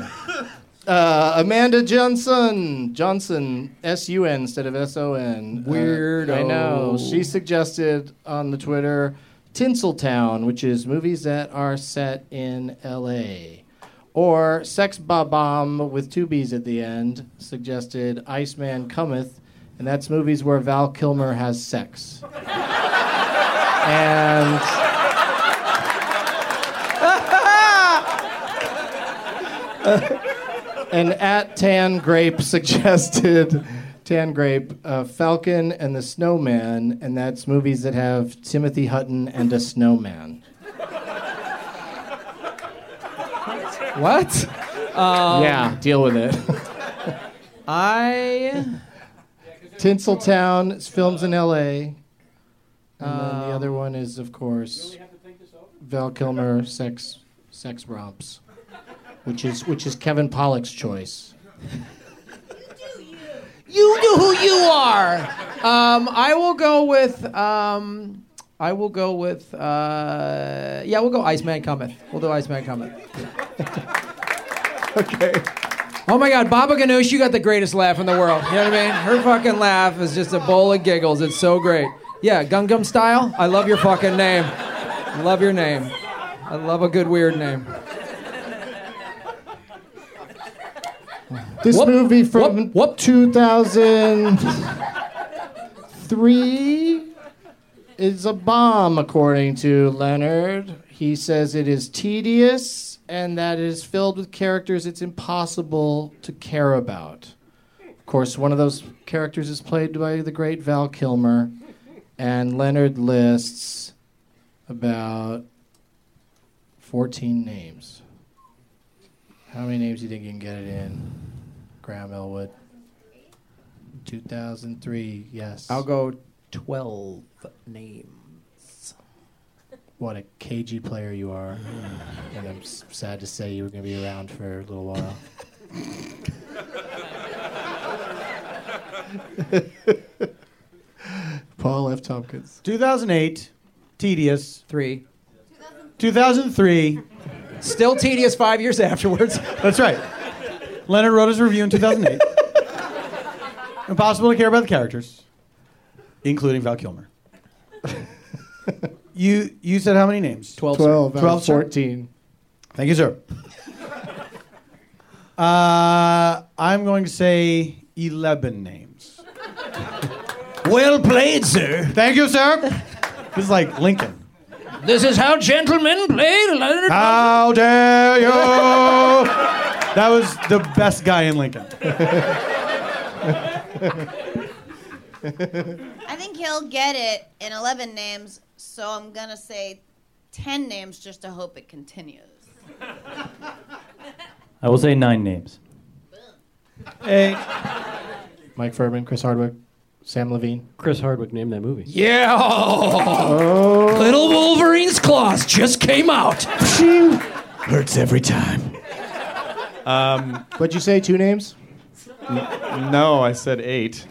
Speaker 3: Uh, Amanda Johnson. Johnson. S U N instead of S O N. Uh,
Speaker 5: Weirdo.
Speaker 3: I know. She suggested on the Twitter Tinseltown, which is movies that are set in L.A. Or Sex Bomb with two B's at the end suggested Iceman Cometh, and that's movies where Val Kilmer has sex. and and at Tan Grape suggested Tan Grape uh, Falcon and the Snowman, and that's movies that have Timothy Hutton and a snowman.
Speaker 5: What? Um,
Speaker 3: yeah, deal with it.
Speaker 5: I.
Speaker 3: Tinseltown it's films in L.A. And then the
Speaker 5: Um,
Speaker 3: other one is, of course, Val Kilmer sex sex romps, which is which is Kevin Pollock's choice.
Speaker 5: You know who you are. Um, I will go with. Um, I will go with. Uh, yeah, we'll go Iceman Cometh. We'll do Iceman Cometh. okay. Oh my God, Baba Ganoush, you got the greatest laugh in the world. You know what I mean? Her fucking laugh is just a bowl of giggles. It's so great. Yeah, Gungam Style. I love your fucking name. Love your name. I love a good weird name.
Speaker 18: This movie from 2003 is a bomb, according to Leonard. He says it is tedious and that it is filled with characters it's impossible to care about. Of course, one of those characters is played by the great Val Kilmer, and Leonard lists about 14 names. How many names do you think you can get it in, Graham Elwood? 2003, yes.
Speaker 5: I'll go 12 names.
Speaker 18: What a cagey player you are. and I'm s- sad to say you were going to be around for a little while.
Speaker 3: Paul F. Tompkins.
Speaker 22: 2008, tedious.
Speaker 5: Three.
Speaker 22: 2003.
Speaker 5: Still tedious five years afterwards.
Speaker 22: That's right. Leonard wrote his review in 2008. Impossible to care about the characters, including Val Kilmer. you you said how many names?
Speaker 5: 12.
Speaker 22: 12,
Speaker 3: sir.
Speaker 22: 12 sir.
Speaker 3: 14.
Speaker 22: Thank you, sir. uh, I'm going to say 11 names. well played, sir. Thank you, sir. This is like Lincoln.
Speaker 5: This is how gentlemen play Leonard.
Speaker 22: How dare you! that was the best guy in Lincoln.
Speaker 21: I think he'll get it in 11 names, so I'm going to say 10 names just to hope it continues.
Speaker 23: I will say nine names.
Speaker 22: Hey.
Speaker 3: Mike Furman, Chris Hardwick, Sam Levine.
Speaker 24: Chris Hardwick named that movie.
Speaker 5: Yeah.
Speaker 21: Oh.
Speaker 5: Little Wolverine's claws just came out.
Speaker 22: Hurts every time.
Speaker 1: Um,
Speaker 3: What'd you say? Two names?
Speaker 1: n- no, I said eight.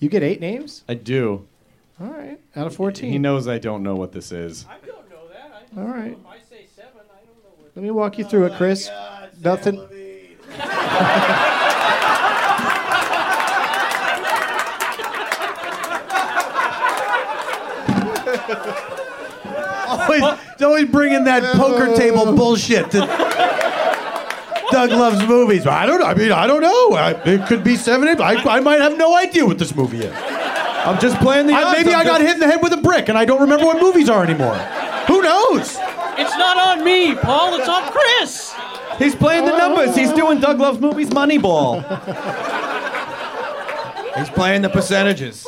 Speaker 3: You get eight names?
Speaker 1: I do.
Speaker 3: All right. Out of 14.
Speaker 1: He knows I don't know what this is.
Speaker 3: All right. Let me walk you through it, Chris. Nothing.
Speaker 22: always, it's always bringing that poker table bullshit. To, Doug loves movies. I don't. I mean, I don't know. I, it could be seven. Eight, I, I might have no idea what this movie is. I'm just playing the.
Speaker 9: odds.
Speaker 22: maybe
Speaker 9: I'm
Speaker 22: I got
Speaker 9: just-
Speaker 22: hit in the head with a brick, and I don't remember what movies are anymore. Who knows?
Speaker 9: It's not on me, Paul. It's on Chris.
Speaker 22: He's playing the numbers. He's doing Doug Loves Movies Moneyball.
Speaker 25: He's playing the percentages.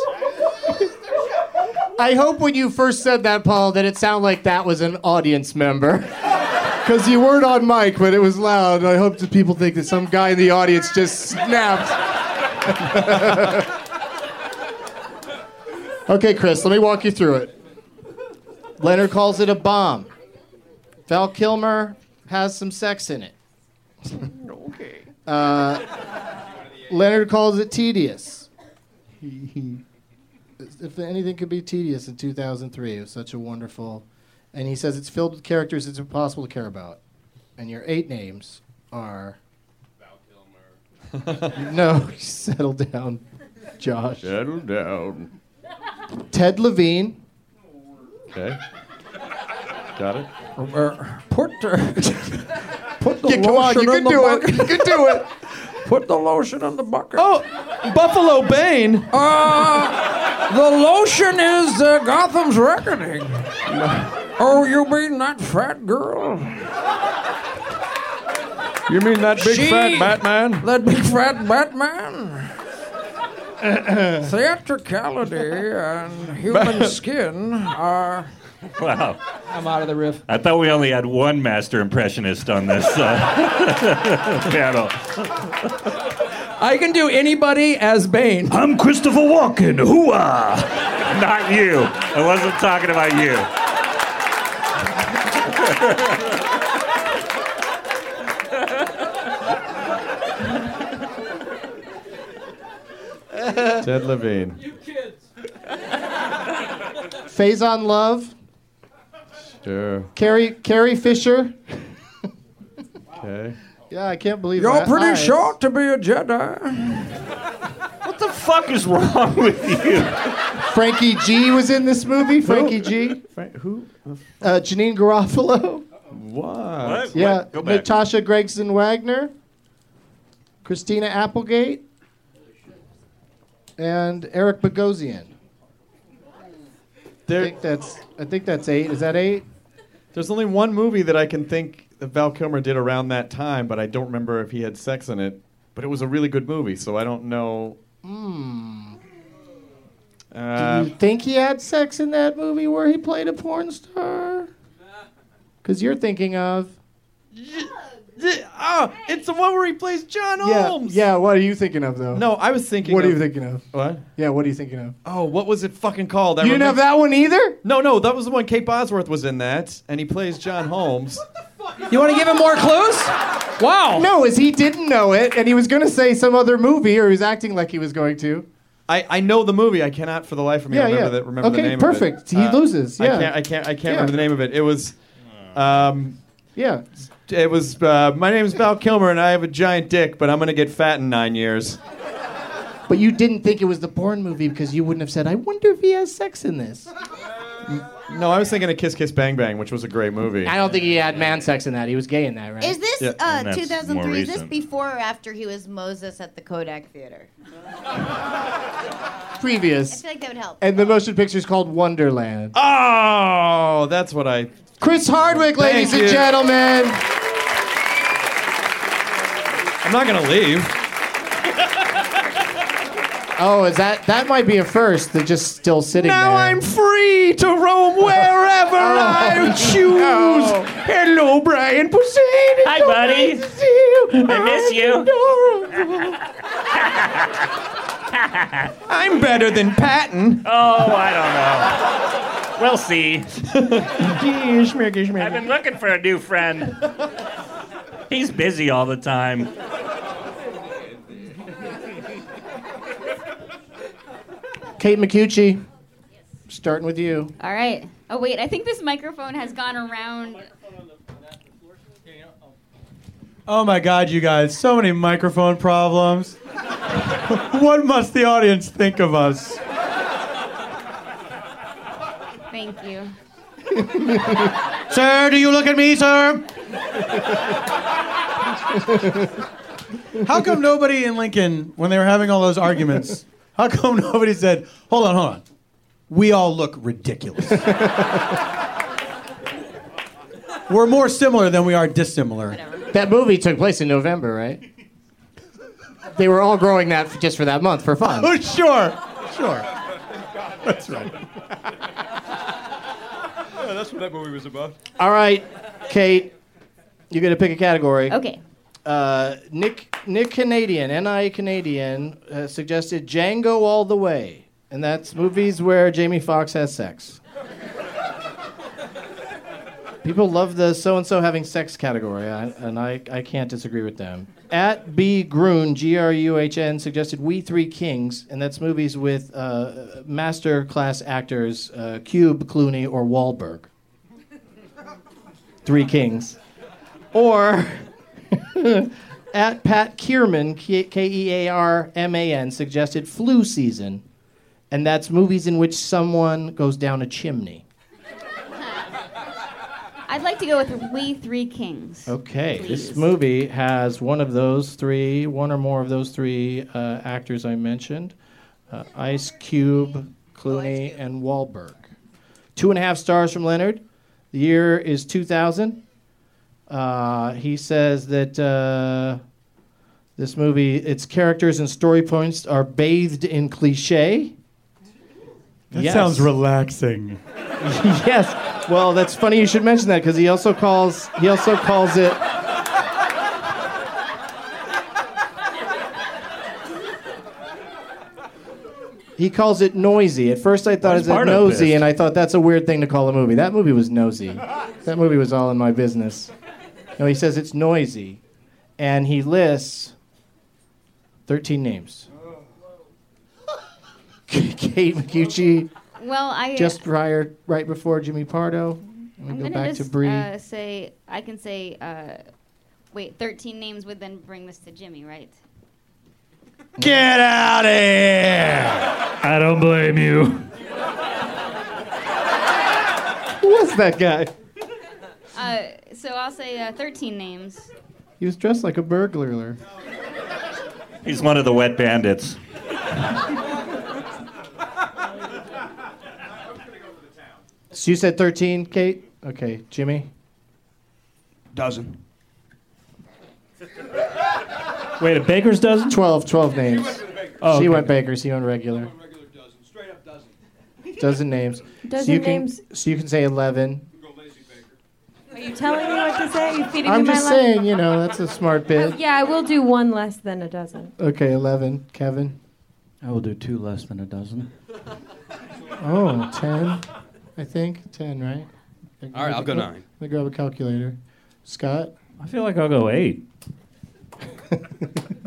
Speaker 3: I hope when you first said that, Paul, that it sounded like that was an audience member. Because you weren't on mic, but it was loud. I hope that people think that some guy in the audience just snapped. okay, Chris, let me walk you through it. Leonard calls it a bomb. Val Kilmer has some sex in it. okay. Uh, Leonard calls it tedious. if anything could be tedious in 2003, it was such a wonderful. And he says it's filled with characters it's impossible to care about. And your eight names are. Val Kilmer. no, settle down, Josh.
Speaker 1: Settle down.
Speaker 3: Ted Levine.
Speaker 1: Okay. Got it.
Speaker 5: Porter.
Speaker 6: Put the
Speaker 3: Yeah, come on, you
Speaker 6: lotion
Speaker 3: can
Speaker 6: in the
Speaker 3: do it.
Speaker 6: bucket.
Speaker 3: You can do it.
Speaker 6: Put the lotion in the bucket.
Speaker 5: Oh, Buffalo Bane. Uh, the lotion is uh, Gotham's Reckoning. Oh, you mean that fat girl?
Speaker 1: You mean that big
Speaker 5: She-
Speaker 1: fat Batman?
Speaker 5: That big fat Batman? Theatricality and human skin are.
Speaker 20: Wow.
Speaker 5: I'm out of the riff.
Speaker 20: I thought we only had one master impressionist on this uh, panel.
Speaker 5: I can do anybody as Bane.
Speaker 20: I'm Christopher Walken. Hooah! Not you. I wasn't talking about you.
Speaker 1: Ted Levine.
Speaker 3: Faison Love,
Speaker 1: Sure.
Speaker 3: Carrie Carrie Fisher.
Speaker 1: Okay.
Speaker 3: Yeah, I can't believe
Speaker 26: You're
Speaker 3: my
Speaker 26: pretty
Speaker 3: eyes.
Speaker 26: short to be a Jedi.
Speaker 3: What the fuck is wrong with you? Frankie G was in this movie. Frankie G.
Speaker 1: Frank, who?
Speaker 3: Uh, Janine Garofalo.
Speaker 1: What?
Speaker 3: Yeah.
Speaker 1: Go back.
Speaker 3: Natasha Gregson Wagner. Christina Applegate. And Eric Bogosian.
Speaker 1: There-
Speaker 3: I think that's. I think that's eight. Is that eight?
Speaker 1: There's only one movie that I can think that Val Kilmer did around that time, but I don't remember if he had sex in it. But it was a really good movie, so I don't know.
Speaker 3: Hmm.
Speaker 1: Uh,
Speaker 3: Do you think he had sex in that movie where he played a porn star? Because you're thinking of.
Speaker 7: Ah,
Speaker 1: oh, it's the one where he plays John Holmes.
Speaker 3: Yeah, yeah, what are you thinking of, though?
Speaker 1: No, I was thinking.
Speaker 3: What are
Speaker 1: of-
Speaker 3: you thinking of?
Speaker 1: What?
Speaker 3: Yeah, what are you thinking of?
Speaker 1: Oh, what was it fucking called? I
Speaker 3: You didn't have that one either.
Speaker 1: No, no, that was the one. Kate Bosworth was in that, and he plays John Holmes.
Speaker 3: You want to give him more clues? Wow. No, is he didn't know it, and he was going to say some other movie, or he was acting like he was going to.
Speaker 1: I, I know the movie. I cannot for the life of me
Speaker 3: Yeah,
Speaker 1: remember
Speaker 3: yeah.
Speaker 1: the remember
Speaker 3: Okay,
Speaker 1: the name.
Speaker 3: perfect.
Speaker 1: Of it. Uh,
Speaker 3: He loses,
Speaker 1: I
Speaker 3: yeah.
Speaker 1: can't. I can't. I can't
Speaker 3: Yeah.
Speaker 1: remember the name of it. It was. Um,
Speaker 3: yeah.
Speaker 1: It was. Uh, my name is Val Kilmer, and I have a giant dick, but I'm gonna get fat in nine years.
Speaker 3: But you didn't think it was the porn movie because you wouldn't have said, "I wonder if he has sex in this."
Speaker 1: No, I was thinking of Kiss Kiss Bang Bang, which was a great movie.
Speaker 3: I don't think he had man sex in that. He was gay in that, right?
Speaker 21: Is this
Speaker 1: Yeah, and
Speaker 21: uh,
Speaker 1: that's
Speaker 21: 2003?
Speaker 1: more
Speaker 21: Is this
Speaker 1: recent.
Speaker 21: before or after he was Moses at the Kodak Theater?
Speaker 3: previous?
Speaker 21: I feel like that would help.
Speaker 3: And the motion picture is called Wonderland.
Speaker 1: Oh, that's what I.
Speaker 3: Chris Hardwick,
Speaker 1: Thank
Speaker 3: ladies
Speaker 1: you.
Speaker 3: and gentlemen.
Speaker 1: I'm not gonna leave.
Speaker 3: Oh, is that that might be a first? They're just still sitting
Speaker 7: Now
Speaker 3: there.
Speaker 7: I'm free to roam wherever
Speaker 4: Oh.
Speaker 7: I choose.
Speaker 3: Oh.
Speaker 7: Hello, Brian Poseidon.
Speaker 3: Hi,
Speaker 7: So
Speaker 3: buddy.
Speaker 7: nice to see you.
Speaker 3: I miss
Speaker 7: I'm
Speaker 3: you.
Speaker 7: adorable.
Speaker 1: I'm better than Patton.
Speaker 20: Oh, I don't know. We'll see. I've been looking for a new friend. He's busy all the time.
Speaker 3: Kate McCucci, starting with you.
Speaker 12: All right. Oh wait, I think this microphone has gone around.
Speaker 22: Oh my God, you guys! So many microphone problems. what must the audience think of us?
Speaker 12: Thank you.
Speaker 14: sir, do you look at me, sir?
Speaker 22: How come nobody in Lincoln, when they were having all those arguments, how come nobody said, "Hold on, hold on, we all look ridiculous." we're more similar than we are dissimilar.
Speaker 3: That movie took place in November, right? They were all growing that f- just for that month for fun.
Speaker 22: Oh, sure, sure. That's right.
Speaker 1: Yeah, that's what that movie was about.
Speaker 3: All right, Kate, you're gonna pick a category.
Speaker 12: Okay.
Speaker 3: Uh, Nick Nick Canadian, N.I. Canadian, uh, suggested Django All the Way, and that's movies where Jamie Foxx has sex. People love the so and so having sex category, I, and I, I can't disagree with them. At B Grun, G R U H N, suggested We Three Kings, and that's movies with uh, master class actors uh, Cube, Clooney, or Wahlberg. Three Kings. Or at Pat Kierman, K E A R M A N, suggested Flu Season, and that's movies in which someone goes down a chimney.
Speaker 12: I'd like to go with We Three Kings.
Speaker 3: Okay, this
Speaker 12: Please.
Speaker 3: movie has one of those three, one or more of those three uh, actors I mentioned uh, Ice Cube, Clooney, and Wahlberg. Two and a half stars from Leonard. The year is 2000. Uh, he says that uh, this movie, its characters and story points are bathed in cliche.
Speaker 22: That
Speaker 3: Yes.
Speaker 22: sounds relaxing.
Speaker 3: yes. Well, that's funny you should mention that because he also calls he also calls it. He calls it noisy. At first, I thought
Speaker 22: Why
Speaker 3: it
Speaker 22: is
Speaker 3: was
Speaker 22: Bardo
Speaker 3: nosy,
Speaker 22: pissed?
Speaker 3: and I thought that's a weird thing to call a movie. That movie was nosy. That movie was all in my business. No, he says it's noisy, and he lists 13 names. Kate McCucci
Speaker 12: Well, I
Speaker 3: just prior, right before Jimmy Pardo. And we
Speaker 12: I'm
Speaker 3: go
Speaker 12: gonna
Speaker 3: back
Speaker 12: just
Speaker 3: to Bree.
Speaker 12: Uh, say I can say uh, wait 13 names would then bring this to Jimmy, right?
Speaker 22: Get out of here!
Speaker 4: I don't blame you.
Speaker 3: Who was that guy?
Speaker 12: Uh, so I'll say uh, 13 names.
Speaker 3: He was dressed like a burglar.
Speaker 20: He's one of the wet bandits.
Speaker 3: So you said 13, Kate? Okay, Jimmy?
Speaker 14: Dozen.
Speaker 4: Wait, a baker's dozen?
Speaker 3: 12, 12 names.
Speaker 4: Oh, okay.
Speaker 3: she went bakers, he went regular. Dozen names. so
Speaker 15: Dozen
Speaker 3: you can,
Speaker 15: names.
Speaker 3: So you can say 11.
Speaker 15: Are you telling me what to say? Are you feeding
Speaker 3: I'm
Speaker 15: me
Speaker 3: just
Speaker 15: my life?
Speaker 3: saying, you know, that's a smart bit.
Speaker 8: Yeah, I will do one less than a dozen.
Speaker 3: Okay, 11. Kevin?
Speaker 27: I will do two less than a dozen.
Speaker 3: Oh, 10, I think. 10, right?
Speaker 27: All right, I'll go nine.
Speaker 3: Let me grab a calculator. Scott?
Speaker 4: I feel like I'll go eight.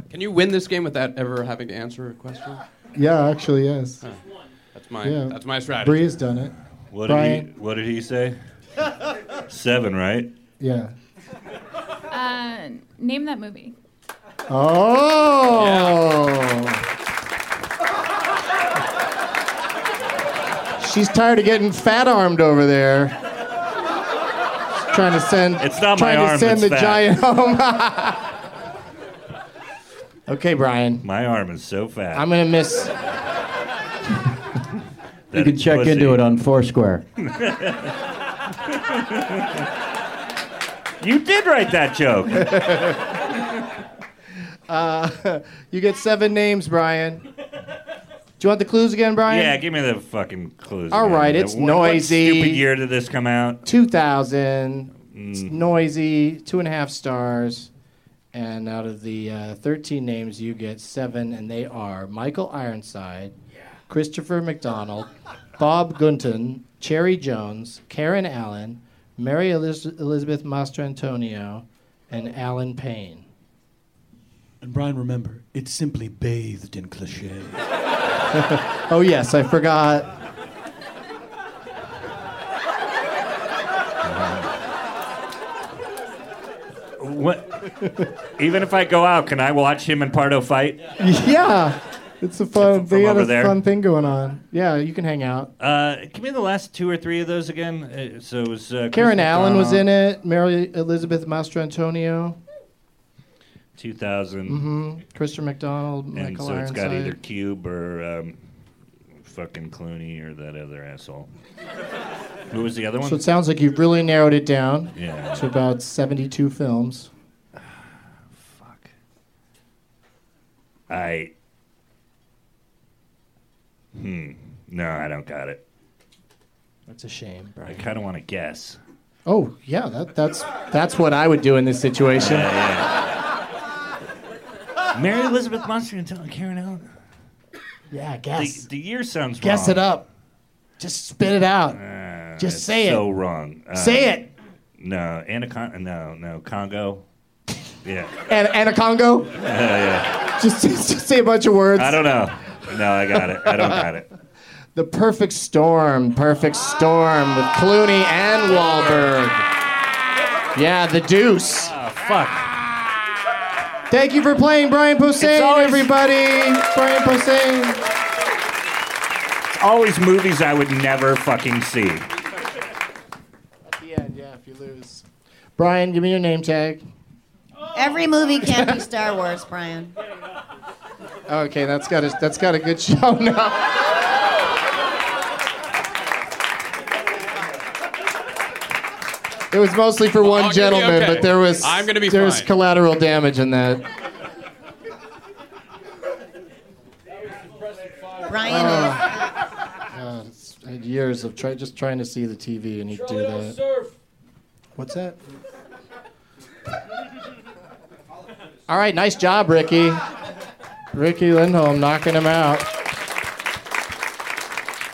Speaker 11: Can you win this game without ever having to answer a question?
Speaker 3: Yeah, actually, yes.
Speaker 11: Huh. That's my that's my strategy.
Speaker 3: Bree has done it.
Speaker 20: What
Speaker 3: Brian?
Speaker 20: did he What did he say? Seven, right?
Speaker 3: Yeah.
Speaker 10: Uh, name that movie.
Speaker 3: Oh! She's tired of getting fat armed over there. She's trying to send.
Speaker 20: It's not my
Speaker 3: trying to
Speaker 20: arm
Speaker 3: send
Speaker 20: that's
Speaker 3: the
Speaker 20: fat.
Speaker 3: giant home. okay, Brian.
Speaker 20: My arm is so fat.
Speaker 3: I'm gonna miss.
Speaker 27: you can check into it on Foursquare.
Speaker 20: You did write that joke.
Speaker 3: uh, you get seven names, Brian. Do you want the clues again, Brian?
Speaker 20: yeah, give me the fucking clues.
Speaker 3: All
Speaker 20: man.
Speaker 3: right,
Speaker 20: The-
Speaker 3: it's
Speaker 20: what- what
Speaker 3: noisy.
Speaker 20: stupid year did this come out?
Speaker 3: 2000. It's
Speaker 20: Mm.
Speaker 3: noisy, two and a half stars. And out of the uh, 13 names, you get seven, and they are Michael Ironside, Christopher McDonald, Bob Gunton, Cherry Jones, Karen Allen, Mary Elis- Elizabeth Mastrantonio, and Alan Payne.
Speaker 27: And Brian, remember, it's simply bathed in cliche.
Speaker 3: oh, yes, I forgot.
Speaker 20: What? Even if I go out, can I watch him and Pardo fight?
Speaker 3: yeah, it's a fun, they got
Speaker 20: over
Speaker 3: a
Speaker 20: there.
Speaker 3: fun thing going on. Yeah, you can hang out.
Speaker 20: Uh, give me the last two or three of those again. Uh, so it was uh,
Speaker 3: Karen
Speaker 20: Chris
Speaker 3: Allen was in
Speaker 20: McDonald,
Speaker 3: it, Mary Elizabeth Mastrantonio.
Speaker 20: 2000,
Speaker 3: Mm-hmm. Christopher McDonald, Michael
Speaker 20: and so it's got
Speaker 3: Ironside.
Speaker 20: either Cube or um, fucking Clooney or that other asshole. Who was the other one?
Speaker 3: So it sounds like you've really narrowed it down
Speaker 20: Yeah.
Speaker 3: to about 72 films.
Speaker 20: I. Hmm. No, I don't got it.
Speaker 3: That's a shame.
Speaker 20: I kind of want to guess.
Speaker 3: Oh yeah, that, that's that's what I would do in this situation.
Speaker 20: Mary Elizabeth Monster and Tell- Karen Allen.
Speaker 3: Yeah, guess.
Speaker 20: The, the year sounds
Speaker 3: Guess it
Speaker 20: wrong.
Speaker 3: up. Just spit it out.
Speaker 20: Uh,
Speaker 3: Just
Speaker 20: it's
Speaker 3: say it.
Speaker 20: So wrong. Uh,
Speaker 3: Say it.
Speaker 20: No, Anaconda. No, no, Congo. Yeah.
Speaker 3: And Anacongo.
Speaker 20: Uh, yeah.
Speaker 3: Just, just say a bunch of words.
Speaker 20: I don't know. No, I got it. I don't got it.
Speaker 3: The perfect storm. Perfect storm with Clooney and Wahlberg. Yeah, the deuce.
Speaker 20: Oh, fuck.
Speaker 3: Thank you for playing, Brian Posehn, everybody. Brian Posehn.
Speaker 20: It's always movies I would never fucking see.
Speaker 3: At the end, yeah, if you lose. Brian, give me your name tag.
Speaker 21: Every movie can't be Star Wars, Brian.
Speaker 3: Okay, that's got a that's got a good show now. It was mostly for one
Speaker 11: I'll be
Speaker 3: gentleman,
Speaker 11: okay.
Speaker 3: but there was
Speaker 11: I'm gonna be
Speaker 3: there was
Speaker 11: fine.
Speaker 3: collateral damage in that.
Speaker 21: Brian
Speaker 15: Ah.
Speaker 3: God, it's- I had Uh, years of try, just trying to see the TV and he'd do that. What's that? All right, nice job, Ricky. Ricky Lindholm knocking him out.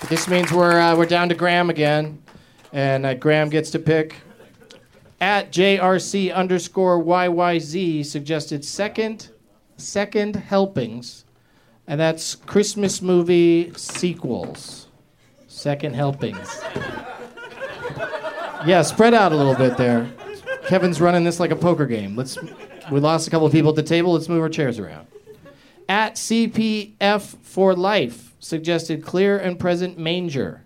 Speaker 3: But this means we're uh, we're down to Graham again, and uh, Graham gets to pick. At JRC underscore YYZ suggested second, second helpings and that's Christmas movie sequels, second helpings. yeah, spread out a little bit there. Kevin's running this like a poker game. Let's. We lost a couple of people at the table. Let's move our chairs around. At CPF for life suggested clear and present manger,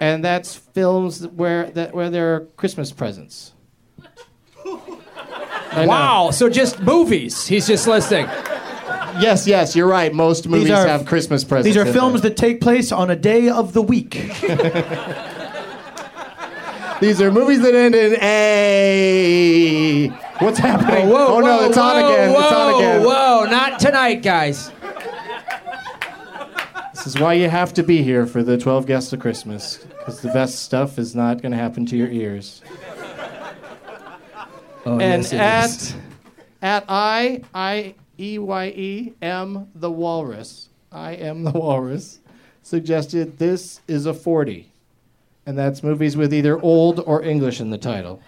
Speaker 3: and that's films where that where there are Christmas presents. I know.
Speaker 26: Wow. So just movies. He's just listing.
Speaker 3: Yes, yes, you're right. Most movies
Speaker 22: are-
Speaker 3: have Christmas presents.
Speaker 22: These are
Speaker 3: in them.
Speaker 22: films that take place on a day of the week.
Speaker 3: These are movies that end in a. What's happening?
Speaker 26: Whoa,
Speaker 3: oh no,
Speaker 26: whoa,
Speaker 3: it's on
Speaker 26: whoa,
Speaker 3: again.
Speaker 26: Whoa,
Speaker 3: It's on again.
Speaker 26: Whoa, not tonight, guys.
Speaker 3: This is why you have to be here for the 12 guests of Christmas, because the best stuff is not going to happen to your ears.
Speaker 26: Oh,
Speaker 3: and
Speaker 26: yes, it is.
Speaker 3: at at I I E Y E M the walrus. I am the walrus suggested this is a 40. And that's movies with either old or English in the title.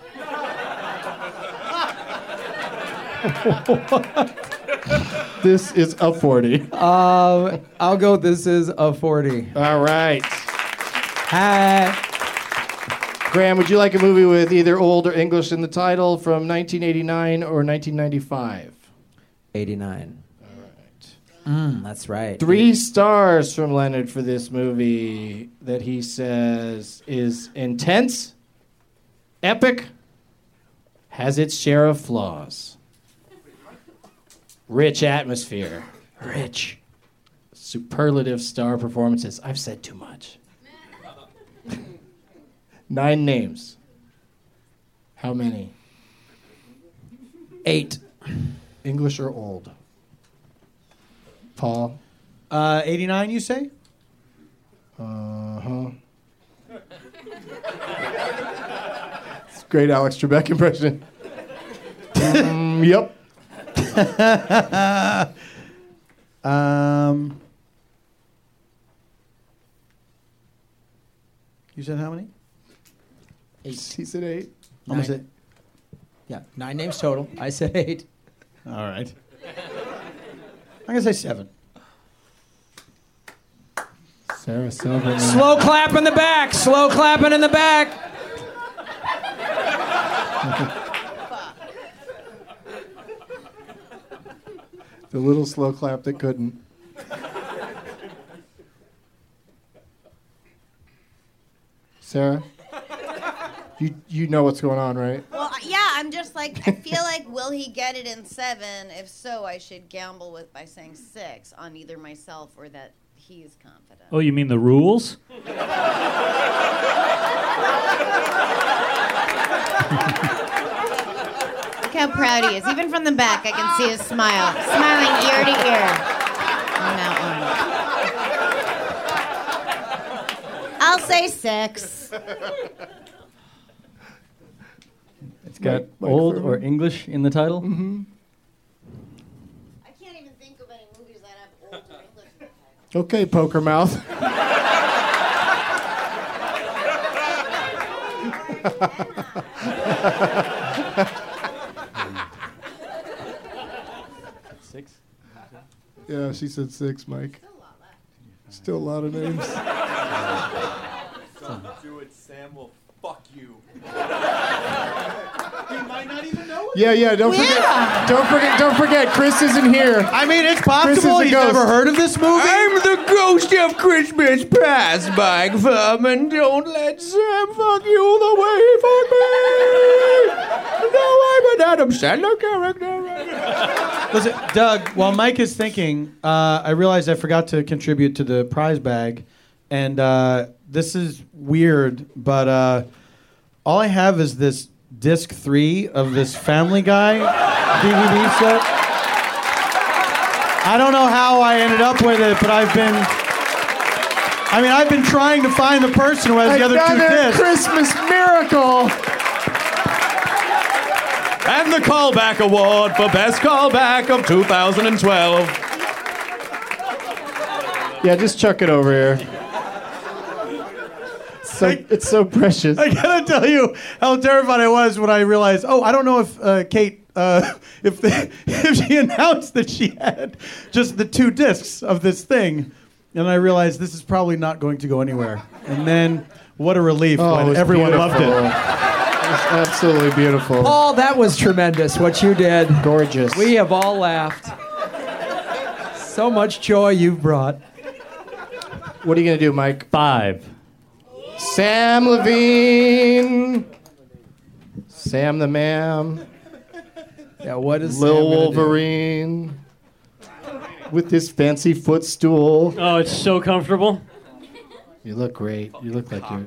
Speaker 3: this is a 40.
Speaker 26: Um, I'll go. This is a 40.
Speaker 3: All right.
Speaker 26: Hi.
Speaker 3: Graham, would you like a movie with either old or English in the title from 1989 or 1995?
Speaker 26: 89. All right. Mm, that's right.
Speaker 3: Three stars from Leonard for this movie that he says is intense, epic, has its share of flaws, rich atmosphere, rich, superlative star performances. I've said too much. Nine names. How many?
Speaker 26: Eight.
Speaker 3: English or old? Paul.
Speaker 22: Uh, 89, you say?
Speaker 3: Uh huh. Great Alex Trebek impression. Mm, yep.
Speaker 22: um, you said how many?
Speaker 3: Eight. He said eight.
Speaker 22: Almost
Speaker 26: Nine.
Speaker 22: it.
Speaker 26: Yeah, nine names total. I said eight.
Speaker 22: All right. I'm going to say seven.
Speaker 3: Sarah Silverman.
Speaker 26: Slow clap in the back. Slow clapping in the back.
Speaker 3: The little slow clap that couldn't. Sarah, you you know what's going on, right?
Speaker 21: Well, I- yeah, I'm just like, I feel like, will he get it in seven? If so, I should gamble with by saying six on either myself or that he's confident.
Speaker 4: Oh, you mean the rules?
Speaker 21: Look how proud he is. Even from the back, I can see his smile, smiling ear to ear on that one. I'll say six.
Speaker 17: It's got old or English in the title. Mm-hmm.
Speaker 3: Okay, poker mouth.
Speaker 17: Six.
Speaker 3: yeah, she said six, Mike. Still a lot of names.
Speaker 1: Don't do it, Sam will fuck you. you might not even know
Speaker 3: Yeah, yeah. Don't forget. Don't forget. Don't forget. Chris isn't here.
Speaker 22: I mean, it's
Speaker 3: Chris is
Speaker 22: possible
Speaker 3: a
Speaker 22: he's
Speaker 3: ghost.
Speaker 22: never heard of this movie.
Speaker 7: I'm the ghost of Christmas past, Mike Firm, and don't let Sam fuck you the way he fucked me. No, I'm an Adam Sandler character.
Speaker 22: Listen, Doug, while Mike is thinking, uh, I realized I forgot to contribute to the prize bag. And uh, this is weird, but uh, all I have is this disc three of this Family Guy DVD set. I don't know how I ended up with it, but I've been. I mean, I've been trying to find the person who has the other two
Speaker 3: Another
Speaker 22: discs.
Speaker 3: Christmas miracle.
Speaker 1: And the Callback Award for Best Callback of 2012.
Speaker 3: Yeah, just chuck it over here. So it's so precious.
Speaker 22: I gotta tell you how terrified I was when I realized, oh, I don't know if uh, Kate
Speaker 16: uh, if they, if she announced that she had just the two discs of this thing, and I realized this is probably not going to go anywhere. And then what a relief
Speaker 3: Oh, it
Speaker 16: when
Speaker 3: was
Speaker 16: everyone
Speaker 3: beautiful.
Speaker 16: loved it.
Speaker 3: absolutely beautiful.
Speaker 26: Paul, that was tremendous what you did.
Speaker 3: Gorgeous.
Speaker 26: We have all laughed. So much joy you've brought.
Speaker 3: What are you going to do, Mike?
Speaker 17: Five.
Speaker 3: Sam Levine. Sam the Mam.
Speaker 26: Yeah, what is
Speaker 3: Lil
Speaker 26: Sam gonna do?
Speaker 3: Wolverine with his fancy footstool?
Speaker 9: Oh, it's so comfortable.
Speaker 3: You look great. You look like you're.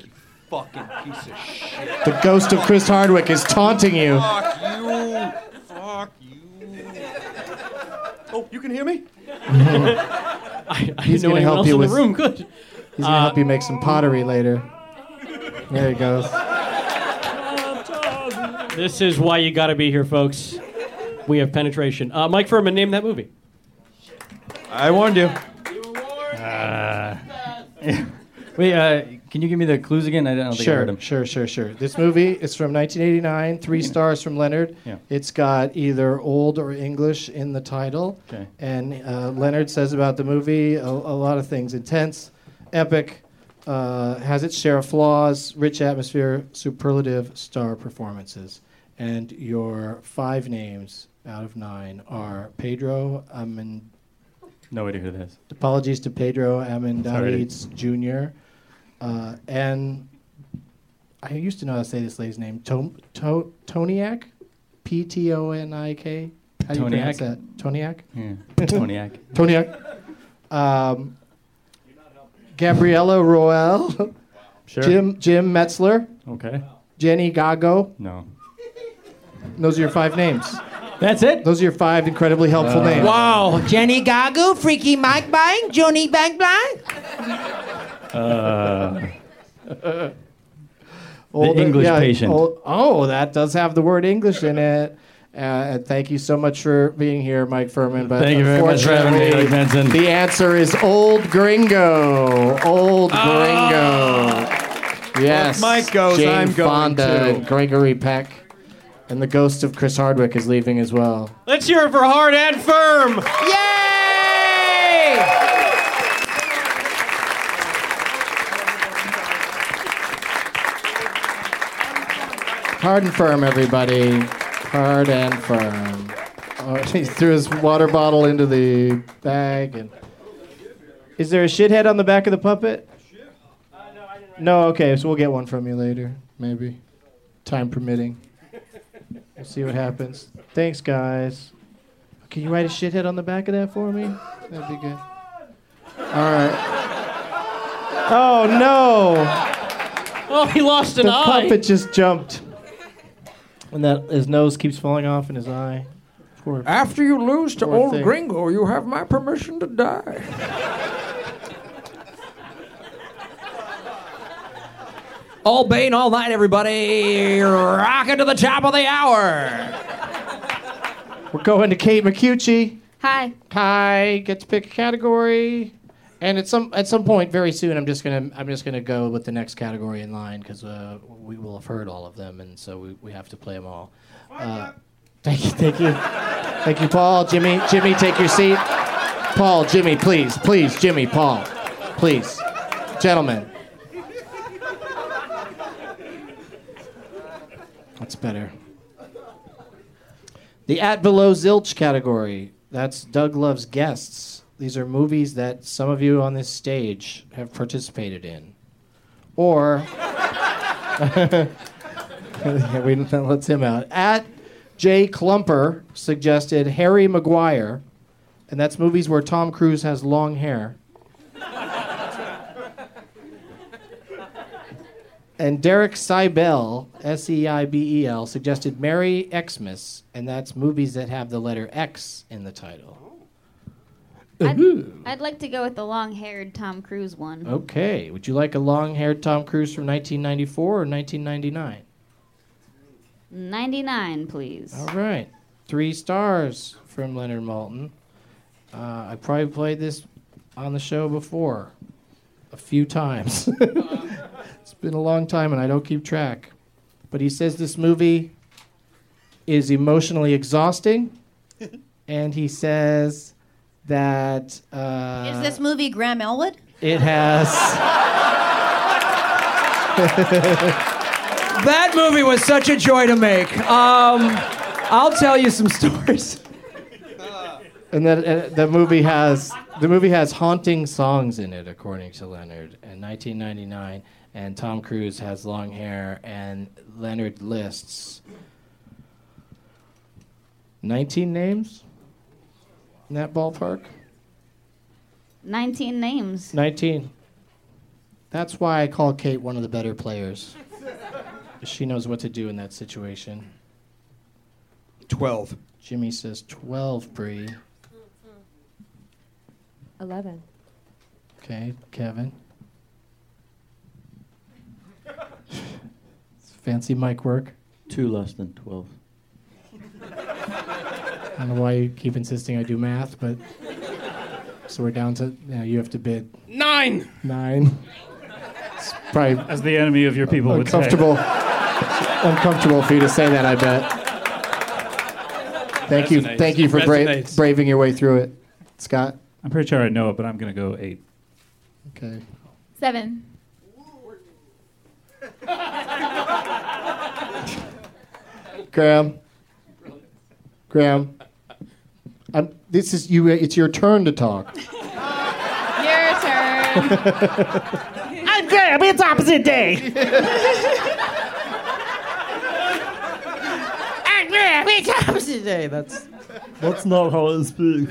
Speaker 9: Fucking piece of shit.
Speaker 3: The ghost of Chris Hardwick is taunting you.
Speaker 14: Fuck you. Fuck you. Oh, you can hear me?
Speaker 9: I, I know anyone else in the room. Good.
Speaker 3: He's gonna
Speaker 9: Uh,
Speaker 3: help you make some pottery later. There he goes.
Speaker 9: This is why you got to be here, folks. We have penetration. Uh, Mike Furman, name that movie.
Speaker 17: I warned you. Uh, wait, uh, can you give me the clues again? I don't think I
Speaker 3: Sure,
Speaker 17: heard them.
Speaker 3: sure, sure, sure. This movie is from 1989, three stars from Leonard.
Speaker 17: Yeah.
Speaker 3: It's got either old or English in the title.
Speaker 17: Okay.
Speaker 3: And uh, Leonard says about the movie a, a lot of things intense, epic, uh, has its share of flaws, rich atmosphere, superlative star performances. And your five names out of nine are Pedro Amen.
Speaker 17: No idea who that is.
Speaker 3: Apologies to Pedro Amendariz
Speaker 17: Sorry.
Speaker 3: Jr. Uh, and I used to know how to say this lady's name. Tom, to, Toniak? P T O N I K? How do you pronounce
Speaker 17: Toniak?
Speaker 3: that? Toniak?
Speaker 17: Yeah. Toniak.
Speaker 3: Toniak. Um, Gabriella Roel.
Speaker 17: Sure.
Speaker 3: Jim, Jim Metzler.
Speaker 17: Okay.
Speaker 3: Jenny Gago.
Speaker 17: No.
Speaker 3: Those are your five names.
Speaker 17: That's it? Uh,
Speaker 3: Those are your five incredibly helpful
Speaker 17: Wow.
Speaker 3: names.
Speaker 18: Wow. Jenny Gagu, Freaky Mike Bang, Johnny Bang Bang.
Speaker 17: Uh,
Speaker 3: the
Speaker 17: The English patient.
Speaker 3: Oh, oh, that does have the word English in it. Uh, and thank you so much for being here, Mike Furman. But
Speaker 17: Thank you very much for having me, Doug
Speaker 3: unfortunately,
Speaker 17: Benson.
Speaker 3: The answer is old gringo. Old
Speaker 17: Ah.
Speaker 3: gringo. Yes.
Speaker 14: If Mike goes,
Speaker 3: Jane
Speaker 14: I'm going
Speaker 3: Fonda
Speaker 14: too.
Speaker 3: and Gregory Peck. And the ghost of Chris Hardwick is leaving as well.
Speaker 9: Let's hear it for Hard and Firm. Yay!
Speaker 3: Hard and firm, everybody. Hard and firm. Oh, he threw his water bottle into the bag. And is there a shithead on the back of the puppet? No. Okay. So we'll get one from you later, maybe, time permitting. We'll see what happens. Thanks, guys. Can you write a shithead on the back of that for me? That'd be good. All right. Oh no!
Speaker 9: Oh, he lost an
Speaker 3: the
Speaker 9: eye.
Speaker 3: puppet just jumped. And that his nose keeps falling off in his eye. Poor-
Speaker 26: After you lose to
Speaker 3: Poor
Speaker 26: old
Speaker 3: thing.
Speaker 26: Gringo, you have my permission to die. all Bane, all night, everybody. Rocket to the top of the hour.
Speaker 3: We're going to Kate McCucci.
Speaker 18: Hi.
Speaker 3: Hi. Get to pick a category. And at some at some point very soon, I'm just gonna I'm just gonna go with the next category in line because uh, we will have heard all of them, and so we, we have to play them all. Uh, thank you, thank you, thank you, Paul, Jimmy, Jimmy, take your seat. Paul, Jimmy, please, please, Jimmy, Paul, please, gentlemen. That's better. The at below zilch category. That's Doug Love's guests. These are movies that some of you on this stage have participated in, or yeah, we that lets him out. At Jay Clumper suggested Harry Maguire, and that's movies where Tom Cruise has long hair. And Derek Seibel, S E I B E L, suggested Merry Xmas, and that's movies that have the letter X in the title. Ooh.
Speaker 12: I'd like to go with the long-haired Tom Cruise one.
Speaker 3: Okay, would you like a long haired Tom Cruise from 1994 or 1999?
Speaker 12: 99, please.
Speaker 3: All right. Three stars from Leonard Malton. Uh, I probably played this on the show before a few times. it's been a long time and I don't keep track. But he says this movie is emotionally exhausting. and he says that uh,
Speaker 21: Is this movie Graham Elwood?
Speaker 3: it has.
Speaker 28: That movie was such a joy to make. Um, I'll tell you some stories.
Speaker 3: and that uh, the movie has the movie has haunting songs in it, according to Leonard. In 1999, and Tom Cruise has long hair, and Leonard lists 19 names in that ballpark.
Speaker 12: 19 names.
Speaker 3: 19. That's why I call Kate one of the better players. She knows what to do in that situation.
Speaker 29: 12.
Speaker 3: Jimmy says 12, Bree.
Speaker 8: 11.
Speaker 3: Okay, Kevin. Fancy mic work.
Speaker 30: Two less than 12.
Speaker 3: I don't know why you keep insisting I do math, but so we're down to you, know, you have to bid
Speaker 31: Nine.
Speaker 3: nine. It's probably
Speaker 4: As the enemy of your people would say.
Speaker 3: uncomfortable, uncomfortable for you to say that. I bet. Thank you,
Speaker 4: Resonates.
Speaker 3: thank you for bra-
Speaker 4: Resonates.
Speaker 3: braving your way through it, Scott.
Speaker 4: I'm pretty sure I know it, but I'm going to go eight.
Speaker 3: Okay.
Speaker 10: Seven.
Speaker 3: Graham. Graham. I'm, this is you. It's your turn to talk.
Speaker 10: Your turn.
Speaker 2: I'm Graham. It's opposite day. I'm Graham. It's opposite day.
Speaker 5: That's
Speaker 30: That's not how I speak.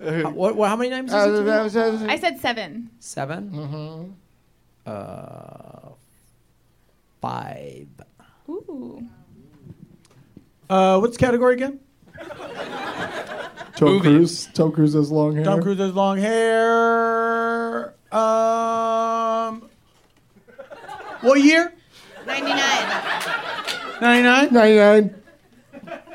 Speaker 5: what, what? Um, How many names? Is
Speaker 3: Uh,
Speaker 5: it to
Speaker 3: that
Speaker 5: me?
Speaker 3: was- that was-
Speaker 10: I said seven.
Speaker 5: 7
Speaker 3: Mm-hmm.
Speaker 5: Uh, five.
Speaker 10: Ooh.
Speaker 22: Uh, what's the category again?
Speaker 3: Tom Cruise. Tom Cruise has long hair.
Speaker 22: Tom Cruise has long hair. Um, what year?
Speaker 21: 99.
Speaker 22: 99?
Speaker 3: 99.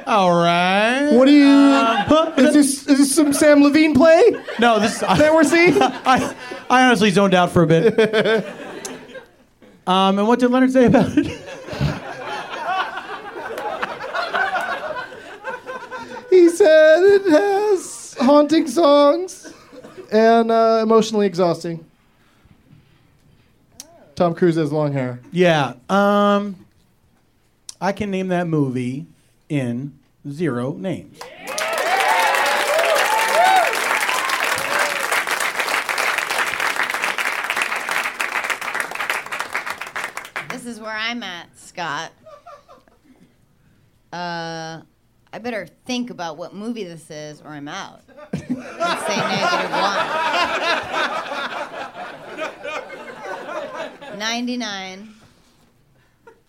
Speaker 22: All right. Uh,
Speaker 3: What do you? is this is this some Sam Levine play?
Speaker 22: No, this
Speaker 3: that we're seeing.
Speaker 22: I, I honestly zoned out for a bit. um, and what did Leonard say about it?
Speaker 3: He said it has haunting songs and uh, emotionally exhausting. Tom Cruise has long hair.
Speaker 22: yeah. Um, I can name that movie in zero names.
Speaker 21: This is where I'm at, Scott. Uh, I better think about what movie this is, or I'm out. Let's say negative one. Ninety-nine.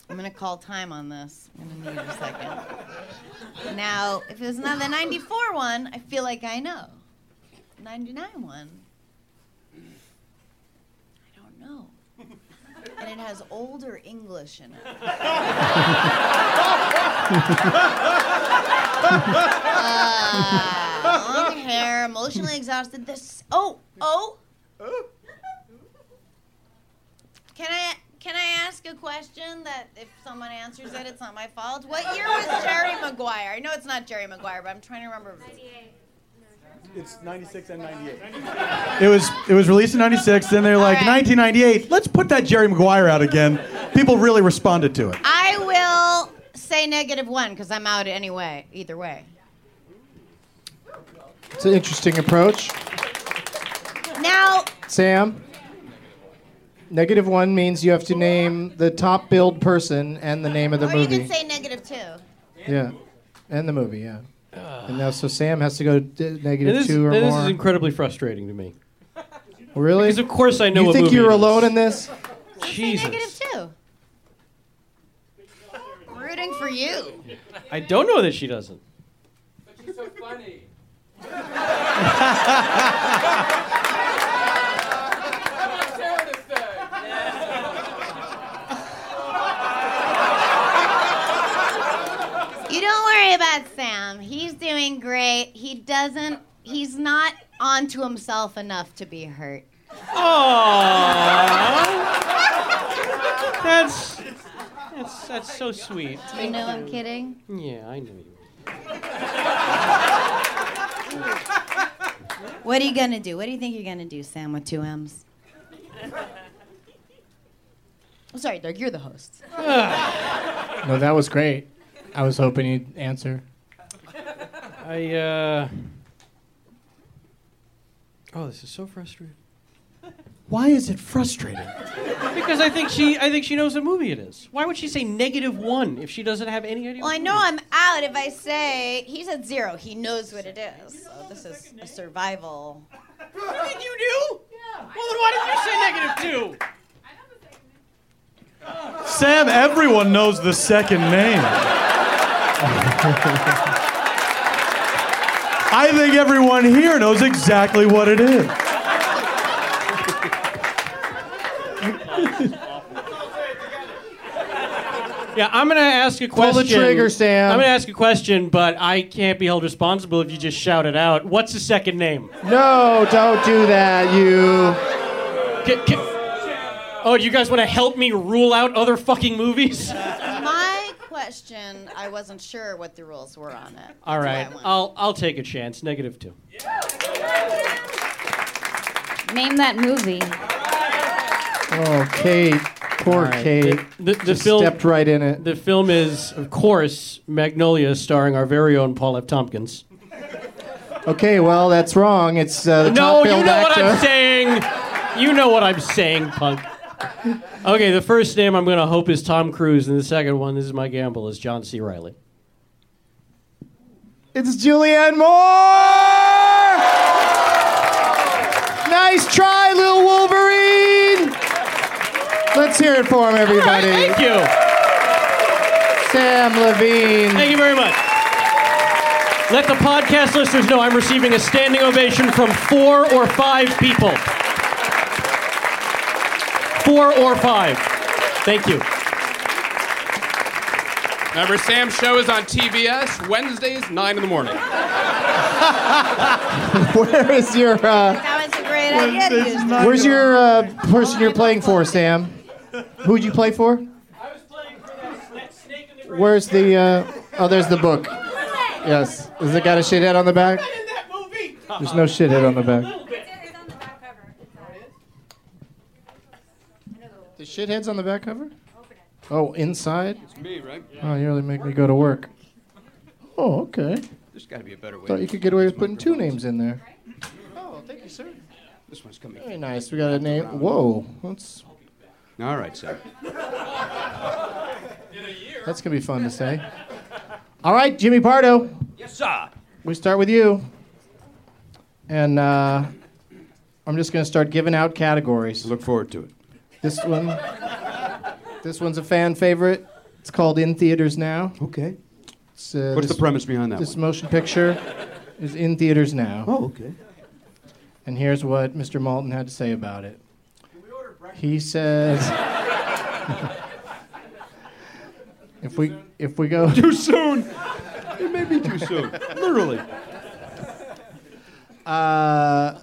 Speaker 21: I'm gonna call time on this. I'm gonna need a second. Now, if it's not the ninety-four one, I feel like I know. Ninety-nine one. I don't know. And it has older English in Uh, it. Uh, long hair, emotionally exhausted. This. Oh, oh. Can I can I ask a question that if someone answers it, it's not my fault? What year was Jerry Maguire? I know it's not Jerry Maguire, but I'm trying to remember.
Speaker 22: It's 96 and 98. It was it was released in '96. Then they're like 1998. Let's put that Jerry Maguire out again. People really responded to it.
Speaker 21: I will say negative one because I'm out anyway. Either way.
Speaker 3: It's an interesting approach.
Speaker 21: Now,
Speaker 3: Sam, negative one means you have to name the top billed person and the name of the
Speaker 21: or
Speaker 3: movie.
Speaker 21: Oh, you can say negative two.
Speaker 3: yeah, and the movie. Yeah. and now, so Sam has to go d- negative
Speaker 9: this,
Speaker 3: two or
Speaker 9: this
Speaker 3: more.
Speaker 9: is incredibly frustrating to me.
Speaker 3: really?
Speaker 9: Because of course I know
Speaker 3: You
Speaker 9: what
Speaker 3: think
Speaker 9: movie
Speaker 3: you're
Speaker 9: it is.
Speaker 3: alone in this?
Speaker 21: Negative two. Rooting for you.
Speaker 9: I don't know that she doesn't.
Speaker 31: She's so funny.
Speaker 21: You don't worry about Sam. He's doing great. He doesn't. He's not onto himself enough to be hurt.
Speaker 9: Oh, that's that's That's so sweet.
Speaker 21: You know I'm kidding.
Speaker 9: Yeah, I know you.
Speaker 21: What are you gonna do? What do you think you're gonna do, Sam, with two M's? I'm sorry, Doug. You're the host.
Speaker 3: No, that was great. I was hoping you'd answer.
Speaker 9: I uh. Oh, this is so frustrating.
Speaker 16: Why is it frustrating?
Speaker 9: Because I think she, I think she knows what movie it is. Why would she say negative one if she doesn't have any idea?
Speaker 21: Well, I know I'm out if I say he said zero. He knows what it is. So this is a survival.
Speaker 9: think you do? Yeah. Well, then why did you say negative two?
Speaker 16: Sam, everyone knows the second name. I think everyone here knows exactly what it is.
Speaker 9: Yeah, I'm gonna ask a
Speaker 3: Pull
Speaker 9: question.
Speaker 3: the trigger, Sam.
Speaker 9: I'm gonna ask a question, but I can't be held responsible if you just shout it out. What's the second name?
Speaker 3: No, don't do that, you.
Speaker 9: Ca- ca- oh, do you guys want to help me rule out other fucking movies?
Speaker 21: My question, I wasn't sure what the rules were on it.
Speaker 9: All right, I'll I'll take a chance. Negative two.
Speaker 12: Name that movie.
Speaker 3: Oh, Kate. Poor
Speaker 9: All right,
Speaker 3: Kate.
Speaker 9: The, the, the
Speaker 3: Just
Speaker 9: film
Speaker 3: stepped right in it.
Speaker 9: The film is, of course, Magnolia, starring our very own Paul F. Tompkins.
Speaker 3: Okay, well, that's wrong. It's uh, the
Speaker 9: no,
Speaker 3: top
Speaker 9: you
Speaker 3: billed
Speaker 9: know what
Speaker 3: actor.
Speaker 9: I'm saying. You know what I'm saying, punk. Okay, the first name I'm gonna hope is Tom Cruise, and the second one, this is my gamble, is John C. Riley.
Speaker 3: It's Julianne Moore! Nice try, little Wolverine! Let's hear it for him, everybody.
Speaker 9: Thank you.
Speaker 3: Sam Levine.
Speaker 9: Thank you very much. Let the podcast listeners know I'm receiving a standing ovation from four or five people. Four or five. Thank you.
Speaker 11: Remember, Sam's show is on TBS Wednesdays, 9 in the morning.
Speaker 3: Where is your uh,
Speaker 21: That was a great idea to use. this.
Speaker 3: Where's your uh, person you're playing for, Sam? Who'd you play for? Where's the uh, oh? There's the book. Yes. Is it got a shithead on the back? There's no shithead on the back. The shithead's on the back cover. Oh, inside.
Speaker 1: It's me, right?
Speaker 3: Oh, you really make me go to work. Oh, okay.
Speaker 14: There's got to be a better way.
Speaker 3: Thought you could get away with putting two names in there.
Speaker 14: Oh, thank you, sir. This one's coming.
Speaker 3: Very nice. We got a name. Whoa, that's
Speaker 14: All right, sir.
Speaker 3: that's gonna be fun to say. All right, Jimmy Pardo.
Speaker 15: Yes, sir.
Speaker 3: We start with you. And uh, I'm just going to start giving out categories.
Speaker 14: Look forward to it.
Speaker 3: This one. This one's a fan favorite. It's called In Theaters Now.
Speaker 14: Okay.
Speaker 3: It's, uh,
Speaker 14: What's
Speaker 3: this-
Speaker 14: the premise behind that
Speaker 3: This
Speaker 14: one?
Speaker 3: motion picture is in theaters now.
Speaker 14: Oh, okay.
Speaker 3: And here's what Mr. Malton had to say about it. He says, "If we if we go
Speaker 14: Too soon. It may be too soon. Literally.
Speaker 3: Uh,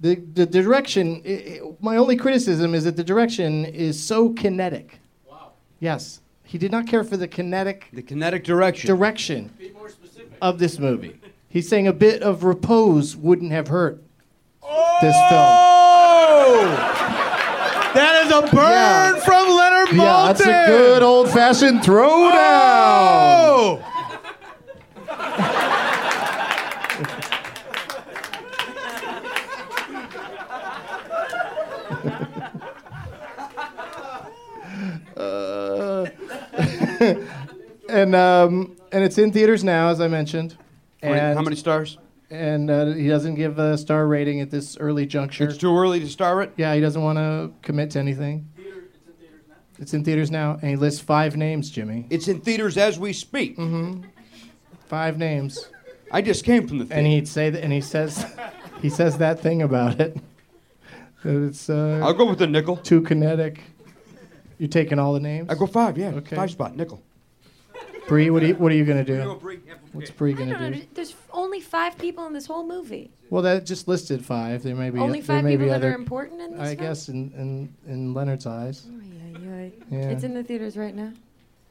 Speaker 3: the the direction. i i my only criticism is that the direction is so kinetic. Wow. Yes, he did not care for the kinetic.
Speaker 14: The kinetic direction.
Speaker 3: Direction. Of this movie, he's saying a bit of repose wouldn't have hurt this film.
Speaker 14: Oh!
Speaker 16: That is a burn from Leonard Maltin.
Speaker 3: Yeah, that's a good old-fashioned throwdown.
Speaker 16: Oh!
Speaker 3: Uh, and um, and it's in theaters now, as I mentioned.
Speaker 14: How many-
Speaker 3: And-
Speaker 14: how many stars?
Speaker 3: And uh, he doesn't give a star rating at this early juncture. It's
Speaker 14: too early to star it.
Speaker 3: Yeah, he doesn't want to commit to anything. It's in theaters now, and he lists five names, Jimmy.
Speaker 14: It's in theaters as we speak.
Speaker 3: Mm-hmm. Five names.
Speaker 14: I just came from the
Speaker 3: And he'd say that, and he says, he says that thing about it. That it's. Uh,
Speaker 14: I'll go with the nickel.
Speaker 3: Too kinetic. You taking all the names? I
Speaker 14: go five, yeah.
Speaker 3: Okay.
Speaker 14: Five spot, nickel.
Speaker 3: Bree, what are you, what are you gonna do?
Speaker 14: Go, Bree.
Speaker 3: What's Bree
Speaker 8: I
Speaker 3: gonna
Speaker 8: don't
Speaker 3: do?
Speaker 8: know. There's f- only five people in this whole movie.
Speaker 3: Well, that just listed five. There may be
Speaker 8: Only
Speaker 3: there
Speaker 8: five
Speaker 3: may
Speaker 8: people
Speaker 3: be
Speaker 8: that
Speaker 3: other,
Speaker 8: are important in this
Speaker 3: I
Speaker 8: film?
Speaker 3: guess in, in in Leonard's eyes.
Speaker 8: Ay, ay, ay.
Speaker 3: Yeah. Mm-hmm.
Speaker 8: It's in the theaters right now.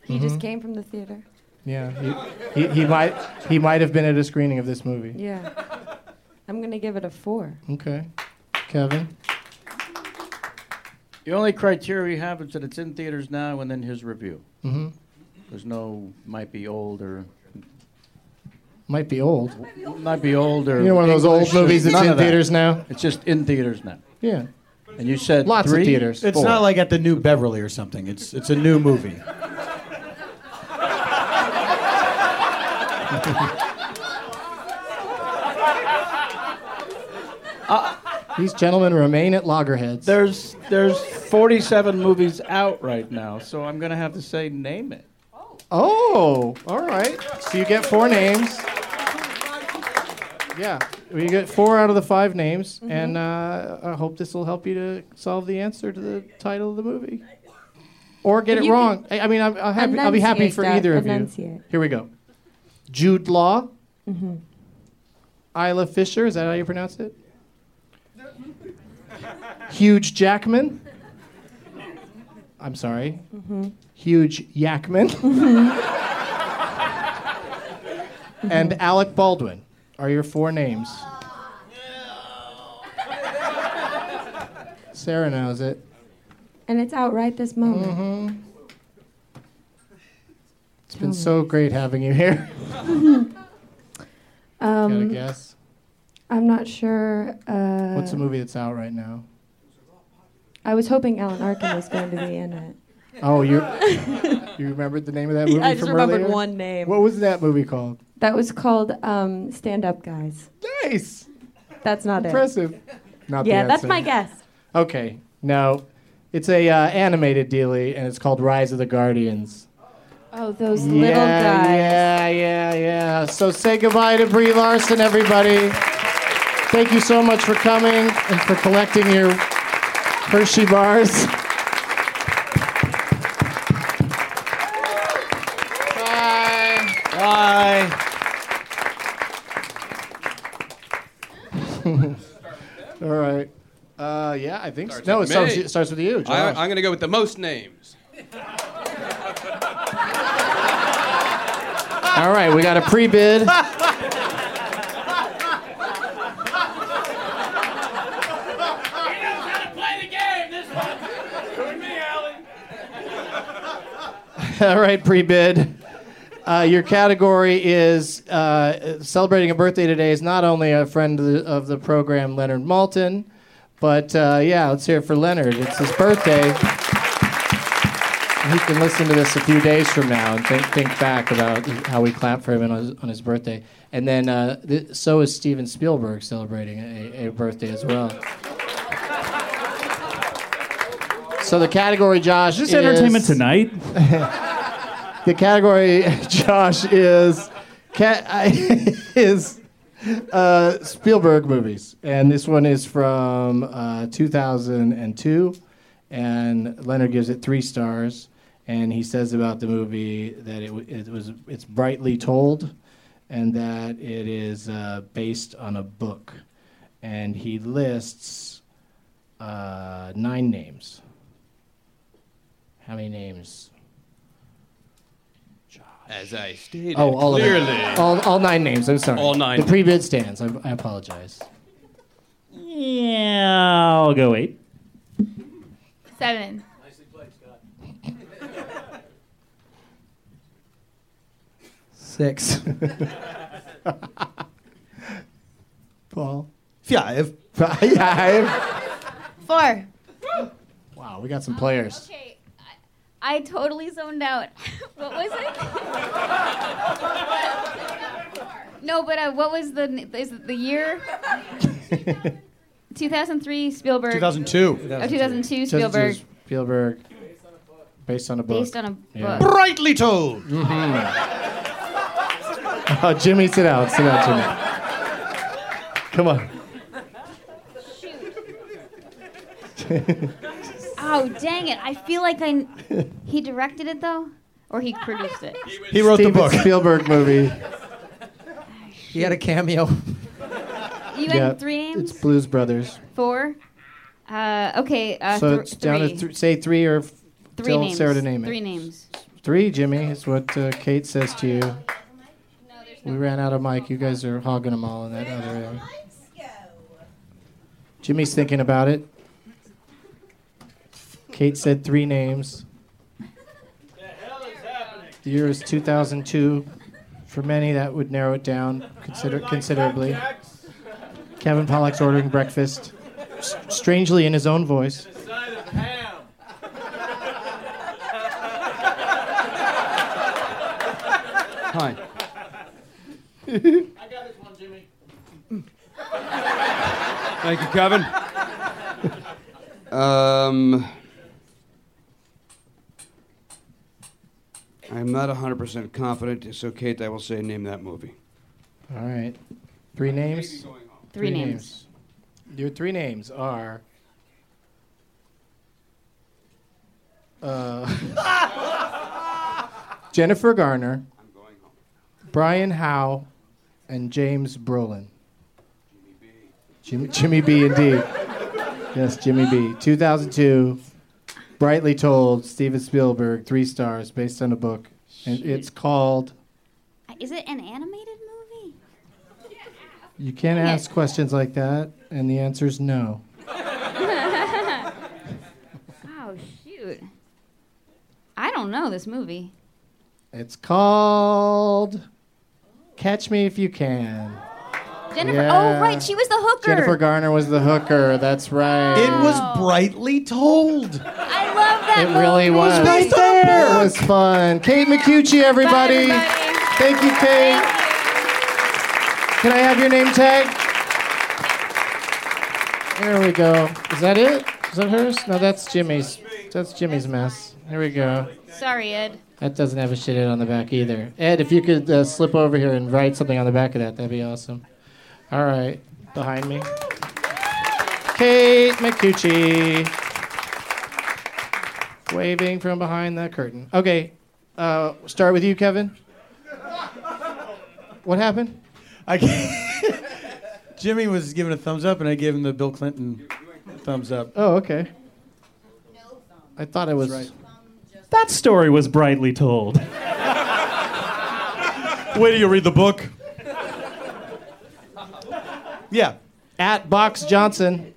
Speaker 8: He just came from the theater.
Speaker 3: Yeah, he, he, he might he might have been at a screening of this movie.
Speaker 8: Yeah. I'm going to give it a four.
Speaker 3: Okay, Kevin.
Speaker 15: The only criteria we have is that it's in theaters now and then his review.
Speaker 3: Mhm.
Speaker 15: There's no might be old or
Speaker 3: Might be old.
Speaker 15: might be old or
Speaker 3: You know, one of those old
Speaker 15: English,
Speaker 3: movies that's
Speaker 15: none
Speaker 3: in
Speaker 15: of that.
Speaker 3: theaters now?
Speaker 15: It's just in theaters now.
Speaker 3: Yeah.
Speaker 15: And you said
Speaker 16: Lots
Speaker 3: of
Speaker 15: three?
Speaker 3: theaters.
Speaker 16: It's not like at the new Beverly or something. It's it's a new movie.
Speaker 8: Uh,
Speaker 3: These gentlemen remain at loggerheads.
Speaker 15: There's there's 47 movies out right now, so I'm gonna have to say name it.
Speaker 3: Oh, all right. So you get four names. Yeah, we get four out of the five names, and uh, I hope this will help you to solve the answer to the title of the movie, or get it
Speaker 8: You
Speaker 3: wrong. I, I mean, I'm, I'm happy, I'll be happy
Speaker 8: Enunciate,
Speaker 3: for
Speaker 8: Doc,
Speaker 3: either of
Speaker 8: enunciate.
Speaker 3: you. Here we go. Jude Law,
Speaker 8: Mm-hmm.
Speaker 3: Isla Fisher. Is that how you pronounce it? Huge Jackman. I'm sorry.
Speaker 8: Mm-hmm.
Speaker 3: Huge Yakman. and Alec Baldwin are your four names. Sarah knows it.
Speaker 8: And it's out right this moment.
Speaker 3: It's been so great having you here. Got a
Speaker 8: um,
Speaker 3: Mm-hmm. guess?
Speaker 8: I'm not sure. Uh,
Speaker 3: What's the movie that's out right now?
Speaker 8: I was hoping Alan Arkin was going to be in it.
Speaker 3: Oh, you you remembered the name of that movie
Speaker 8: I just
Speaker 3: from
Speaker 8: remembered
Speaker 3: earlier?
Speaker 8: one name.
Speaker 3: What was that movie called?
Speaker 8: That was called um, Stand Up Guys.
Speaker 3: Nice.
Speaker 8: That's not
Speaker 3: Impressive.
Speaker 8: it.
Speaker 3: Not the
Speaker 8: yeah, that's
Speaker 3: answer.
Speaker 8: my guess.
Speaker 3: Okay. No, it's a uh, animated dealy, and it's called Rise of the Guardians.
Speaker 8: Oh, those
Speaker 3: yeah,
Speaker 8: little guys.
Speaker 3: Yeah, yeah, yeah. So say goodbye to Brie Larson, everybody. Thank you so much for coming and for collecting your Hershey bars.
Speaker 7: Bye.
Speaker 3: All right. Uh, yeah, I think
Speaker 11: Starts
Speaker 3: so. No, it
Speaker 11: with
Speaker 3: starts,
Speaker 11: me.
Speaker 3: it starts with you.
Speaker 11: I,
Speaker 3: Josh.
Speaker 11: I'm going to go with the most names.
Speaker 3: All right, we got a pre bid. All right, pre bid. Uh, your category is uh, celebrating a birthday today is not only a friend of the, of the program, Leonard Malton, but uh, yeah, let's hear it for Leonard. It's his birthday. He can listen to this a few days from now and think, think back about how we clapped for him on his, on his birthday. And then, uh, th- so is Steven Spielberg celebrating a, a birthday as well. So the category, Josh,
Speaker 4: Is this Entertainment Tonight?
Speaker 3: the category, Josh, is cat is uh, Spielberg movies, and this one is from uh, 2002, and Leonard gives it three stars, and he says about the movie that it, w- it was it's brightly told, and that it is uh, based on a book, and he lists uh, nine names. How many names?
Speaker 11: As I stated
Speaker 3: Oh, all of
Speaker 11: clearly.
Speaker 3: them. All, all nine names. I'm sorry.
Speaker 11: All nine.
Speaker 3: The pre-bid stands. I, I apologize.
Speaker 17: Yeah, I'll go eight.
Speaker 10: Seven.
Speaker 5: Six.
Speaker 3: Paul.
Speaker 22: Five.
Speaker 3: Five.
Speaker 12: Four.
Speaker 3: wow, we got some players.
Speaker 12: Okay, I, I totally zoned out. what was it? no, but uh, what was the n- is it the year? 2003 Spielberg.
Speaker 3: 2002.
Speaker 12: Oh, 2002 Spielberg.
Speaker 3: Spielberg. Based on a book.
Speaker 12: Based on a
Speaker 3: Yeah.
Speaker 12: book.
Speaker 22: Brightly told.
Speaker 3: Oh, Jimmy, sit down. Sit down, Jimmy. Come on.
Speaker 12: Oh dang it! I feel like I. kn- He directed it though, or he produced it.
Speaker 3: He wrote
Speaker 22: the
Speaker 3: book. Spielberg movie.
Speaker 5: He had a cameo.
Speaker 12: You
Speaker 3: Yeah,
Speaker 12: had three
Speaker 3: It's
Speaker 12: names.
Speaker 3: Blues Brothers.
Speaker 12: Four. Uh, okay. Uh,
Speaker 3: so
Speaker 12: thr-
Speaker 3: it's down
Speaker 12: three.
Speaker 3: to th- say three or f-
Speaker 12: Three
Speaker 3: tell
Speaker 12: names.
Speaker 3: Sarah to name it.
Speaker 12: Three names.
Speaker 3: Three, Jimmy, is what uh, Kate says to you. We ran out of mic. You guys are hogging them all in that other end. Jimmy's thinking about it. Kate said three names. The year is 2002. For many, that would narrow it down consider- considerably. Kevin Pollak's ordering breakfast, s- strangely in his own voice.
Speaker 14: Hi.
Speaker 9: I got this one, Jimmy.
Speaker 14: Thank you, Kevin. Um, I'm not 100% confident. It's okay. I will say, name that movie.
Speaker 3: All right. Three names?
Speaker 12: Three names.
Speaker 3: names. Your three names are. Uh, Jennifer Garner, Brian Howe, and James Brolin. Jimmy, Jimmy B, indeed. yes, Jimmy B. 2002, brightly told, Steven Spielberg, three stars, based on a book. And it's called
Speaker 12: Is it an animated movie?
Speaker 3: You can't ask questions like that, and the answer is no.
Speaker 12: oh shoot! I don't know this movie.
Speaker 3: It's called Catch Me If You Can.
Speaker 12: Jennifer.
Speaker 3: Yeah.
Speaker 12: Oh right, she was the hooker.
Speaker 3: Jennifer Garner was the hooker. That's right.
Speaker 22: It was brightly told.
Speaker 12: I love that
Speaker 3: It really was.
Speaker 22: was right there.
Speaker 3: It was fun. Kate McCucci, everybody. Thank you, Kate. Can I have your name tag? There we go. Is that it? Is that hers? No, that's Jimmy's. That's Jimmy's mess. Here we go.
Speaker 12: Sorry, Ed.
Speaker 3: That doesn't have a shit in on the back either. Ed, if you could uh, slip over here and write something on the back of that, that'd be awesome. All right, behind me. Kate McCucci. Waving from behind the curtain. Okay, uh, start with you, Kevin. What happened?
Speaker 16: I can't- Jimmy was giving a thumbs up, and I gave him the Bill Clinton thumbs up.
Speaker 3: Oh, okay. I thought I was.
Speaker 27: That story was brightly told.
Speaker 22: Wait till you read the book.
Speaker 3: Yeah. At Box Johnson,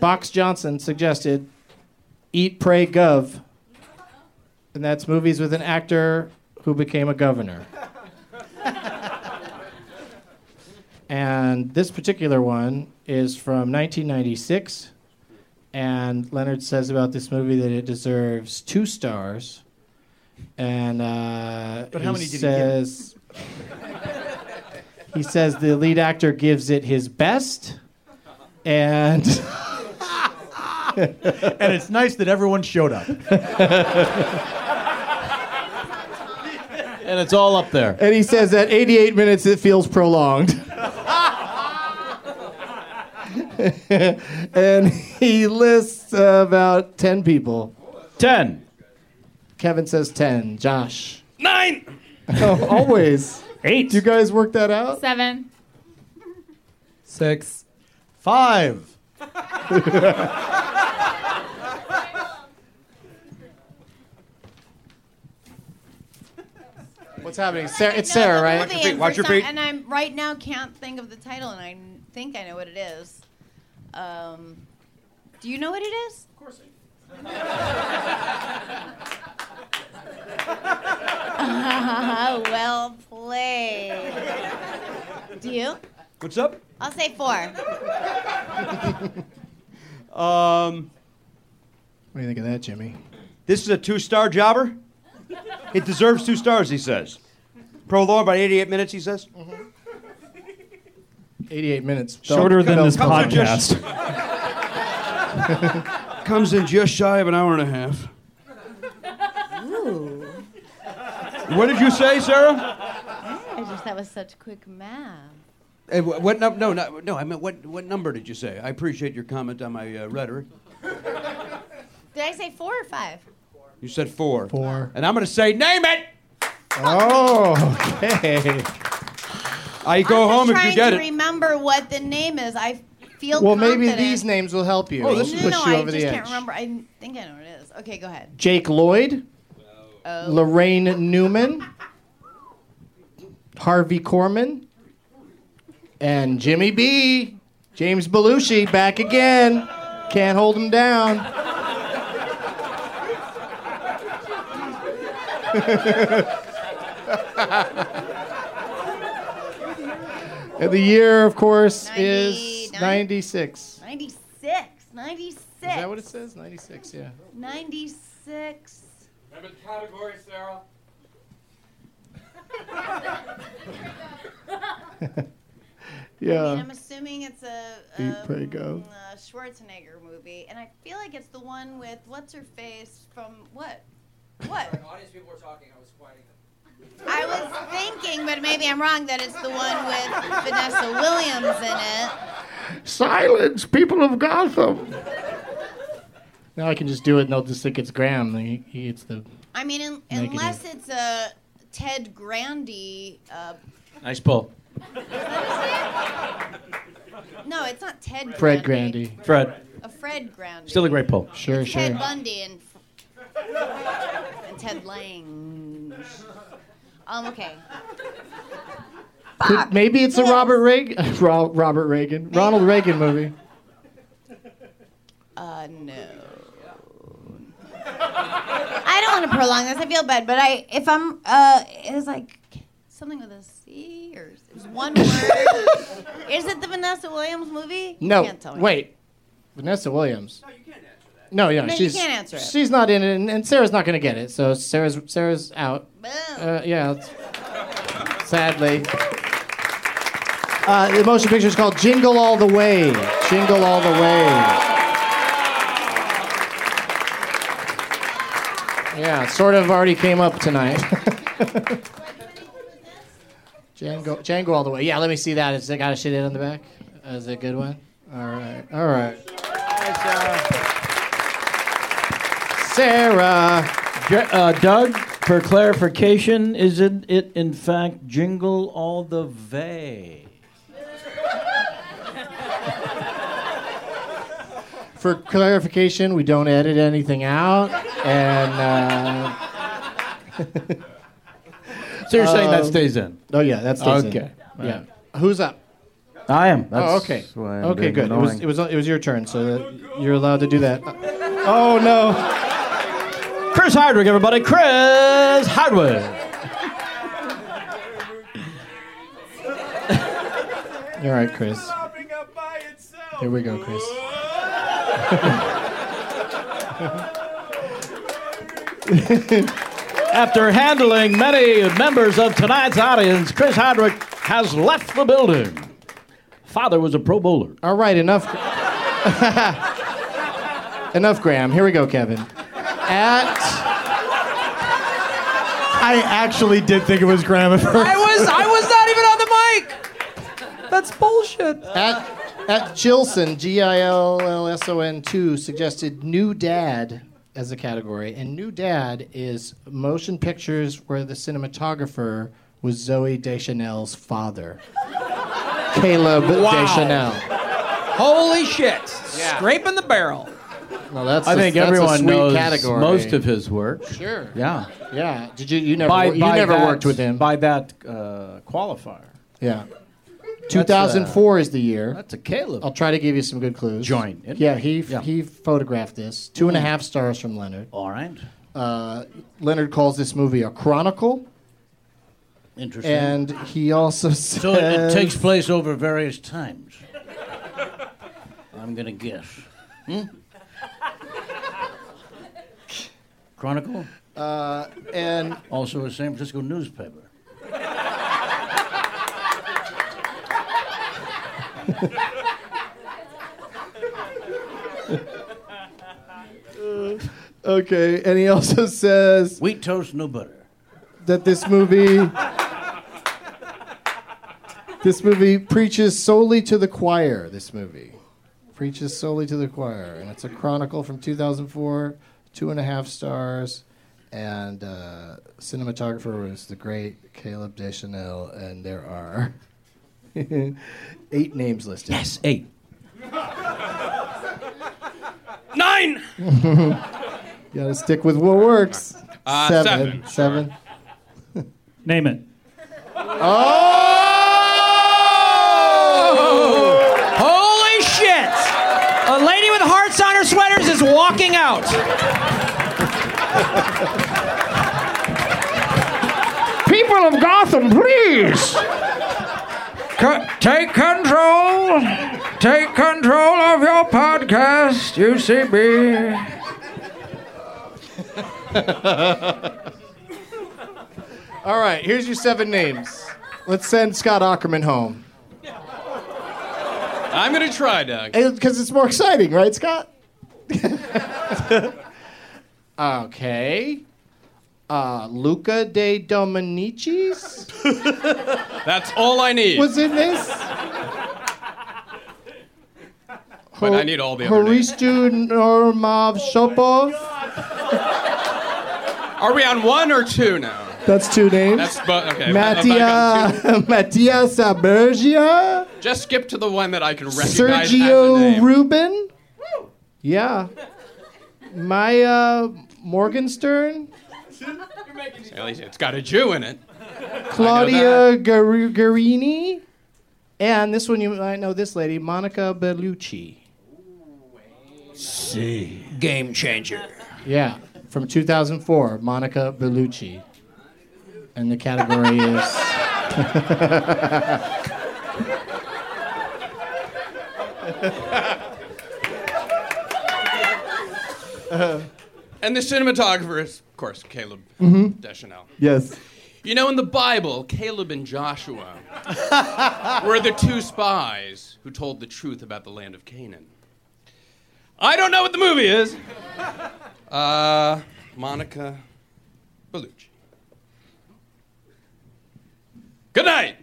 Speaker 3: Box Johnson suggested Eat, Pray, Gov. And that's movies with an actor who became a governor. and this particular one is from 1996. And Leonard says about this movie that it deserves two stars. And uh,
Speaker 22: But how
Speaker 3: he
Speaker 22: many did he give?
Speaker 3: says, he says the lead actor gives it his best, and
Speaker 16: and it's nice that everyone showed up.
Speaker 3: and it's all up there. And he says at 88 minutes it feels prolonged. and he lists uh, about 10 people. 10. Kevin says 10. Josh.
Speaker 10: Nine.
Speaker 3: Oh, always. Eight. You guys work that out?
Speaker 10: Seven.
Speaker 16: Six. Five.
Speaker 3: What's happening? Sarah, it's
Speaker 21: know
Speaker 3: Sarah,
Speaker 21: the
Speaker 3: right?
Speaker 21: movie and for some- And I'm right now can't think of the title, and I n- think I know what it is. Um, do you know what it is? Of course I do. well played. Do you?
Speaker 14: What's up?
Speaker 21: I'll say four.
Speaker 14: Um,
Speaker 3: what do you think of that, Jimmy?
Speaker 14: This is a two-star jobber. It deserves two stars, he says. Prolonged by 88 minutes, he says.
Speaker 3: 88 Mm-hmm. minutes.
Speaker 14: Shorter than this
Speaker 3: comes in
Speaker 14: podcast.
Speaker 3: just-
Speaker 14: Comes in just shy of an hour and a half.
Speaker 21: Ooh.
Speaker 14: What did you say, Sarah?
Speaker 21: I just that was such quick math.
Speaker 14: Eh, wh- what num- no, no, no, I meant what, what number did you say? I appreciate your comment on my uh, rhetoric.
Speaker 21: Did I say four or five?
Speaker 14: You said four.
Speaker 3: Four.
Speaker 14: And I'm going to say, name it!
Speaker 3: Oh, okay.
Speaker 14: I go
Speaker 21: I'm
Speaker 14: home if
Speaker 21: trying
Speaker 14: you get
Speaker 21: to
Speaker 14: it.
Speaker 21: remember what the name is. I feel
Speaker 3: Well, maybe
Speaker 21: confident.
Speaker 3: these names will help you.
Speaker 21: no,
Speaker 3: Push
Speaker 21: no,
Speaker 3: you over
Speaker 21: I
Speaker 3: Oh, the
Speaker 21: just
Speaker 3: edge.
Speaker 21: can't remember. I think I know what it is. Okay, go ahead.
Speaker 3: Jake Lloyd. Lorraine Newman, Harvey Korman, and Jimmy B. James Belushi back again. Can't hold him down. and the year, of course, is 96.
Speaker 21: 96. 96. Is
Speaker 3: that what it says? 96, yeah.
Speaker 21: 96.
Speaker 11: Remember the category, Sarah?
Speaker 3: Yeah.
Speaker 21: I mean, I'm assuming it's a,
Speaker 3: Eat,
Speaker 21: um,
Speaker 3: pray, go.
Speaker 21: uh, Schwarzenegger movie, and I feel like it's the one with what's her face from what? What?
Speaker 20: audience people were talking. I was quieting them.
Speaker 21: I was thinking, but maybe I'm wrong that it's the one with Vanessa Williams in it.
Speaker 3: Silence, people of Gotham. Now I can just do it, and they'll just think it's Graham. and He, he gets the.
Speaker 21: I mean, un-
Speaker 3: Negative.
Speaker 21: unless it's a Ted Grandy. Uh,
Speaker 9: Nice pull.
Speaker 21: no, it's not Ted.
Speaker 3: Fred
Speaker 21: Grandy.
Speaker 3: Grandy.
Speaker 9: Fred.
Speaker 21: A Fred Grandy.
Speaker 9: Still a great pull.
Speaker 3: Sure,
Speaker 21: It's
Speaker 3: sure.
Speaker 21: Ted Bundy and, and Ted Lange. Um, okay.
Speaker 3: Could- maybe it's a Robert Reagan, Ro- Robert Reagan, Ronald Reagan movie.
Speaker 21: Uh, no. I don't want to prolong this. I feel bad, but I if I'm uh, it was like something with a C or it was one word. Is it the Vanessa Williams movie? You
Speaker 3: No,
Speaker 21: can't tell me.
Speaker 3: wait, Vanessa Williams. No, you can't answer that. No, yeah,
Speaker 21: No, you
Speaker 3: she's
Speaker 21: can't answer it.
Speaker 3: she's not in it, and, and Sarah's not going to get it. So Sarah's Sarah's out. Uh, yeah, it's- sadly. Uh, the motion picture is called Jingle All the Way. Jingle All the Way. Yeah, it sort of already came up tonight. Django, Django all the way. Yeah, let me see that. Is it got a shit in on the back? Is it a good one? All right, all right. Sarah.
Speaker 20: Uh, Doug, for clarification, isn't it in fact jingle all the way?
Speaker 3: For clarification, we don't edit anything out, and. Uh,
Speaker 20: So you're
Speaker 2: saying that
Speaker 3: um,
Speaker 2: stays in?
Speaker 3: Oh yeah, that stays in.
Speaker 2: Okay.
Speaker 3: Yeah. Who's up?
Speaker 20: I am.
Speaker 3: oh,
Speaker 2: That's
Speaker 3: okay.
Speaker 2: why I'm
Speaker 3: okay,
Speaker 2: being
Speaker 3: good. It was,
Speaker 2: annoying.
Speaker 3: it was it was your turn, so that you're allowed to do that. Oh no.
Speaker 20: Chris Hardwick, everybody. Chris Hardwick.
Speaker 3: All right, Chris. Here we go, Chris.
Speaker 20: After handling many members of tonight's audience, Chris Hardwick has left the building. Father was a pro bowler.
Speaker 3: All right, enough. Enough, Graham. Here we go, Kevin. At
Speaker 22: I actually did think it was Graham at first.
Speaker 5: I was I was not even on the mic. That's bullshit.
Speaker 3: at at Gilson, G I L L S O N two suggested new dad as a category, and new dad is motion pictures where the cinematographer was Zoe Deschanel's father, Caleb
Speaker 5: Wow.
Speaker 3: Deschanel.
Speaker 5: Holy shit.
Speaker 3: Yeah.
Speaker 5: Scraping the barrel.
Speaker 3: Well, that's
Speaker 5: I
Speaker 3: a-
Speaker 5: think
Speaker 3: that's a
Speaker 5: everyone
Speaker 3: sweet
Speaker 5: knows
Speaker 3: category.
Speaker 20: Most of his work.
Speaker 3: Sure.
Speaker 20: Yeah.
Speaker 3: Yeah. Did you you never
Speaker 20: By-
Speaker 3: wor- you
Speaker 20: by
Speaker 3: never
Speaker 20: that-
Speaker 3: worked with him?
Speaker 20: by
Speaker 3: that
Speaker 20: Uh, qualifier.
Speaker 3: Yeah. 2004 is the year.
Speaker 20: That's a Caleb.
Speaker 3: I'll try to give you some good clues. Join.
Speaker 20: it? Mm-hmm.
Speaker 3: Yeah, he he photographed this. Two and a half stars from Leonard.
Speaker 20: All right.
Speaker 3: Uh, Leonard calls this movie a chronicle,
Speaker 20: Interesting.
Speaker 3: and he also says
Speaker 20: So it, it takes place over various times. I'm gonna guess. Hmm? Chronicle.
Speaker 3: Uh, and
Speaker 20: also a San Francisco newspaper.
Speaker 3: okay, and he also says
Speaker 20: wheat toast no butter.
Speaker 3: That this movie. This movie preaches solely to the choir. This movie preaches solely to the choir, and it's a chronicle from 2004, two and a half stars, and uh, cinematographer was the great Caleb Deschanel, and there are eight names listed. Yes,
Speaker 20: eight.
Speaker 3: Nine. you gotta stick with what works.
Speaker 11: Uh,
Speaker 3: seven. Seven.
Speaker 4: Name it.
Speaker 26: Holy shit! A lady with hearts on her sweaters is walking out.
Speaker 6: People of Gotham, please. Co- take control. Take control of your podcast, UCB.
Speaker 3: All right, here's your seven names. Let's send Scott Ackerman home.
Speaker 11: I'm gonna try, Doug.
Speaker 3: Because it's more exciting, right, Scott? okay. Uh, Luca de Dominicis
Speaker 11: That's all I need.
Speaker 3: was in this.
Speaker 11: But I need all the other names.
Speaker 3: Haristu Normov Shopov.
Speaker 11: Are we on one or two now?
Speaker 3: That's two names.
Speaker 11: That's but okay. I'm back on
Speaker 3: Mattia, Mattia Sabergia.
Speaker 11: two. Just skip to the one that I can recognize.
Speaker 3: Sergio Rubin. Yeah. Maya Morgenstern.
Speaker 11: At least it's got a Jew in it.
Speaker 3: Claudia Gar- Garini. And this one, you might know this lady, Monica Bellucci.
Speaker 6: See. Game changer.
Speaker 3: Yeah, from 2004, Monica Bellucci. And the category is.
Speaker 11: and the cinematographer is, of course, Caleb
Speaker 22: Mhm.
Speaker 11: Deschanel.
Speaker 22: Yes.
Speaker 11: You know, in the Bible, Caleb and Joshua were the two spies who told the truth about the land of Canaan. I don't know what the movie is. Uh, Monica Bellucci. Good night.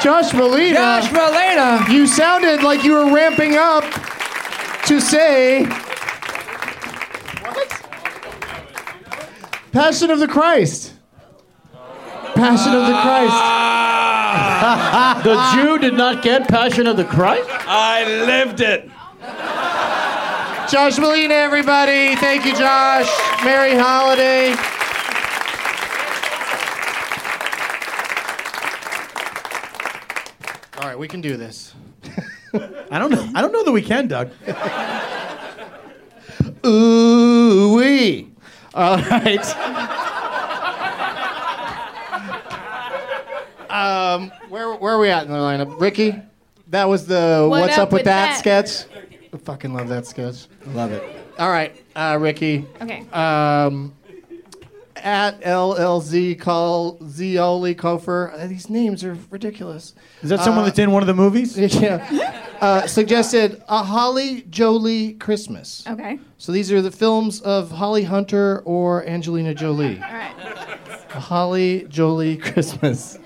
Speaker 3: Josh Molina. Josh
Speaker 6: Molina.
Speaker 3: You sounded like you were ramping up to say. What? Passion of the Christ. Passion of the
Speaker 11: Ah.
Speaker 3: Christ.
Speaker 20: the Jew did not get Passion of the Christ?
Speaker 11: I lived it.
Speaker 3: Josh Molina, everybody. Thank you, Josh. Merry holiday. All right, we can do this.
Speaker 16: I don't know. I don't know that we can, Doug.
Speaker 3: Ooh wee. All right. um, where where are we at in the lineup? Ricky, that was the
Speaker 22: What
Speaker 3: "What's Up, with that,
Speaker 22: That?
Speaker 3: sketch. I fucking love that sketch. Love it. All right, uh, Ricky.
Speaker 10: Okay.
Speaker 3: Um, at LLZ call Zioli Kofer. Uh, These names are ridiculous.
Speaker 16: Is that someone
Speaker 3: Uh,
Speaker 16: that's in one of the movies?
Speaker 3: Yeah. Uh, suggested a Holly Jolie Christmas.
Speaker 10: Okay.
Speaker 3: So these are the films of Holly Hunter or Angelina Jolie.
Speaker 10: All right.
Speaker 3: A Holly Jolie Christmas.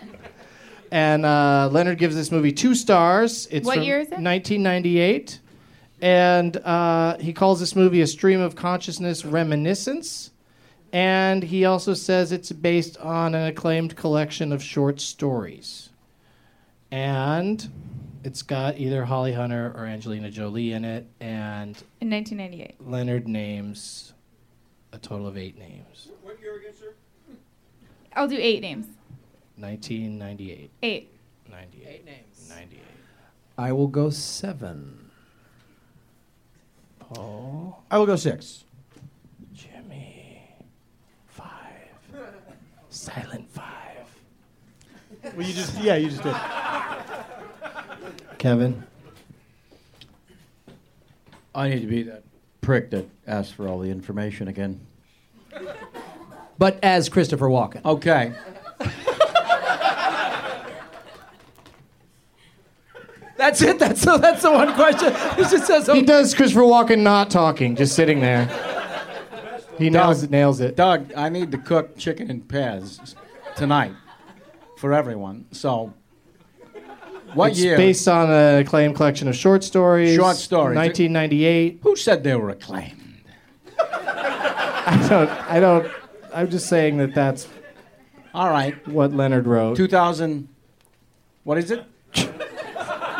Speaker 3: And uh, Leonard gives this movie two stars. It's
Speaker 10: What
Speaker 3: from
Speaker 10: year is it?
Speaker 3: 1998. And uh, he calls this movie a stream of consciousness reminiscence. And he also says it's based on an acclaimed collection of short stories. And it's got either Holly Hunter or Angelina Jolie in it. And
Speaker 10: In 1998.
Speaker 3: Leonard names a total of eight names.
Speaker 10: What year again, sir? I'll do eight names.
Speaker 3: 1998.
Speaker 10: Eight.
Speaker 3: 98. Eight names. 98.
Speaker 5: I will go seven. Paul.
Speaker 22: I will go six.
Speaker 3: Silent five.
Speaker 16: Well, you just yeah, you just did.
Speaker 3: Kevin.
Speaker 15: I need to be that prick that asked for all the information again.
Speaker 5: But as Christopher Walken.
Speaker 15: Okay.
Speaker 5: That's it. That's so. That's the one question. This just says.
Speaker 3: He does Christopher Walken not talking, just sitting there. He nails it. Nails it.
Speaker 15: Doug, I need to cook chicken and pears tonight for everyone. So, what
Speaker 3: it's
Speaker 15: year?
Speaker 3: based on an acclaimed collection of short stories.
Speaker 15: Short stories.
Speaker 3: 1998.
Speaker 15: Who said they were acclaimed?
Speaker 3: I don't. I don't. I'm just saying that that's
Speaker 15: All right.
Speaker 3: what Leonard wrote.
Speaker 15: 2000. What is it?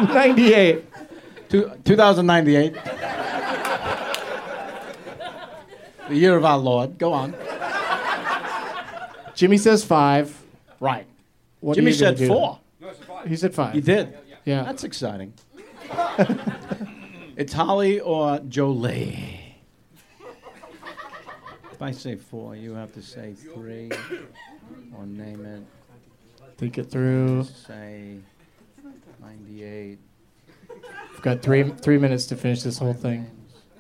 Speaker 3: 98.
Speaker 15: Two, 2098. the year of our Lord. Go on.
Speaker 3: Jimmy says five.
Speaker 15: Right.
Speaker 3: What are
Speaker 15: Jimmy
Speaker 3: you
Speaker 15: said
Speaker 3: gonna do?
Speaker 15: four.
Speaker 3: He said five.
Speaker 15: He did.
Speaker 3: Yeah.
Speaker 15: That's exciting. it's Holly or Jolie. If I say four, you have to say three or name it.
Speaker 3: Think it through.
Speaker 15: Say 98.
Speaker 3: We've got three three minutes to finish this whole thing.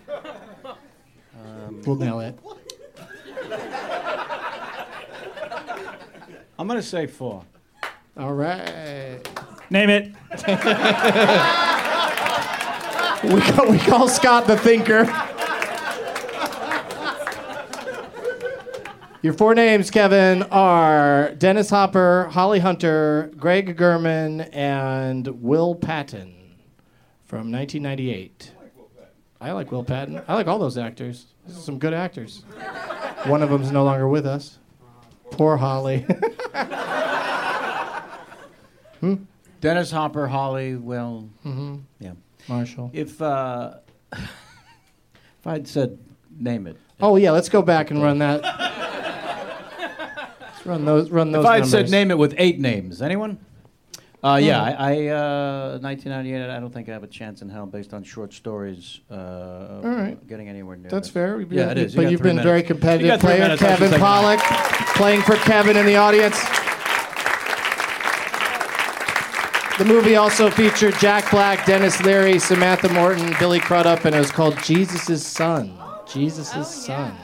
Speaker 15: Um,
Speaker 3: We'll nail it.
Speaker 15: I'm going to say four.
Speaker 3: All right.
Speaker 4: Name it.
Speaker 3: we, call, we call Scott the thinker. Your four names, Kevin, are Dennis Hopper, Holly Hunter, Greg Gurman, and Will Patton from 1998. I like Will Patton. I like all those actors. These are some good actors. One of them's no longer with us. Poor Holly.
Speaker 15: Dennis Hopper, Holly, Will.
Speaker 3: Hmm? Mm-hmm.
Speaker 15: Yeah.
Speaker 3: Marshall.
Speaker 15: If uh, if I'd said name it.
Speaker 3: Oh yeah, let's go back and run that. let's run those. Run those.
Speaker 15: if I'd said
Speaker 3: numbers.
Speaker 15: name it with eight names, anyone? Uh, yeah,
Speaker 3: Hmm.
Speaker 15: I, I uh, 1998. I don't think I have a chance in hell based on short stories. Uh, All
Speaker 3: right.
Speaker 15: getting anywhere near.
Speaker 3: That's
Speaker 15: this.
Speaker 3: fair. We've been-
Speaker 15: yeah, it is. You
Speaker 3: But
Speaker 15: got
Speaker 3: you've
Speaker 15: three
Speaker 3: been
Speaker 15: minutes.
Speaker 3: very
Speaker 15: You
Speaker 3: competitive
Speaker 15: got three
Speaker 3: player.
Speaker 15: minutes, I should
Speaker 3: Kevin
Speaker 15: say.
Speaker 3: Pollock playing for Kevin in the audience. The movie also featured Jack Black, Dennis Leary, Samantha Morton, Billy Crudup, and it was called Jesus' Son. Jesus' Son.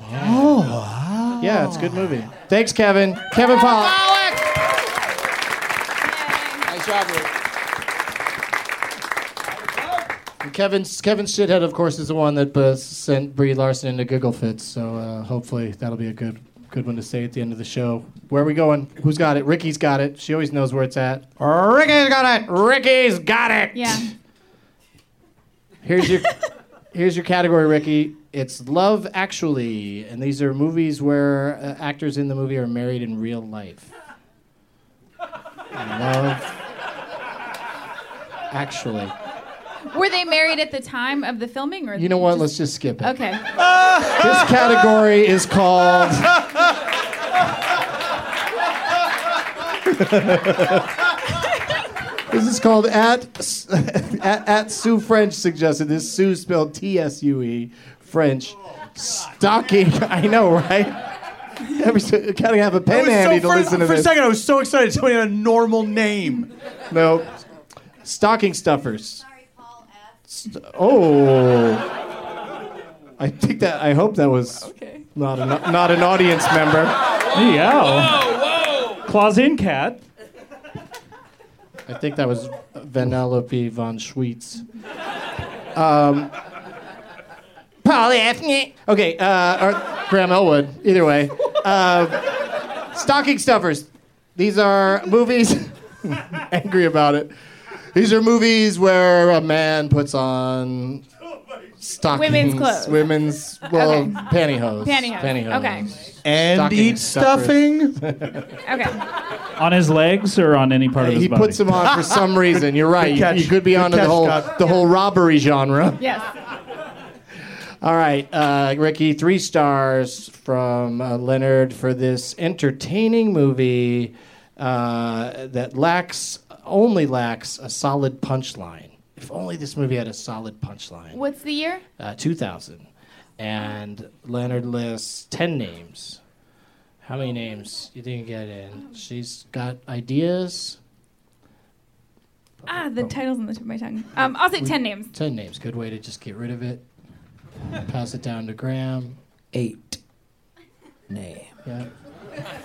Speaker 3: Oh, wow. Yeah, it's a good movie. Thanks, Kevin. Kevin Pollock.
Speaker 11: Nice job, Rick.
Speaker 3: And Kevin's Kevin shithead, of course, is the one that uh, sent Brie Larson into giggle fits. So uh, hopefully that'll be a good good one to say at the end of the show. Where are we going? Who's got it? Ricky's got it. She always knows where it's at. Ricky's got it. Ricky's got it.
Speaker 10: Yeah.
Speaker 3: Here's your here's your category, Ricky. It's Love Actually, and these are movies where uh, actors in the movie are married in real life. Love Actually.
Speaker 10: Were they married at the time of the filming, or
Speaker 3: You know what? Let's just skip it.
Speaker 10: Okay.
Speaker 3: This category is called. this is called at, at at Sue French suggested. This Sue spelled T S U E French stocking. I know, right? Every gotta have a
Speaker 16: I
Speaker 3: pen
Speaker 16: was so-
Speaker 3: handy to
Speaker 16: for,
Speaker 3: listen to
Speaker 16: for
Speaker 3: this.
Speaker 16: a second, I was so excited. Somebody had a normal name.
Speaker 3: No, stocking stuffers. St- oh, I think that. I hope that was not an not an audience member.
Speaker 4: Yeah. Claws in cat.
Speaker 3: I think that was Vanellope von Schweetz. Um, Polyethnic. Okay, uh, or Graham Elwood. Either way, uh, stocking stuffers. These are movies. angry about it. These are movies where a man puts on stockings,
Speaker 10: Oh Women's clothes.
Speaker 3: women's, well,
Speaker 10: Okay.
Speaker 3: pantyhose,
Speaker 10: Pantyhose. Okay.
Speaker 16: And
Speaker 3: Stocking
Speaker 16: eat stuffing.
Speaker 10: Okay.
Speaker 4: On his legs or on any part of his
Speaker 3: He
Speaker 4: body?
Speaker 3: puts them on for some reason. You're right.
Speaker 4: Good
Speaker 3: You-
Speaker 4: catch.
Speaker 3: You, could be
Speaker 4: Good
Speaker 3: onto the
Speaker 4: catch,
Speaker 3: whole
Speaker 4: Scott.
Speaker 3: the whole robbery genre.
Speaker 10: Yes.
Speaker 3: All right, uh, Ricky, three stars from uh, Leonard for this entertaining movie uh, that lacks only lacks a solid punchline. If only this movie had a solid punchline.
Speaker 10: What's the year?
Speaker 3: Uh, 2000, and Leonard lists ten names. How many names you think you get in? She's got ideas.
Speaker 10: Ah, the title's on the tip of my tongue. Um, I'll say
Speaker 3: We-
Speaker 10: ten names.
Speaker 3: Ten names. Good way to just get rid of it. Pass it down to Graham. Eight. Name. Yeah.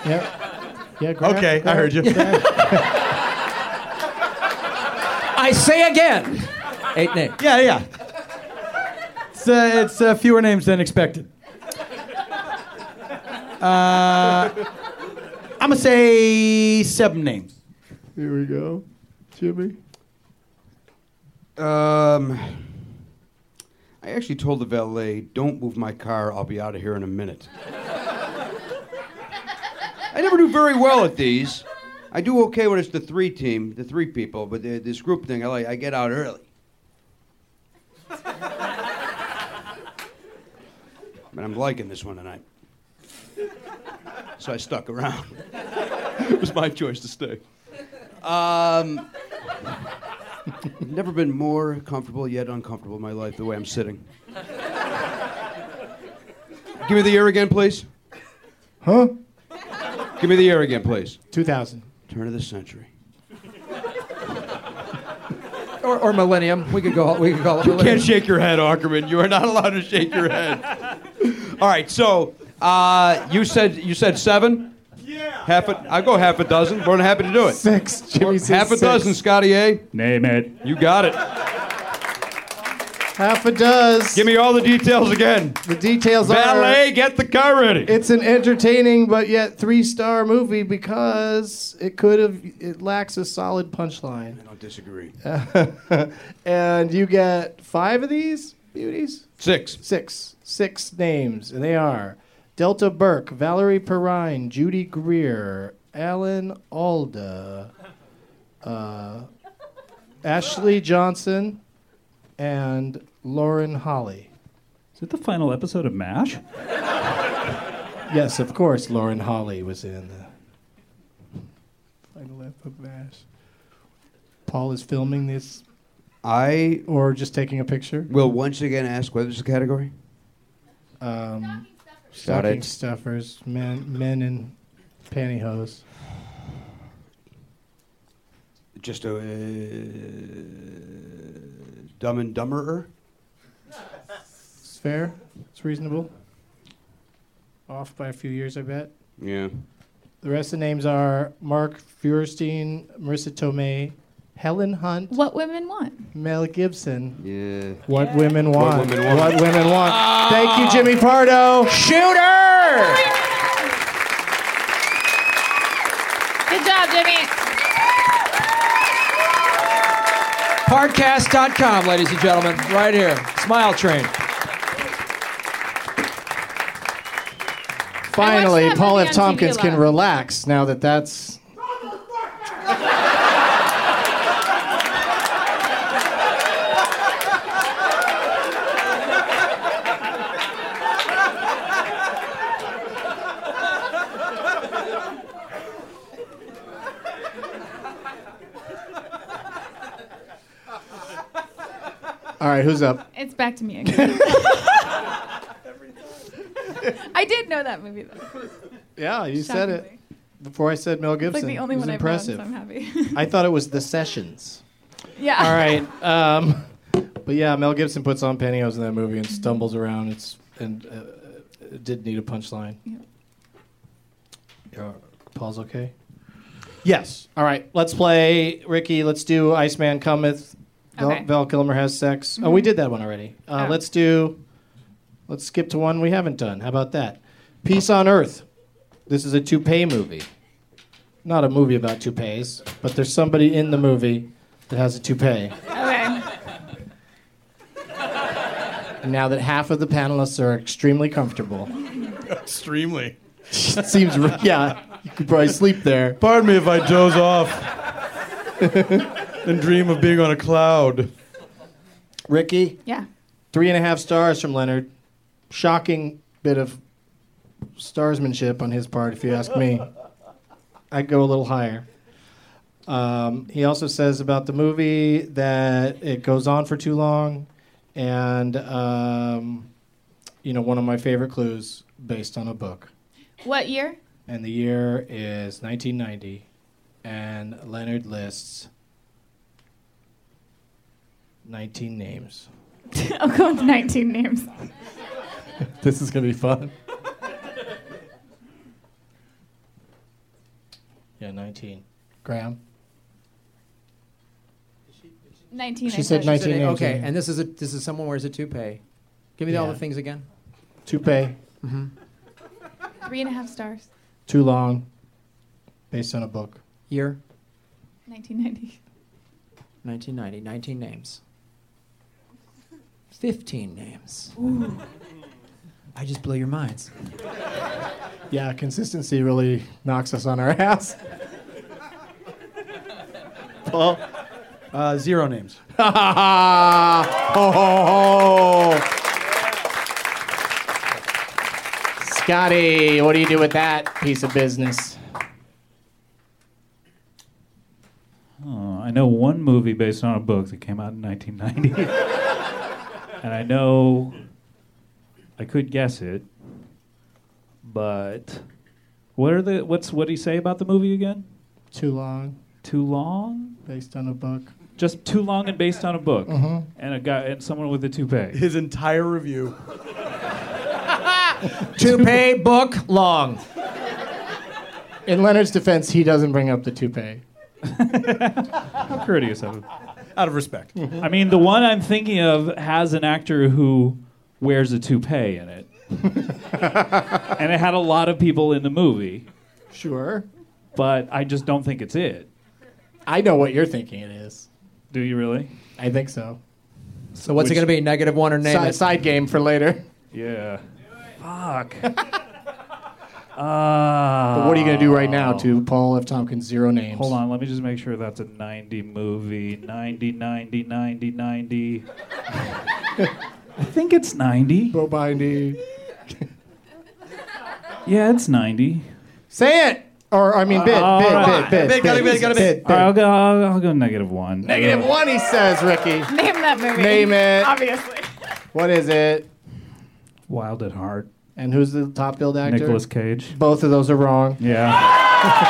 Speaker 3: Yeah. Yeah. Graham,
Speaker 16: Okay, I heard you.
Speaker 26: I say again.
Speaker 16: Eight names. Yeah, yeah. It's, uh, it's uh, fewer names than expected. Uh, I'm going to say seven names.
Speaker 3: Here we go. Jimmy.
Speaker 14: Um, I actually told the valet, "Don't move my car. I'll be out of here in a minute." I never do very well at these. I do okay when it's the three team, the three people, but the, this group thing, I like. I get out early. but I'm liking this one tonight. so I stuck around. it was my choice to stay. Um, never been more comfortable yet uncomfortable in my life the way I'm sitting. Give me the year again, please. Huh? Give me the year again, please.
Speaker 3: 2000.
Speaker 14: Turn of the century.
Speaker 5: Or, or millennium. We could go. We could call it.
Speaker 14: You can't
Speaker 5: millennium.
Speaker 14: shake your head, Ackerman. You are not allowed to shake your head. All right, so uh, you said you said seven. Yeah. Half a, I'll go half a dozen. More than happy to do it.
Speaker 3: Six. Jimmy says
Speaker 14: half a
Speaker 3: six.
Speaker 14: dozen, Scotty A. Name it. You got it.
Speaker 3: Half a dozen.
Speaker 14: Give me all the details again.
Speaker 3: The details are.
Speaker 14: Valet, get the car ready.
Speaker 3: It's an entertaining but yet three star movie because it could have it lacks a solid punchline.
Speaker 14: I don't disagree.
Speaker 3: and you get five of these beauties?
Speaker 14: Six.
Speaker 3: Six. Six names. And they are Delta Burke, Valerie Perrine, Judy Greer, Alan Alda, uh, Ashley Johnson, and Lauren Holly.
Speaker 4: Is it the final episode of MASH?
Speaker 3: Yes, of course, Lauren Holly was in the final left of MASH. Paul is filming this.
Speaker 14: I
Speaker 3: or just taking a picture.
Speaker 14: Will once again ask whether it's a category.
Speaker 3: Um,
Speaker 14: Got
Speaker 3: stocking
Speaker 14: it.
Speaker 3: stuffers, men, men in pantyhose.
Speaker 14: Just a uh, dumb and dumberer.
Speaker 3: It's fair. It's reasonable. Off by a few years, I bet.
Speaker 14: Yeah.
Speaker 3: The rest of the names are Mark Feuerstein, Marissa Tomei, Helen Hunt.
Speaker 10: What women want.
Speaker 3: Mel Gibson.
Speaker 14: Yeah.
Speaker 3: What women
Speaker 14: What
Speaker 3: want.
Speaker 14: women want.
Speaker 3: What women want. Thank you, Jimmy Pardo.
Speaker 10: Shooter! Good job, Jimmy.
Speaker 5: Podcast.com, ladies and gentlemen, right here. Smile Train.
Speaker 3: Finally,
Speaker 5: that
Speaker 3: Paul
Speaker 5: movie
Speaker 3: F.
Speaker 5: on TV
Speaker 3: Tompkins
Speaker 5: a
Speaker 3: can
Speaker 5: lot.
Speaker 3: relax now that that's. All right, who's up?
Speaker 10: It's back to me again. I did know that movie though.
Speaker 3: Yeah, you said it before I said Mel
Speaker 10: It's
Speaker 3: Gibson.
Speaker 10: like the only
Speaker 3: it was
Speaker 10: one I've known, so
Speaker 3: impressive.
Speaker 10: I'm happy.
Speaker 3: I thought it was the Sessions.
Speaker 10: Yeah.
Speaker 3: All right. Um, but yeah, Mel Gibson puts on pantyhose in that movie and stumbles around. It's and uh, it did need a punchline. Yeah. Paul's okay. Yes. All right. Let's play Ricky. Let's do Iceman Cometh. Val,
Speaker 10: Okay.
Speaker 3: Val Kilmer has sex. Oh, we
Speaker 10: Mhm.
Speaker 3: did that one already. Uh,
Speaker 10: Oh.
Speaker 3: Let's do. Let's skip to one we haven't done. How about that? Peace on Earth. This is a toupee movie. Not a movie about toupees, but there's somebody in the movie that has a toupee.
Speaker 10: Okay.
Speaker 3: And now that half of the panelists are extremely comfortable,
Speaker 16: Extremely.
Speaker 3: it seems, re- yeah, you could probably sleep there.
Speaker 16: Pardon me if I doze off and dream of being on a cloud.
Speaker 3: Ricky?
Speaker 10: Yeah.
Speaker 3: Three and a half stars from Leonard. Shocking bit of starsmanship on his part, if you ask me. I'd go a little higher. Um, he also says about the movie that it goes on for too long, and um, you know, one of my favorite clues based on a book.
Speaker 10: What year?
Speaker 3: And the year is 1990, and Leonard lists 19 names.
Speaker 10: I'll go with 19 names.
Speaker 3: This is gonna be fun. Yeah, 19. Graham.
Speaker 10: 19.
Speaker 3: She said 19 names,
Speaker 5: Okay,
Speaker 3: yeah.
Speaker 5: and this is a this is someone wears a toupee. Give me all the things again.
Speaker 3: Toupee.
Speaker 5: Mm-hmm.
Speaker 10: Three and a half stars.
Speaker 3: Too long. Based on a book.
Speaker 5: Year
Speaker 10: 1990.
Speaker 5: 1990. 19 names. 15 names. I just blew your minds.
Speaker 3: Yeah, consistency really knocks us on our ass. Paul?
Speaker 16: Uh, zero names.
Speaker 3: oh, Scotty, what do you do with that piece of business?
Speaker 4: Oh, I know one movie based on a book that came out in 1990. and I know I could guess it, but what are the what's what do you say about the movie again?
Speaker 3: Too long.
Speaker 4: Too long?
Speaker 3: Based on a book.
Speaker 4: Just too long and based on a book.
Speaker 3: Mhm.
Speaker 4: And a guy and someone with a toupee.
Speaker 16: His entire review.
Speaker 5: Toupee book long.
Speaker 3: In Leonard's defense, he doesn't bring up the toupee.
Speaker 4: How courteous of him.
Speaker 16: Out of respect.
Speaker 4: I mean, the one I'm thinking of has an actor who wears a toupee in it. and it had a lot of people in the movie,
Speaker 3: Sure.
Speaker 4: but I just don't think it's it.
Speaker 3: I know what you're thinking it is.
Speaker 4: Do you really?
Speaker 3: I think so.
Speaker 5: So what's it gonna be? Negative one or name
Speaker 3: Side,
Speaker 5: it?
Speaker 3: side game for later.
Speaker 4: Yeah. Fuck.
Speaker 3: But what are you going to do right now to Paul F. Tompkins' zero names?
Speaker 4: Hold on, let me just make sure that's a 90 movie. 90, 90, 90, 90. I think it's 90.
Speaker 3: Bo Bindy.
Speaker 4: yeah, it's 90.
Speaker 3: Say it! Or, I mean, bid,
Speaker 5: Uh,
Speaker 4: All
Speaker 3: bid,
Speaker 4: right.
Speaker 3: bid, bid, bid, bid,
Speaker 4: All right, I'll go, I'll, I'll go negative one.
Speaker 3: Negative one, he says, Ricky.
Speaker 10: Name that movie.
Speaker 3: Name it.
Speaker 10: Obviously.
Speaker 3: What is it?
Speaker 4: Wild at Heart.
Speaker 3: And who's the top billed actor?
Speaker 4: Nicolas Cage.
Speaker 3: Both of those are wrong.
Speaker 4: Yeah.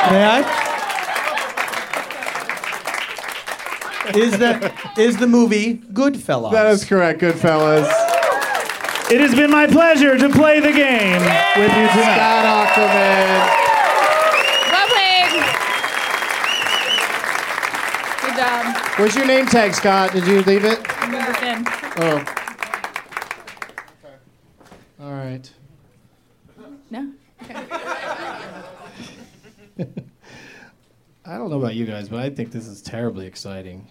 Speaker 16: May I? Is the is the movie Goodfellas? That is
Speaker 3: correct, Goodfellas.
Speaker 4: It has been my pleasure to play the game with you tonight.
Speaker 10: Well played. Good job.
Speaker 3: Where's your name tag, Scott? Did you leave it?
Speaker 10: Number 10.
Speaker 3: Oh. All right.
Speaker 10: No?
Speaker 3: I don't know about you guys, but I think this is terribly exciting.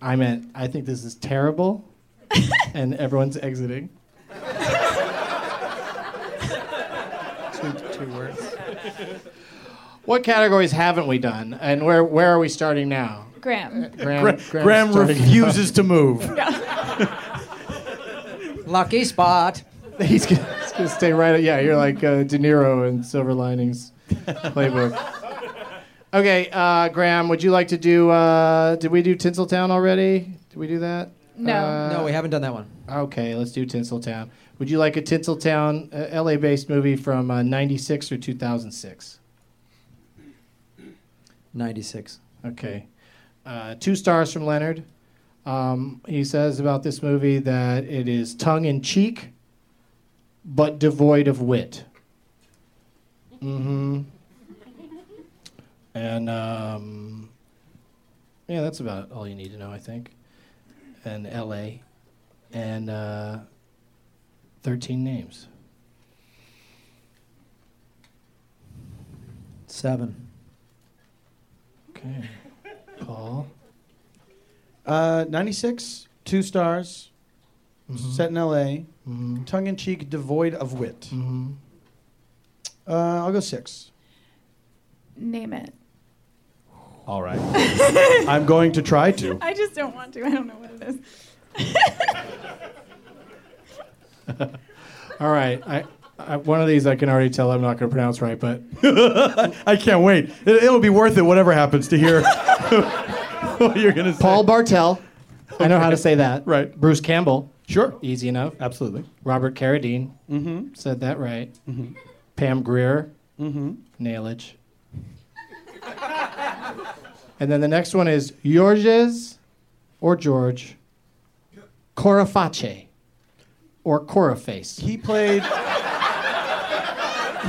Speaker 3: I meant, I think this is terrible, and everyone's exiting. two, two words. What categories haven't we done, and where where are we starting now?
Speaker 10: Graham.
Speaker 3: Graham, Graham's
Speaker 16: Graham
Speaker 3: starting
Speaker 16: refuses
Speaker 3: now.
Speaker 16: to move.
Speaker 26: Lucky spot.
Speaker 3: He's gonna, he's gonna stay right. Yeah, you're like uh, De Niro in Silver Linings Playbook. Okay, uh, Graham, would you like to do? Uh, did we do Tinseltown already? Did we do that?
Speaker 5: No.
Speaker 3: Uh,
Speaker 5: No, we haven't done that one.
Speaker 3: Okay, let's do Tinseltown. Would you like a Tinseltown, uh, LA-based movie from uh, '96 or 2006?
Speaker 5: 96.
Speaker 3: Okay. Uh, two stars from Leonard. Um, he says about this movie that it is tongue in cheek, but devoid of wit. Mm-hmm. And um, yeah, that's about all you need to know, I think. And L.A. and uh, thirteen names.
Speaker 5: Seven.
Speaker 3: Okay. Paul.
Speaker 16: Uh, 96, two stars, set in LA, tongue in cheek, devoid of wit. Uh, I'll go six.
Speaker 10: Name it.
Speaker 16: All right. I'm going to try to.
Speaker 10: I just don't want to. I don't know what it is.
Speaker 3: All right. I, I one of these I can already tell I'm not going to pronounce right, but
Speaker 16: I can't wait. It, it'll be worth it, whatever happens, to hear what you're going to say.
Speaker 3: Paul Bartel. I know how to say that.
Speaker 16: Right.
Speaker 3: Bruce Campbell.
Speaker 16: Sure.
Speaker 3: Easy enough.
Speaker 16: Absolutely.
Speaker 3: Robert Carradine.
Speaker 16: Mm-hmm.
Speaker 3: Said that right.
Speaker 16: Mhm.
Speaker 3: Pam Greer.
Speaker 16: Mm-hmm.
Speaker 3: Nailage. and then the next one is Georges or George Coraface or Coraface.
Speaker 16: He played.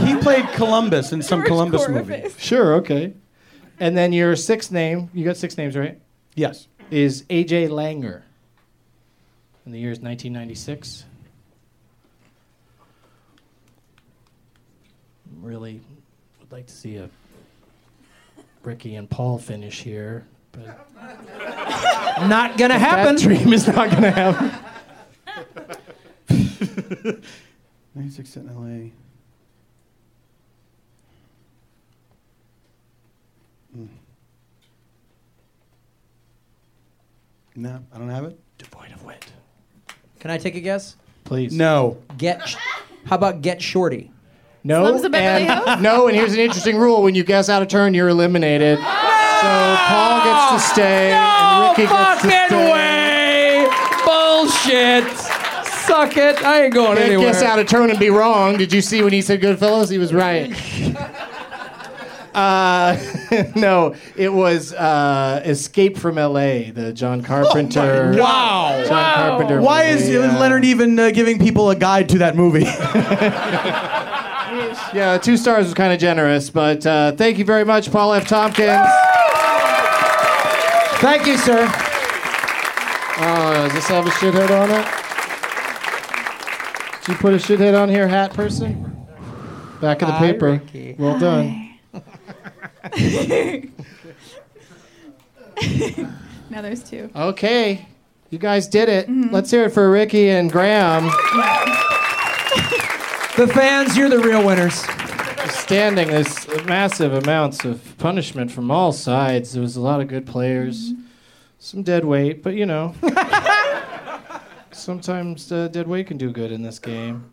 Speaker 16: he played Columbus in some Columbus movie.
Speaker 3: Sure, okay. And then your sixth name, you got six names, right?
Speaker 16: Yes.
Speaker 3: Is AJ Langer. And the year is 1996. Really would like to see a Ricky and Paul finish here, but
Speaker 5: Not gonna
Speaker 3: but
Speaker 5: happen.
Speaker 3: That dream is not gonna happen.
Speaker 16: 96 in LA.
Speaker 3: Hmm.
Speaker 16: Mm. No, I don't have it.
Speaker 5: Can I take a guess?
Speaker 3: Please.
Speaker 16: No.
Speaker 5: Get
Speaker 26: How about Get Shorty?
Speaker 3: No, and, no, and here's an interesting rule: when you guess out of turn, you're eliminated. So Paul gets to stay, and Ricky gets to
Speaker 26: fucking
Speaker 3: stay.
Speaker 26: way! Bullshit!
Speaker 3: Suck it! I ain't going
Speaker 26: anywhere.
Speaker 3: Guess out of turn and be wrong. Did you see when he said Goodfellas? He was right. Uh, no, it was uh, Escape from L.A. The John Carpenter.
Speaker 16: Wow.
Speaker 3: John Carpenter.
Speaker 16: Why
Speaker 3: movie,
Speaker 16: is
Speaker 3: yeah.
Speaker 16: Leonard even uh, giving people a guide to that movie?
Speaker 3: Yeah, two stars was kind of generous, but uh, thank you very much, Paul F. Tompkins. thank you, sir. Uh, does this have a shithead on it? Did you put a shithead on here, hat person? Back of the
Speaker 26: Hi,
Speaker 3: paper.
Speaker 26: Ricky.
Speaker 3: Well done.
Speaker 10: now there's two.
Speaker 3: okay, you guys did it.
Speaker 26: Mm-hmm.
Speaker 3: Let's hear it for Ricky and Graham.
Speaker 5: The fans, you're the real winners.
Speaker 3: Standing this massive amounts of punishment from all sides. There was a lot of good players, some dead weight, but you know, sometimes uh, dead weight can do good in this game.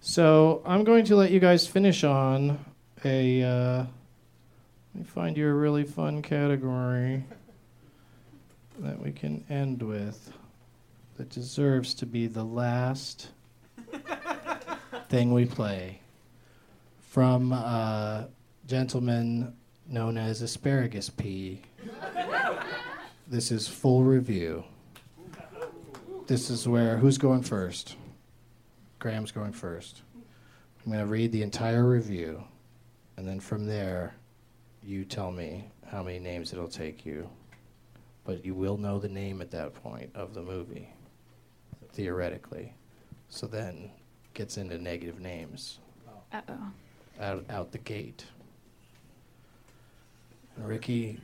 Speaker 3: So I'm going to let you guys finish on a. Uh, let me find you a really fun category that we can end with that deserves to be the last thing we play from a gentleman known as Asparagus Pea. This is full review. This is where who's going first? Graham's going first. I'm going to read the entire review, and then from there, you tell me how many names it'll take you. But you will know the name at that point of the movie, theoretically. So then gets into negative names
Speaker 10: Uh oh.
Speaker 3: out, out the gate. And Ricky,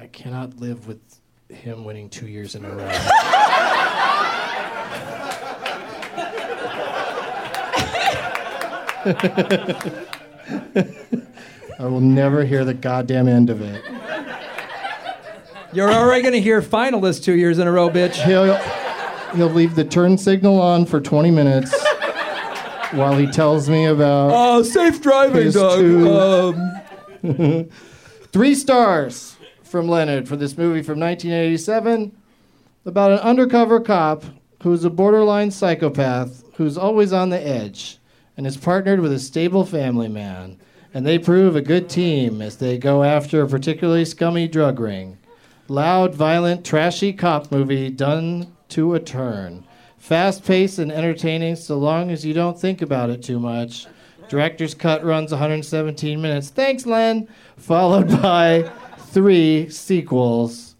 Speaker 3: I cannot live with him winning two years in a row. I will never hear the goddamn end of it.
Speaker 5: You're already going to hear finalists two years in a row, bitch.
Speaker 3: He'll, he'll leave the turn signal on for 20 minutes while he tells me about.
Speaker 5: Uh, safe driving,
Speaker 3: his
Speaker 5: Doug.
Speaker 3: two-
Speaker 5: Um,
Speaker 3: Three stars from Leonard for this movie from 1987 about an undercover cop who's a borderline psychopath who's always on the edge and is partnered with a stable family man. And they prove a good team as they go after a particularly scummy drug ring. Loud, violent, trashy cop movie done to a turn. Fast paced and entertaining so long as you don't think about it too much. Director's cut runs 117 minutes. Thanks, Len. Followed by three sequels.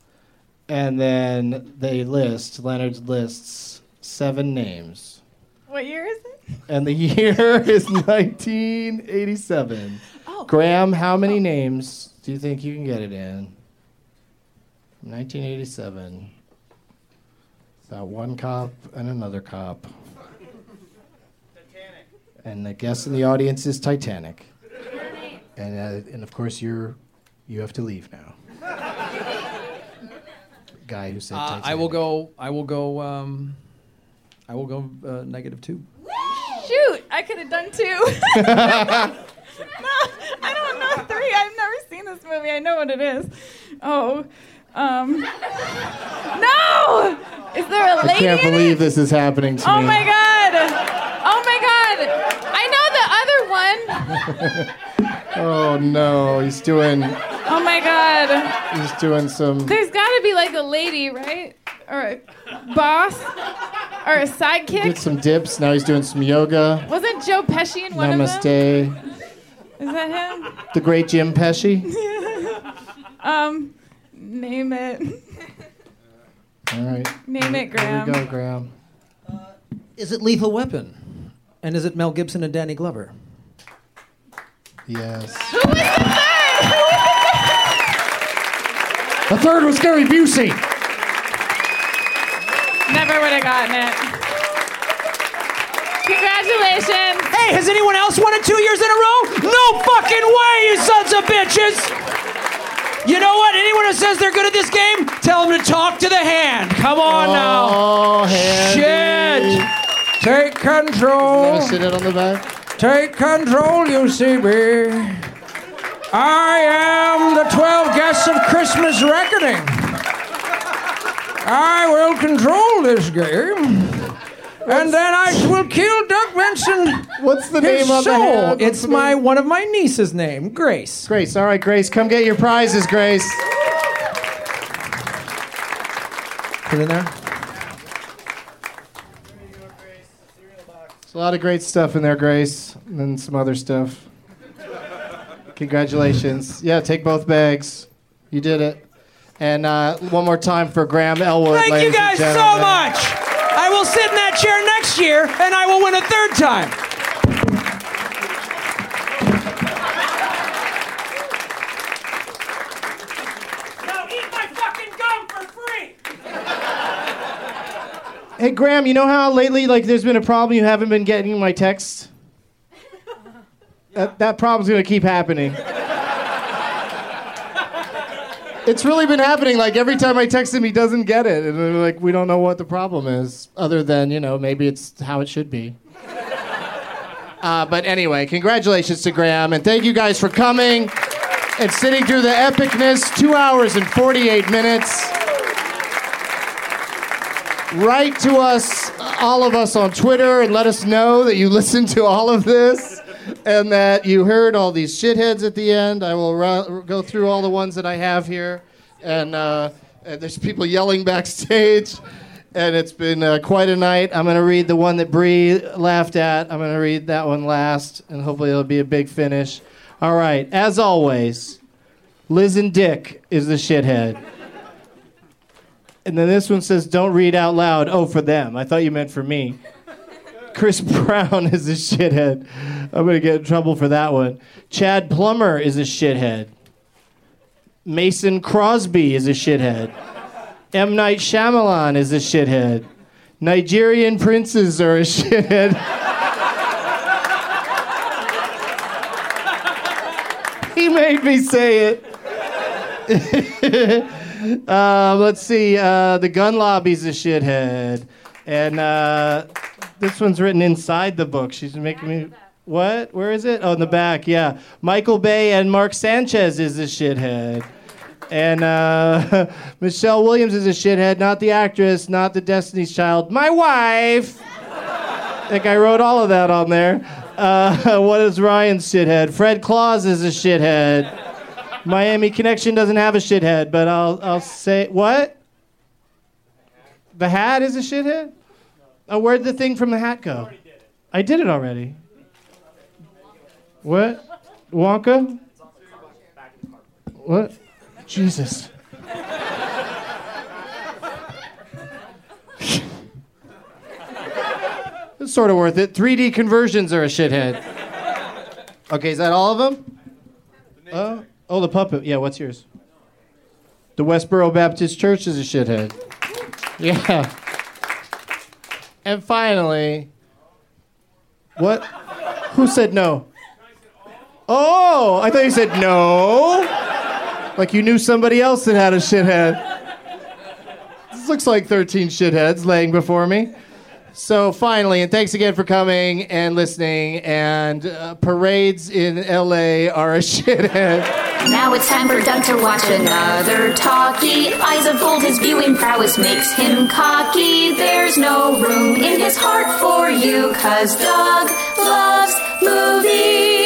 Speaker 3: And then they list, Leonard lists seven names.
Speaker 10: What year is it?
Speaker 3: And the year is 1987.
Speaker 10: Oh.
Speaker 3: Graham, how many names do you think you can get it in? 1987. About one cop and another cop. Titanic. And the guest in the audience is Titanic. And uh, and of course you're you have to leave now. Guy who said
Speaker 26: Uh,
Speaker 3: Titanic.
Speaker 26: I will go. I will go. Um, I will go uh, negative two.
Speaker 10: Shoot, I could have done two. no, I don't know three. I've never seen this movie. I know what it is. Oh, um, no! Is there a
Speaker 3: I
Speaker 10: lady?
Speaker 3: can't
Speaker 10: in it?
Speaker 3: believe this is happening to
Speaker 10: Oh
Speaker 3: me.
Speaker 10: my god! Oh my god! I know the other one.
Speaker 3: oh no, he's doing
Speaker 10: Oh my god!
Speaker 3: he's doing some
Speaker 10: There's got to be like a lady, right? Or a boss, or a
Speaker 3: did
Speaker 10: sidekick.
Speaker 3: some dips, now he's doing some yoga.
Speaker 10: Wasn't Joe Pesci in one of them?
Speaker 3: Namaste.
Speaker 10: Is that him?
Speaker 3: The great Jim Pesci.
Speaker 10: um, name it.
Speaker 3: All right.
Speaker 10: Name
Speaker 3: Here we
Speaker 10: it,
Speaker 3: go,
Speaker 10: Graham.
Speaker 3: Graham.
Speaker 26: Uh, Is it Lethal Weapon? And is it Mel Gibson and Danny Glover?
Speaker 3: Yes.
Speaker 5: the third was Gary Busey.
Speaker 10: Never would have gotten it. Congratulations.
Speaker 26: Hey, has anyone else won it two years in a row? No fucking way, you sons of bitches! You know what? Anyone who says they're good at this game, tell them to talk to the hand. Come on now.
Speaker 3: Handy.
Speaker 26: Shit.
Speaker 6: Take control.
Speaker 3: Sit it on the back.
Speaker 6: Take control, you see me. I am the 12 guests of Christmas Reckoning. I will control this game. and then I will kill Doug Benson.
Speaker 3: What's the
Speaker 6: his
Speaker 3: name on the
Speaker 6: soul.
Speaker 3: hand? What's
Speaker 6: It's
Speaker 3: the
Speaker 6: my
Speaker 3: name?
Speaker 6: one of my
Speaker 5: niece's name, Grace.
Speaker 3: Grace. All right, Grace, come get your prizes, Grace.
Speaker 5: Put it in there.
Speaker 3: There's a lot of great stuff in there, Grace, and then some other stuff. Congratulations. Yeah, take both bags. You did it. And uh, one more time for Graham Elwood.
Speaker 26: Thank you
Speaker 3: ladies
Speaker 26: guys
Speaker 3: and
Speaker 26: so
Speaker 3: gentlemen.
Speaker 26: much. I will sit in that chair next year and I will win a third time. Now eat my fucking gum for free.
Speaker 3: Hey, Graham, you know how lately, like, there's been a problem you haven't been getting my texts? That, that problem's going to keep happening. it's really been happening. Like, every time I text him, he doesn't get it. And, I'm like, we don't know what the problem is, other than, you know, maybe it's how it should be. Uh, but anyway, congratulations to Graham, and thank you guys for coming and sitting through the epicness. Two hours and 48 minutes. Write to us, all of us on Twitter, and let us know that you listened to all of this and that you heard all these shitheads at the end. I will ru- go through all the ones that I have here, and, uh, and there's people yelling backstage. And it's been uh, quite a night. I'm going to read the one that Bree laughed at. I'm going to read that one last, and hopefully it'll be a big finish. All right, as always, Liz and Dick is the shithead. And then this one says, "Don't read out loud." Oh, for them. I thought you meant for me. Chris Brown is a shithead. I'm gonna get in trouble for that one. Chad Plummer is a shithead. Mason Crosby is a shithead. M. Night Shyamalan is a shithead. Nigerian princes are a shithead. he made me say it. um, let's see. Uh, the gun lobby's a shithead, and uh, this one's written inside the book. She's making me. What? Where is it? Oh, in the back. Yeah. Michael Bay and Mark Sanchez is a shithead. And uh, Michelle Williams is a shithead, not the actress, not the Destiny's Child, my wife. Like I wrote all of that on there. Uh, what is Ryan's shithead? Fred Claus is a shithead. Miami Connection doesn't have a shithead, but I'll I'll say what? The hat is a shithead. Oh, where'd the thing from the hat go? I did it already. What? Wonka? What? Jesus. It's sort of worth it. 3D conversions are a shithead. Okay, is that all of them? Oh, oh, the puppet. Yeah, what's yours? The Westboro Baptist Church is a shithead. Yeah. And finally, what? Who said no? Oh, I thought you said no. Like you knew somebody else that had a shithead. This looks like 13 shitheads laying before me. So finally, and thanks again for coming and listening. And uh, parades in LA are a shithead.
Speaker 1: Now it's time for Doug to watch another talkie. Eyes of gold, his viewing prowess makes him cocky. There's no room in his heart for you, cause Doug loves movies.